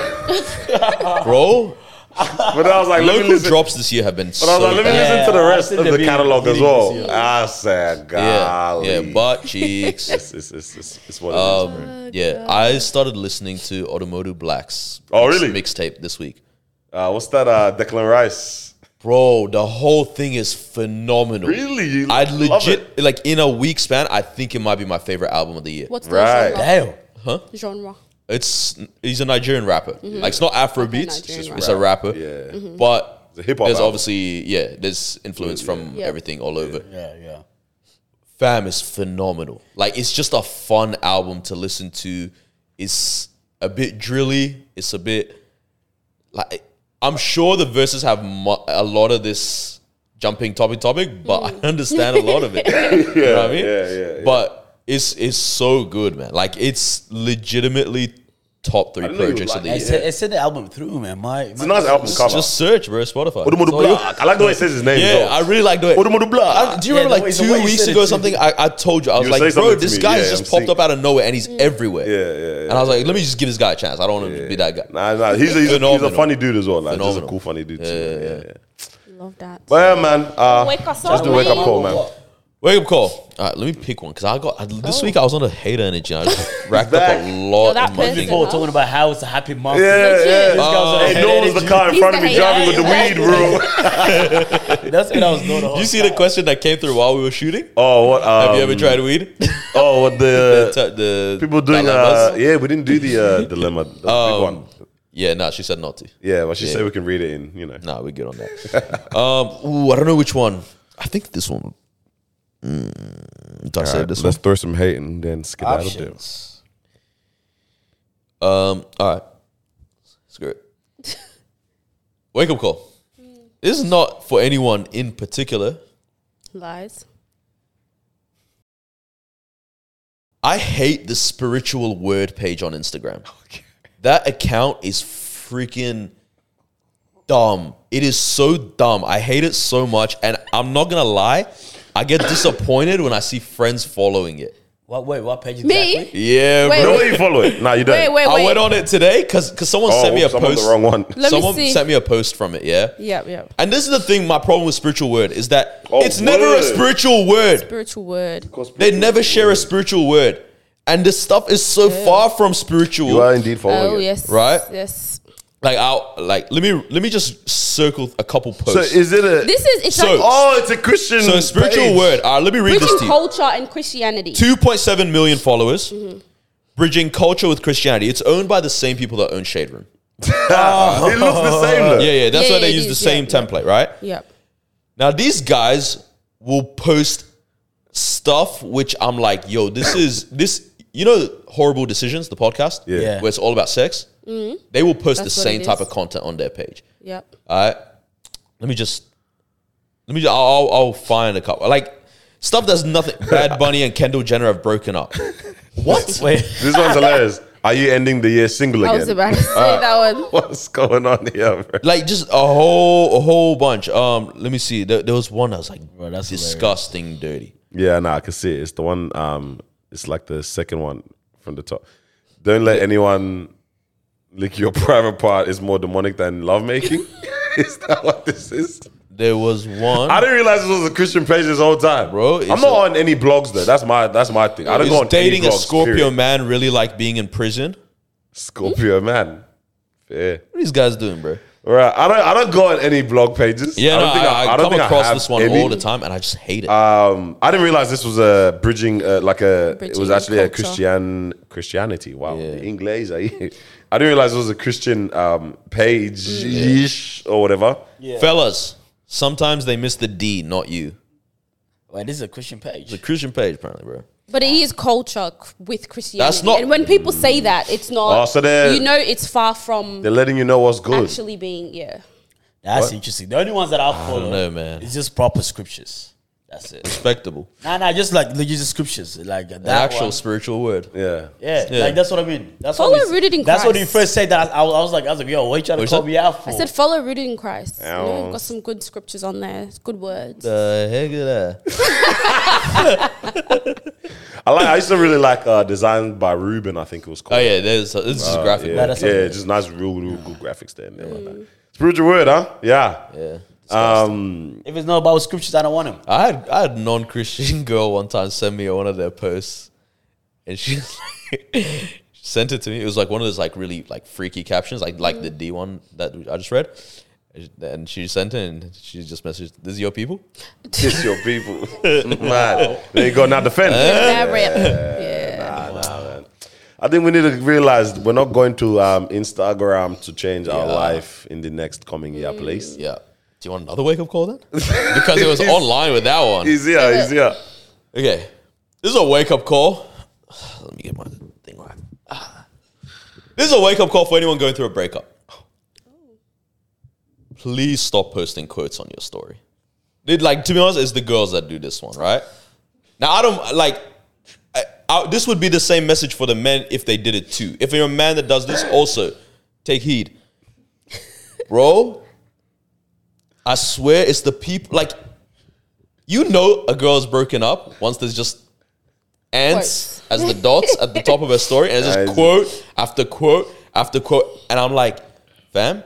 Speaker 3: Bro,
Speaker 1: but I was like, let me
Speaker 3: local
Speaker 1: listen.
Speaker 3: drops this year have been so
Speaker 1: but I was like, let me
Speaker 3: bad.
Speaker 1: listen to the
Speaker 4: Yeah, I
Speaker 1: rest
Speaker 4: think
Speaker 1: of
Speaker 4: they've
Speaker 1: the
Speaker 4: been
Speaker 1: catalog as
Speaker 4: hitting this
Speaker 1: well.
Speaker 4: year.
Speaker 1: I said,
Speaker 3: yeah,
Speaker 1: golly,
Speaker 3: yeah, butt cheeks.
Speaker 1: it's, it's, it's, it's, it's what
Speaker 3: um,
Speaker 1: it is, bro.
Speaker 3: yeah, I started listening to Automotive Black's
Speaker 1: Oh,
Speaker 3: mix-
Speaker 1: really?
Speaker 3: mixtape this week.
Speaker 1: Uh, what's that? Uh, Declan Rice.
Speaker 3: Bro, the whole thing is phenomenal.
Speaker 1: Really? You
Speaker 3: I
Speaker 1: love
Speaker 3: legit like in a week span. I think it might be my favorite album of the year.
Speaker 2: What's
Speaker 1: Right.
Speaker 2: the genre?
Speaker 4: Damn.
Speaker 2: genre?
Speaker 3: It's he's a Nigerian rapper. Like it's not Afrobeats.
Speaker 2: Nigerian
Speaker 3: it's
Speaker 2: rapper.
Speaker 3: a rapper.
Speaker 1: Yeah.
Speaker 3: But
Speaker 1: It's a hip-hop
Speaker 3: There's
Speaker 1: album.
Speaker 3: obviously yeah. There's influence from
Speaker 2: Yeah.
Speaker 3: everything all over.
Speaker 4: Yeah, yeah.
Speaker 3: Fam is phenomenal. Like it's just a fun album to listen to. It's a bit drilly. It's a bit like I'm sure the verses have mu- a lot of this jumping topic topic, but *laughs* I understand a lot of it. you know what I mean?
Speaker 1: yeah, yeah, yeah.
Speaker 3: But it's it's so good, man. Like it's legitimately top three
Speaker 1: didn't know you
Speaker 3: projects
Speaker 1: liked
Speaker 3: of the
Speaker 1: it.
Speaker 3: year.
Speaker 4: It said, it said the album through, man. My,
Speaker 1: It's a nice album cover.
Speaker 3: Just search, bro. Spotify.
Speaker 1: Odumodu
Speaker 3: It's all you-
Speaker 1: Black. I like the way it says his name.
Speaker 3: Yeah, I really like the way.
Speaker 1: Odumodu
Speaker 3: I-
Speaker 1: Black.
Speaker 3: do you
Speaker 4: Yeah,
Speaker 3: remember
Speaker 4: the
Speaker 3: like
Speaker 4: way- the
Speaker 3: two
Speaker 4: way you
Speaker 3: weeks
Speaker 4: said
Speaker 3: ago or
Speaker 4: it to
Speaker 3: something? I, I told you I was
Speaker 1: were saying
Speaker 3: like, bro,
Speaker 1: something to
Speaker 3: this
Speaker 1: me.
Speaker 3: guy
Speaker 1: Yeah,
Speaker 3: just
Speaker 1: I'm
Speaker 3: popped
Speaker 1: seeing-
Speaker 3: up out of nowhere and he's everywhere.
Speaker 1: Yeah, yeah, yeah.
Speaker 3: And I was like, let me just give this guy a chance. I don't want him to be that guy.
Speaker 1: Nah, nah, he's a, he's, a, he's a
Speaker 3: Phenomenal.
Speaker 1: funny dude as well. Like, he's a
Speaker 3: Phenomenal.
Speaker 1: cool, funny dude. Too. Yeah, yeah, yeah.
Speaker 2: Love that.
Speaker 1: But yeah, man, uh,
Speaker 2: Wake us
Speaker 1: that's
Speaker 2: up,
Speaker 1: the wake up
Speaker 2: mate.
Speaker 1: call, man.
Speaker 3: Wake up call. All right, let me pick one because I got I, this week I was on a hater energy.
Speaker 1: *laughs*
Speaker 3: I just racked up
Speaker 1: back.
Speaker 3: a lot
Speaker 2: Yo, that
Speaker 3: of money.
Speaker 2: person-
Speaker 4: People were talking about how it's a happy month.
Speaker 1: Yeah,
Speaker 2: Legit.
Speaker 1: yeah.
Speaker 3: Oh,
Speaker 4: This guy was like,
Speaker 1: Hey, no one's the car in
Speaker 2: He's
Speaker 1: front
Speaker 2: the
Speaker 1: of me
Speaker 2: hater.
Speaker 1: driving with the weed, bro.
Speaker 3: *laughs*
Speaker 4: That's what I was doing. the whole
Speaker 3: You see the question that came through while we were shooting?
Speaker 1: Oh, what? Um,
Speaker 3: Have you ever tried weed?
Speaker 1: *laughs*
Speaker 3: *laughs*
Speaker 1: Oh, what
Speaker 3: the,
Speaker 1: the
Speaker 3: t- the
Speaker 1: people doing? Uh,
Speaker 3: dilemmas?
Speaker 1: yeah, we didn't do the
Speaker 3: *laughs*
Speaker 1: uh, dilemma, the big
Speaker 3: Um,
Speaker 1: one.
Speaker 3: yeah, no, she said not to.
Speaker 1: Yeah, but she said we can read it in, you know.
Speaker 3: No, we're good on that. *laughs* um, ooh, I don't know which one. I think this one. Mm, did I say this one? Ah,
Speaker 1: Let's throw some hate and then skedaddle. them.
Speaker 4: Options.
Speaker 3: Um, all right. Screw it.
Speaker 1: *laughs*
Speaker 3: Wake up call. This is not for anyone in particular.
Speaker 2: Lies.
Speaker 3: I hate the spiritual word page on Instagram. That account is freaking dumb. It is so dumb. I hate it so much. And I'm not going to lie, I get disappointed when I see friends following it.
Speaker 4: What? Wait, what page
Speaker 2: Me?
Speaker 4: exactly?
Speaker 3: Yeah,
Speaker 2: Wait,
Speaker 1: *laughs*
Speaker 3: bro.
Speaker 1: No, you follow it. Nah, you don't.
Speaker 2: Wait, wait,
Speaker 3: I
Speaker 2: wait.
Speaker 3: went on it today because someone
Speaker 1: Oh,
Speaker 3: sent me a
Speaker 1: oops, I'm on
Speaker 3: post.
Speaker 1: the wrong one.
Speaker 2: Let me
Speaker 3: someone
Speaker 2: see.
Speaker 3: sent me a post from it. Yeah.
Speaker 2: Yep, yep.
Speaker 3: And this is the thing. My problem with spiritual word is that
Speaker 1: Oh,
Speaker 3: it's never a
Speaker 1: word.
Speaker 3: spiritual word.
Speaker 2: Spiritual word.
Speaker 3: They never share a spiritual word, and this stuff is so far from spiritual.
Speaker 1: You are indeed following
Speaker 2: Oh
Speaker 1: it.
Speaker 2: yes.
Speaker 3: Right?
Speaker 2: Yes.
Speaker 3: Like, I'll like let me let me just circle a couple
Speaker 1: So
Speaker 3: posts. So,
Speaker 1: is it a?
Speaker 2: This is it's
Speaker 3: So-
Speaker 2: like
Speaker 1: oh, it's a Christian.
Speaker 3: a spiritual
Speaker 1: page.
Speaker 3: word. All right, let me read
Speaker 2: bridging
Speaker 3: this to you.
Speaker 2: culture and Christianity.
Speaker 3: 2.7 million followers,
Speaker 2: Mm-hmm.
Speaker 3: bridging culture with Christianity. It's owned by the same people that own Shade Room.
Speaker 1: *laughs* it looks the same though.
Speaker 3: Yeah, yeah, that's
Speaker 2: Yeah,
Speaker 3: why
Speaker 2: yeah,
Speaker 3: they
Speaker 2: it
Speaker 3: use the
Speaker 2: is,
Speaker 3: same
Speaker 2: yeah, yeah.
Speaker 3: template, right?
Speaker 2: Yep.
Speaker 3: Now, these guys will post stuff which I'm like, yo, this is, this, you know, Horrible Decisions, the podcast?
Speaker 1: Yeah.
Speaker 4: Yeah.
Speaker 3: Where it's all about sex? They will post
Speaker 2: Mm-hmm. That's
Speaker 3: the
Speaker 2: what
Speaker 3: same
Speaker 2: it
Speaker 3: type
Speaker 2: is.
Speaker 3: of content on their page.
Speaker 2: Yep.
Speaker 3: All right. Let me just. Let me. Just, I'll, I'll- I'll find a couple. Like stuff
Speaker 1: *laughs*
Speaker 3: that's nothing. Bad Bunny and Kendall Jenner have broken up. What?
Speaker 4: Wait,
Speaker 1: This one's hilarious. Are you ending the year single
Speaker 2: I
Speaker 1: again?
Speaker 2: was about to
Speaker 3: Ah.
Speaker 2: say that one.
Speaker 1: *laughs* What's going on here, bro?
Speaker 3: Like just a whole a whole bunch. Um, let me see. There, there was one I was like,
Speaker 4: Bro, that's
Speaker 3: disgusting, dirty.
Speaker 1: Yeah, no, I can see it. It's the one. Um, it's like the second one from the top. Don't let anyone lick your *laughs* private part. Is more demonic than lovemaking. *laughs* is that what this is?
Speaker 3: There was
Speaker 1: *laughs*
Speaker 3: one.
Speaker 1: I didn't realize this was a Christian page this whole time,
Speaker 3: Bro,
Speaker 1: I'm
Speaker 3: it's
Speaker 1: not
Speaker 3: a-
Speaker 1: on any blogs though. That's my that's my thing. I don't
Speaker 3: Is
Speaker 1: go on
Speaker 3: dating
Speaker 1: any
Speaker 3: a
Speaker 1: blogs,
Speaker 3: Scorpio
Speaker 1: period.
Speaker 3: man really like being in prison?
Speaker 1: Scorpio man. Fair.
Speaker 3: What are these guys doing, bro?
Speaker 1: All right. I don't I don't go on any blog pages. I
Speaker 3: Yeah, I, no,
Speaker 1: don't
Speaker 3: I, I,
Speaker 1: don't
Speaker 3: come across
Speaker 1: have
Speaker 3: this one
Speaker 1: any.
Speaker 3: all the time, and I just hate it.
Speaker 1: Um, I didn't realize this was a bridging, uh, like a. it was
Speaker 2: Bridging
Speaker 1: actually a
Speaker 2: culture.
Speaker 1: Christian Christianity. Wow,
Speaker 3: Yeah.
Speaker 1: the English. *laughs* I didn't realize it was a Christian um, page or whatever.
Speaker 3: Fellas, sometimes they miss the D, not you.
Speaker 4: wait, this is a Christian page.
Speaker 3: The Christian page, apparently, bro.
Speaker 2: But it is culture c- with Christianity.
Speaker 3: not- Ah,
Speaker 2: and when people say that, it's not.
Speaker 1: Oh, so they're-
Speaker 2: you know, it's far from
Speaker 1: They're letting you know what's good.
Speaker 2: actually being. Yeah.
Speaker 4: That's interesting. The only ones that I'll follow,
Speaker 3: know, man.
Speaker 4: is just proper scriptures. That's it.
Speaker 3: Respectable.
Speaker 4: Nah, nah, just like legit scriptures, like that
Speaker 3: The actual
Speaker 4: one.
Speaker 3: spiritual word.
Speaker 1: yeah.
Speaker 4: Yeah,
Speaker 3: Yeah.
Speaker 4: like that's what I mean. That's
Speaker 2: Follow
Speaker 4: what we-
Speaker 2: rooted in
Speaker 4: That's what you
Speaker 2: Christ.
Speaker 4: first said. That I, I was, I was like, I was like, yo, what you trying
Speaker 3: What
Speaker 4: to
Speaker 3: you
Speaker 4: call
Speaker 3: said?
Speaker 4: me out for?
Speaker 2: I said, follow rooted in Christ. You know,
Speaker 1: Ow.
Speaker 2: we've got some good scriptures on there. It's good words.
Speaker 3: The Uh, heck is that?
Speaker 1: I like. I used to really like uh, designed by Ruben. I think it was
Speaker 3: Oh
Speaker 1: called.
Speaker 3: yeah, there's this is graphic.
Speaker 1: Uh, yeah,
Speaker 4: that's
Speaker 1: yeah,
Speaker 4: something.
Speaker 1: just nice, real, real good graphics there. And everything like that. Spiritual word, huh? Yeah.
Speaker 3: Yeah.
Speaker 1: Um,
Speaker 4: if it's not about scriptures, I don't want them.
Speaker 3: I had I had a non-Christian *laughs* girl one time send me one of their posts, and she was like- *laughs* she sent it to me. It was like one of those like really like freaky captions, like like the D one that I just read. And she sent it, and she just messaged, "This is your people."
Speaker 1: kiss your people, man. There you go. Now defend.
Speaker 2: Yeah, rap. Yeah.
Speaker 1: Nah, nah, man. I think we need to realize we're not going to um, Instagram to change our life in the next coming year, please.
Speaker 3: Yeah. Do you want another wake up call then? Because it was online with that one.
Speaker 1: Easier, easier.
Speaker 3: Okay. This is a wake up call. Let me get my thing right. Ah. This is a wake up call for anyone going through a breakup. Please stop posting quotes on your story. Dude, like, to be honest, it's the girls that do this one, right? Now, I don't, like, I, I, this would be the same message for the men if they did it too. If you're a man that does this, also take heed. Bro, I swear it's the people, like, you know a girl's broken up once there's just ants as the dots at the top of her story and it's
Speaker 1: *laughs*
Speaker 3: just
Speaker 1: Guys.
Speaker 3: quote after quote after quote and i'm like fam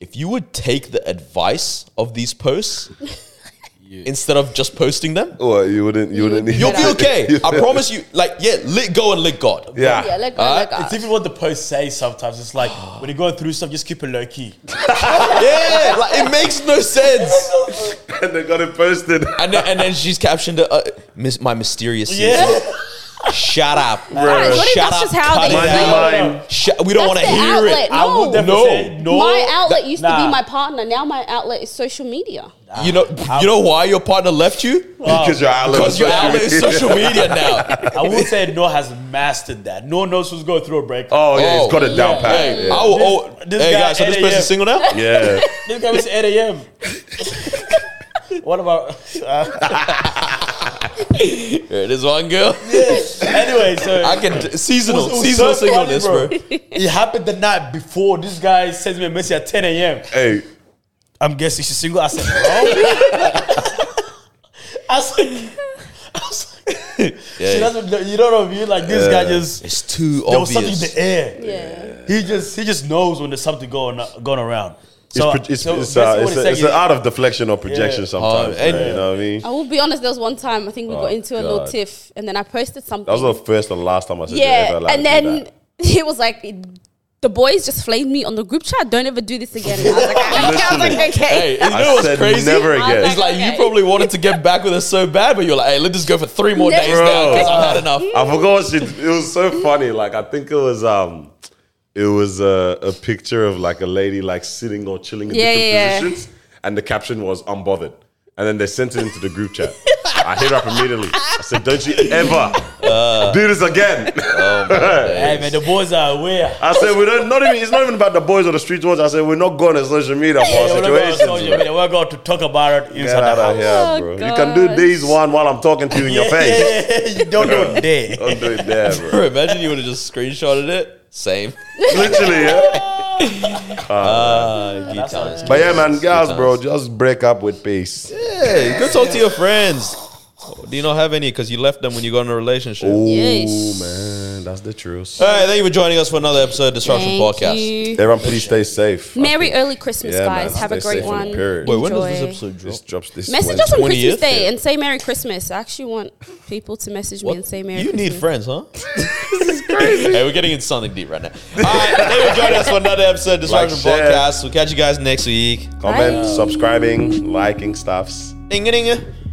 Speaker 3: if you would take the advice of these posts instead of just posting them
Speaker 1: *laughs* Or Oh, you wouldn't, you wouldn't.
Speaker 3: you'll be
Speaker 2: Yeah.
Speaker 3: okay i promise you like yeah let go and let god
Speaker 1: Yeah.
Speaker 2: Yeah, let go,
Speaker 3: Uh,
Speaker 2: let go.
Speaker 4: It's even what the post says sometimes.
Speaker 3: *gasps*
Speaker 4: It's like when you're going through stuff, just keep it
Speaker 3: *laughs*
Speaker 4: low key.
Speaker 3: yeah like, it makes no sense
Speaker 1: *laughs* and they got it posted.
Speaker 3: and then, and then she's captioned uh, mis- my mysterious season.
Speaker 4: Yeah,
Speaker 1: *laughs*
Speaker 3: shut up
Speaker 2: Guys, what if
Speaker 3: shut
Speaker 2: that's
Speaker 3: up
Speaker 2: just how
Speaker 3: cut
Speaker 2: they
Speaker 3: it
Speaker 1: Mind
Speaker 2: feel?
Speaker 1: your
Speaker 3: out.
Speaker 1: mind.
Speaker 3: Shut- we don't want
Speaker 2: That's
Speaker 3: to
Speaker 2: their
Speaker 3: hear
Speaker 2: outlet.
Speaker 3: it
Speaker 2: No.
Speaker 4: I would
Speaker 3: No.
Speaker 4: definitely say
Speaker 3: *laughs*
Speaker 4: no.
Speaker 2: my outlet used to
Speaker 4: nah.
Speaker 2: be my partner. Now my outlet is social media.
Speaker 3: You know, you know why your partner left you?
Speaker 1: because your outlet was
Speaker 3: Because your
Speaker 1: social *laughs*
Speaker 3: outlet is
Speaker 1: media.
Speaker 3: social
Speaker 1: *laughs*
Speaker 3: media now.
Speaker 4: I would say no has mastered that. No knows who's going through a breakup.
Speaker 1: Oh, yeah, he's got it down
Speaker 2: Yeah.
Speaker 1: pat.
Speaker 3: Hey,
Speaker 1: Yeah.
Speaker 3: I will, oh,
Speaker 4: This- this
Speaker 3: hey
Speaker 4: guy
Speaker 3: guys, so this
Speaker 4: at
Speaker 3: person's
Speaker 4: 8
Speaker 3: single now?
Speaker 4: *laughs*
Speaker 1: yeah.
Speaker 3: Oh.
Speaker 4: This guy was 8 a.m.
Speaker 3: *laughs*
Speaker 4: what about? *laughs* uh,
Speaker 3: Here it is, one girl.
Speaker 4: *laughs* anyway, so
Speaker 3: I can seasonal,
Speaker 4: It was
Speaker 3: seasonal
Speaker 4: so funny,
Speaker 3: singleness, bro.
Speaker 4: it happened the night before. This guy sends me a message at 10 a.m.
Speaker 1: Hey, *laughs*
Speaker 4: I'm guessing she's single. I said, no. I was like, I was like,
Speaker 3: Yeah.
Speaker 4: she doesn't, you know what I mean? Like this guy just,
Speaker 3: It's too
Speaker 4: there was
Speaker 3: obvious.
Speaker 4: something in the air.
Speaker 2: Yeah.
Speaker 4: He just, he just knows when there's something going going around.
Speaker 1: It's,
Speaker 4: So,
Speaker 1: pro- it's,
Speaker 4: so
Speaker 1: it's,
Speaker 4: basically
Speaker 1: uh,
Speaker 4: what
Speaker 1: it's,
Speaker 4: he's
Speaker 1: a, it's
Speaker 4: saying
Speaker 1: an art of deflection or projection
Speaker 4: Yeah.
Speaker 1: sometimes.
Speaker 3: Oh, and-
Speaker 1: man, you know what I mean?
Speaker 2: I will be honest. There was one time I think we
Speaker 1: Oh,
Speaker 2: got into a little
Speaker 1: God.
Speaker 2: tiff, and then I posted something.
Speaker 1: That was the first and last time I said you
Speaker 2: yeah,
Speaker 1: ever allowed
Speaker 2: and
Speaker 1: to do
Speaker 2: then *laughs* he was like, "The boys just flamed me on the group chat. Don't ever do this again." And I was like, *laughs* I was like,
Speaker 3: Hey,
Speaker 2: "Okay."
Speaker 3: you know
Speaker 1: that. I
Speaker 3: what's
Speaker 1: said
Speaker 3: crazy?
Speaker 1: never
Speaker 2: I was
Speaker 1: again.
Speaker 3: It's like you
Speaker 2: Okay.
Speaker 3: probably wanted to get back with us so bad, but you're like, hey, let this go for three more
Speaker 2: Yeah.
Speaker 3: days now because I've had enough.
Speaker 1: I forgot what she. It was so funny. Like I think it was um, it was a, a picture of like a lady like sitting or chilling in
Speaker 2: Yeah,
Speaker 1: different
Speaker 2: yeah, yeah.
Speaker 1: positions, and the caption was "unbothered," and then they sent it into the group chat. I hit her up immediately. I said, "Don't you ever do this again."
Speaker 4: Hey man, the boys are
Speaker 1: *laughs*
Speaker 4: aware.
Speaker 1: I said, "We don't. Not even. It's not even about the boys or the street wars." I said, "We're not going to social media for our
Speaker 4: Yeah, we're not going to
Speaker 1: situations."
Speaker 4: social media. We're going to talk about it
Speaker 1: Get
Speaker 4: inside
Speaker 1: out
Speaker 4: the house.
Speaker 1: of here,
Speaker 2: Oh,
Speaker 1: bro. You can do
Speaker 2: gosh.
Speaker 1: these one while I'm talking to you in your face.
Speaker 4: Yeah, *laughs* you don't know it there.
Speaker 1: Don't do it there, bro.
Speaker 3: Bro, imagine you would have just screenshotted it. Same.
Speaker 1: Literally, yeah.
Speaker 3: Good times.
Speaker 1: But yeah, man, guys,
Speaker 3: Good
Speaker 1: bro,
Speaker 3: times.
Speaker 1: just break up with peace.
Speaker 3: Hey, go talk to your friends. Do you not have any? Because you left them when you got in a relationship. All
Speaker 1: Oh
Speaker 2: Yes.
Speaker 1: man, that's the truth.
Speaker 3: right, thank you for joining us for another episode of Disruption
Speaker 2: Thank
Speaker 3: Podcast.
Speaker 2: you.
Speaker 1: Everyone, please stay safe.
Speaker 2: Merry early Christmas,
Speaker 1: Yeah, man,
Speaker 2: guys. Have a
Speaker 1: stay
Speaker 2: great
Speaker 1: safe on the
Speaker 2: one.
Speaker 1: period.
Speaker 3: Wait, when does this
Speaker 2: Enjoy.
Speaker 3: episode drop?
Speaker 1: This drops this.
Speaker 2: Message us on
Speaker 3: 20th?
Speaker 2: Christmas Day and say Merry Christmas. I actually want people to message me
Speaker 3: What?
Speaker 2: and say Merry
Speaker 3: you
Speaker 2: Christmas.
Speaker 3: need
Speaker 2: *laughs*
Speaker 3: friends, huh? this is crazy. Hey, we're getting into something deep right now. All right, thank you for joining us for another episode of
Speaker 1: Like,
Speaker 3: Disruption
Speaker 1: share.
Speaker 3: Podcast. We'll catch you guys next week.
Speaker 1: comment,
Speaker 2: Bye.
Speaker 1: subscribing, liking stuffs.
Speaker 3: Ding-a-ding-a.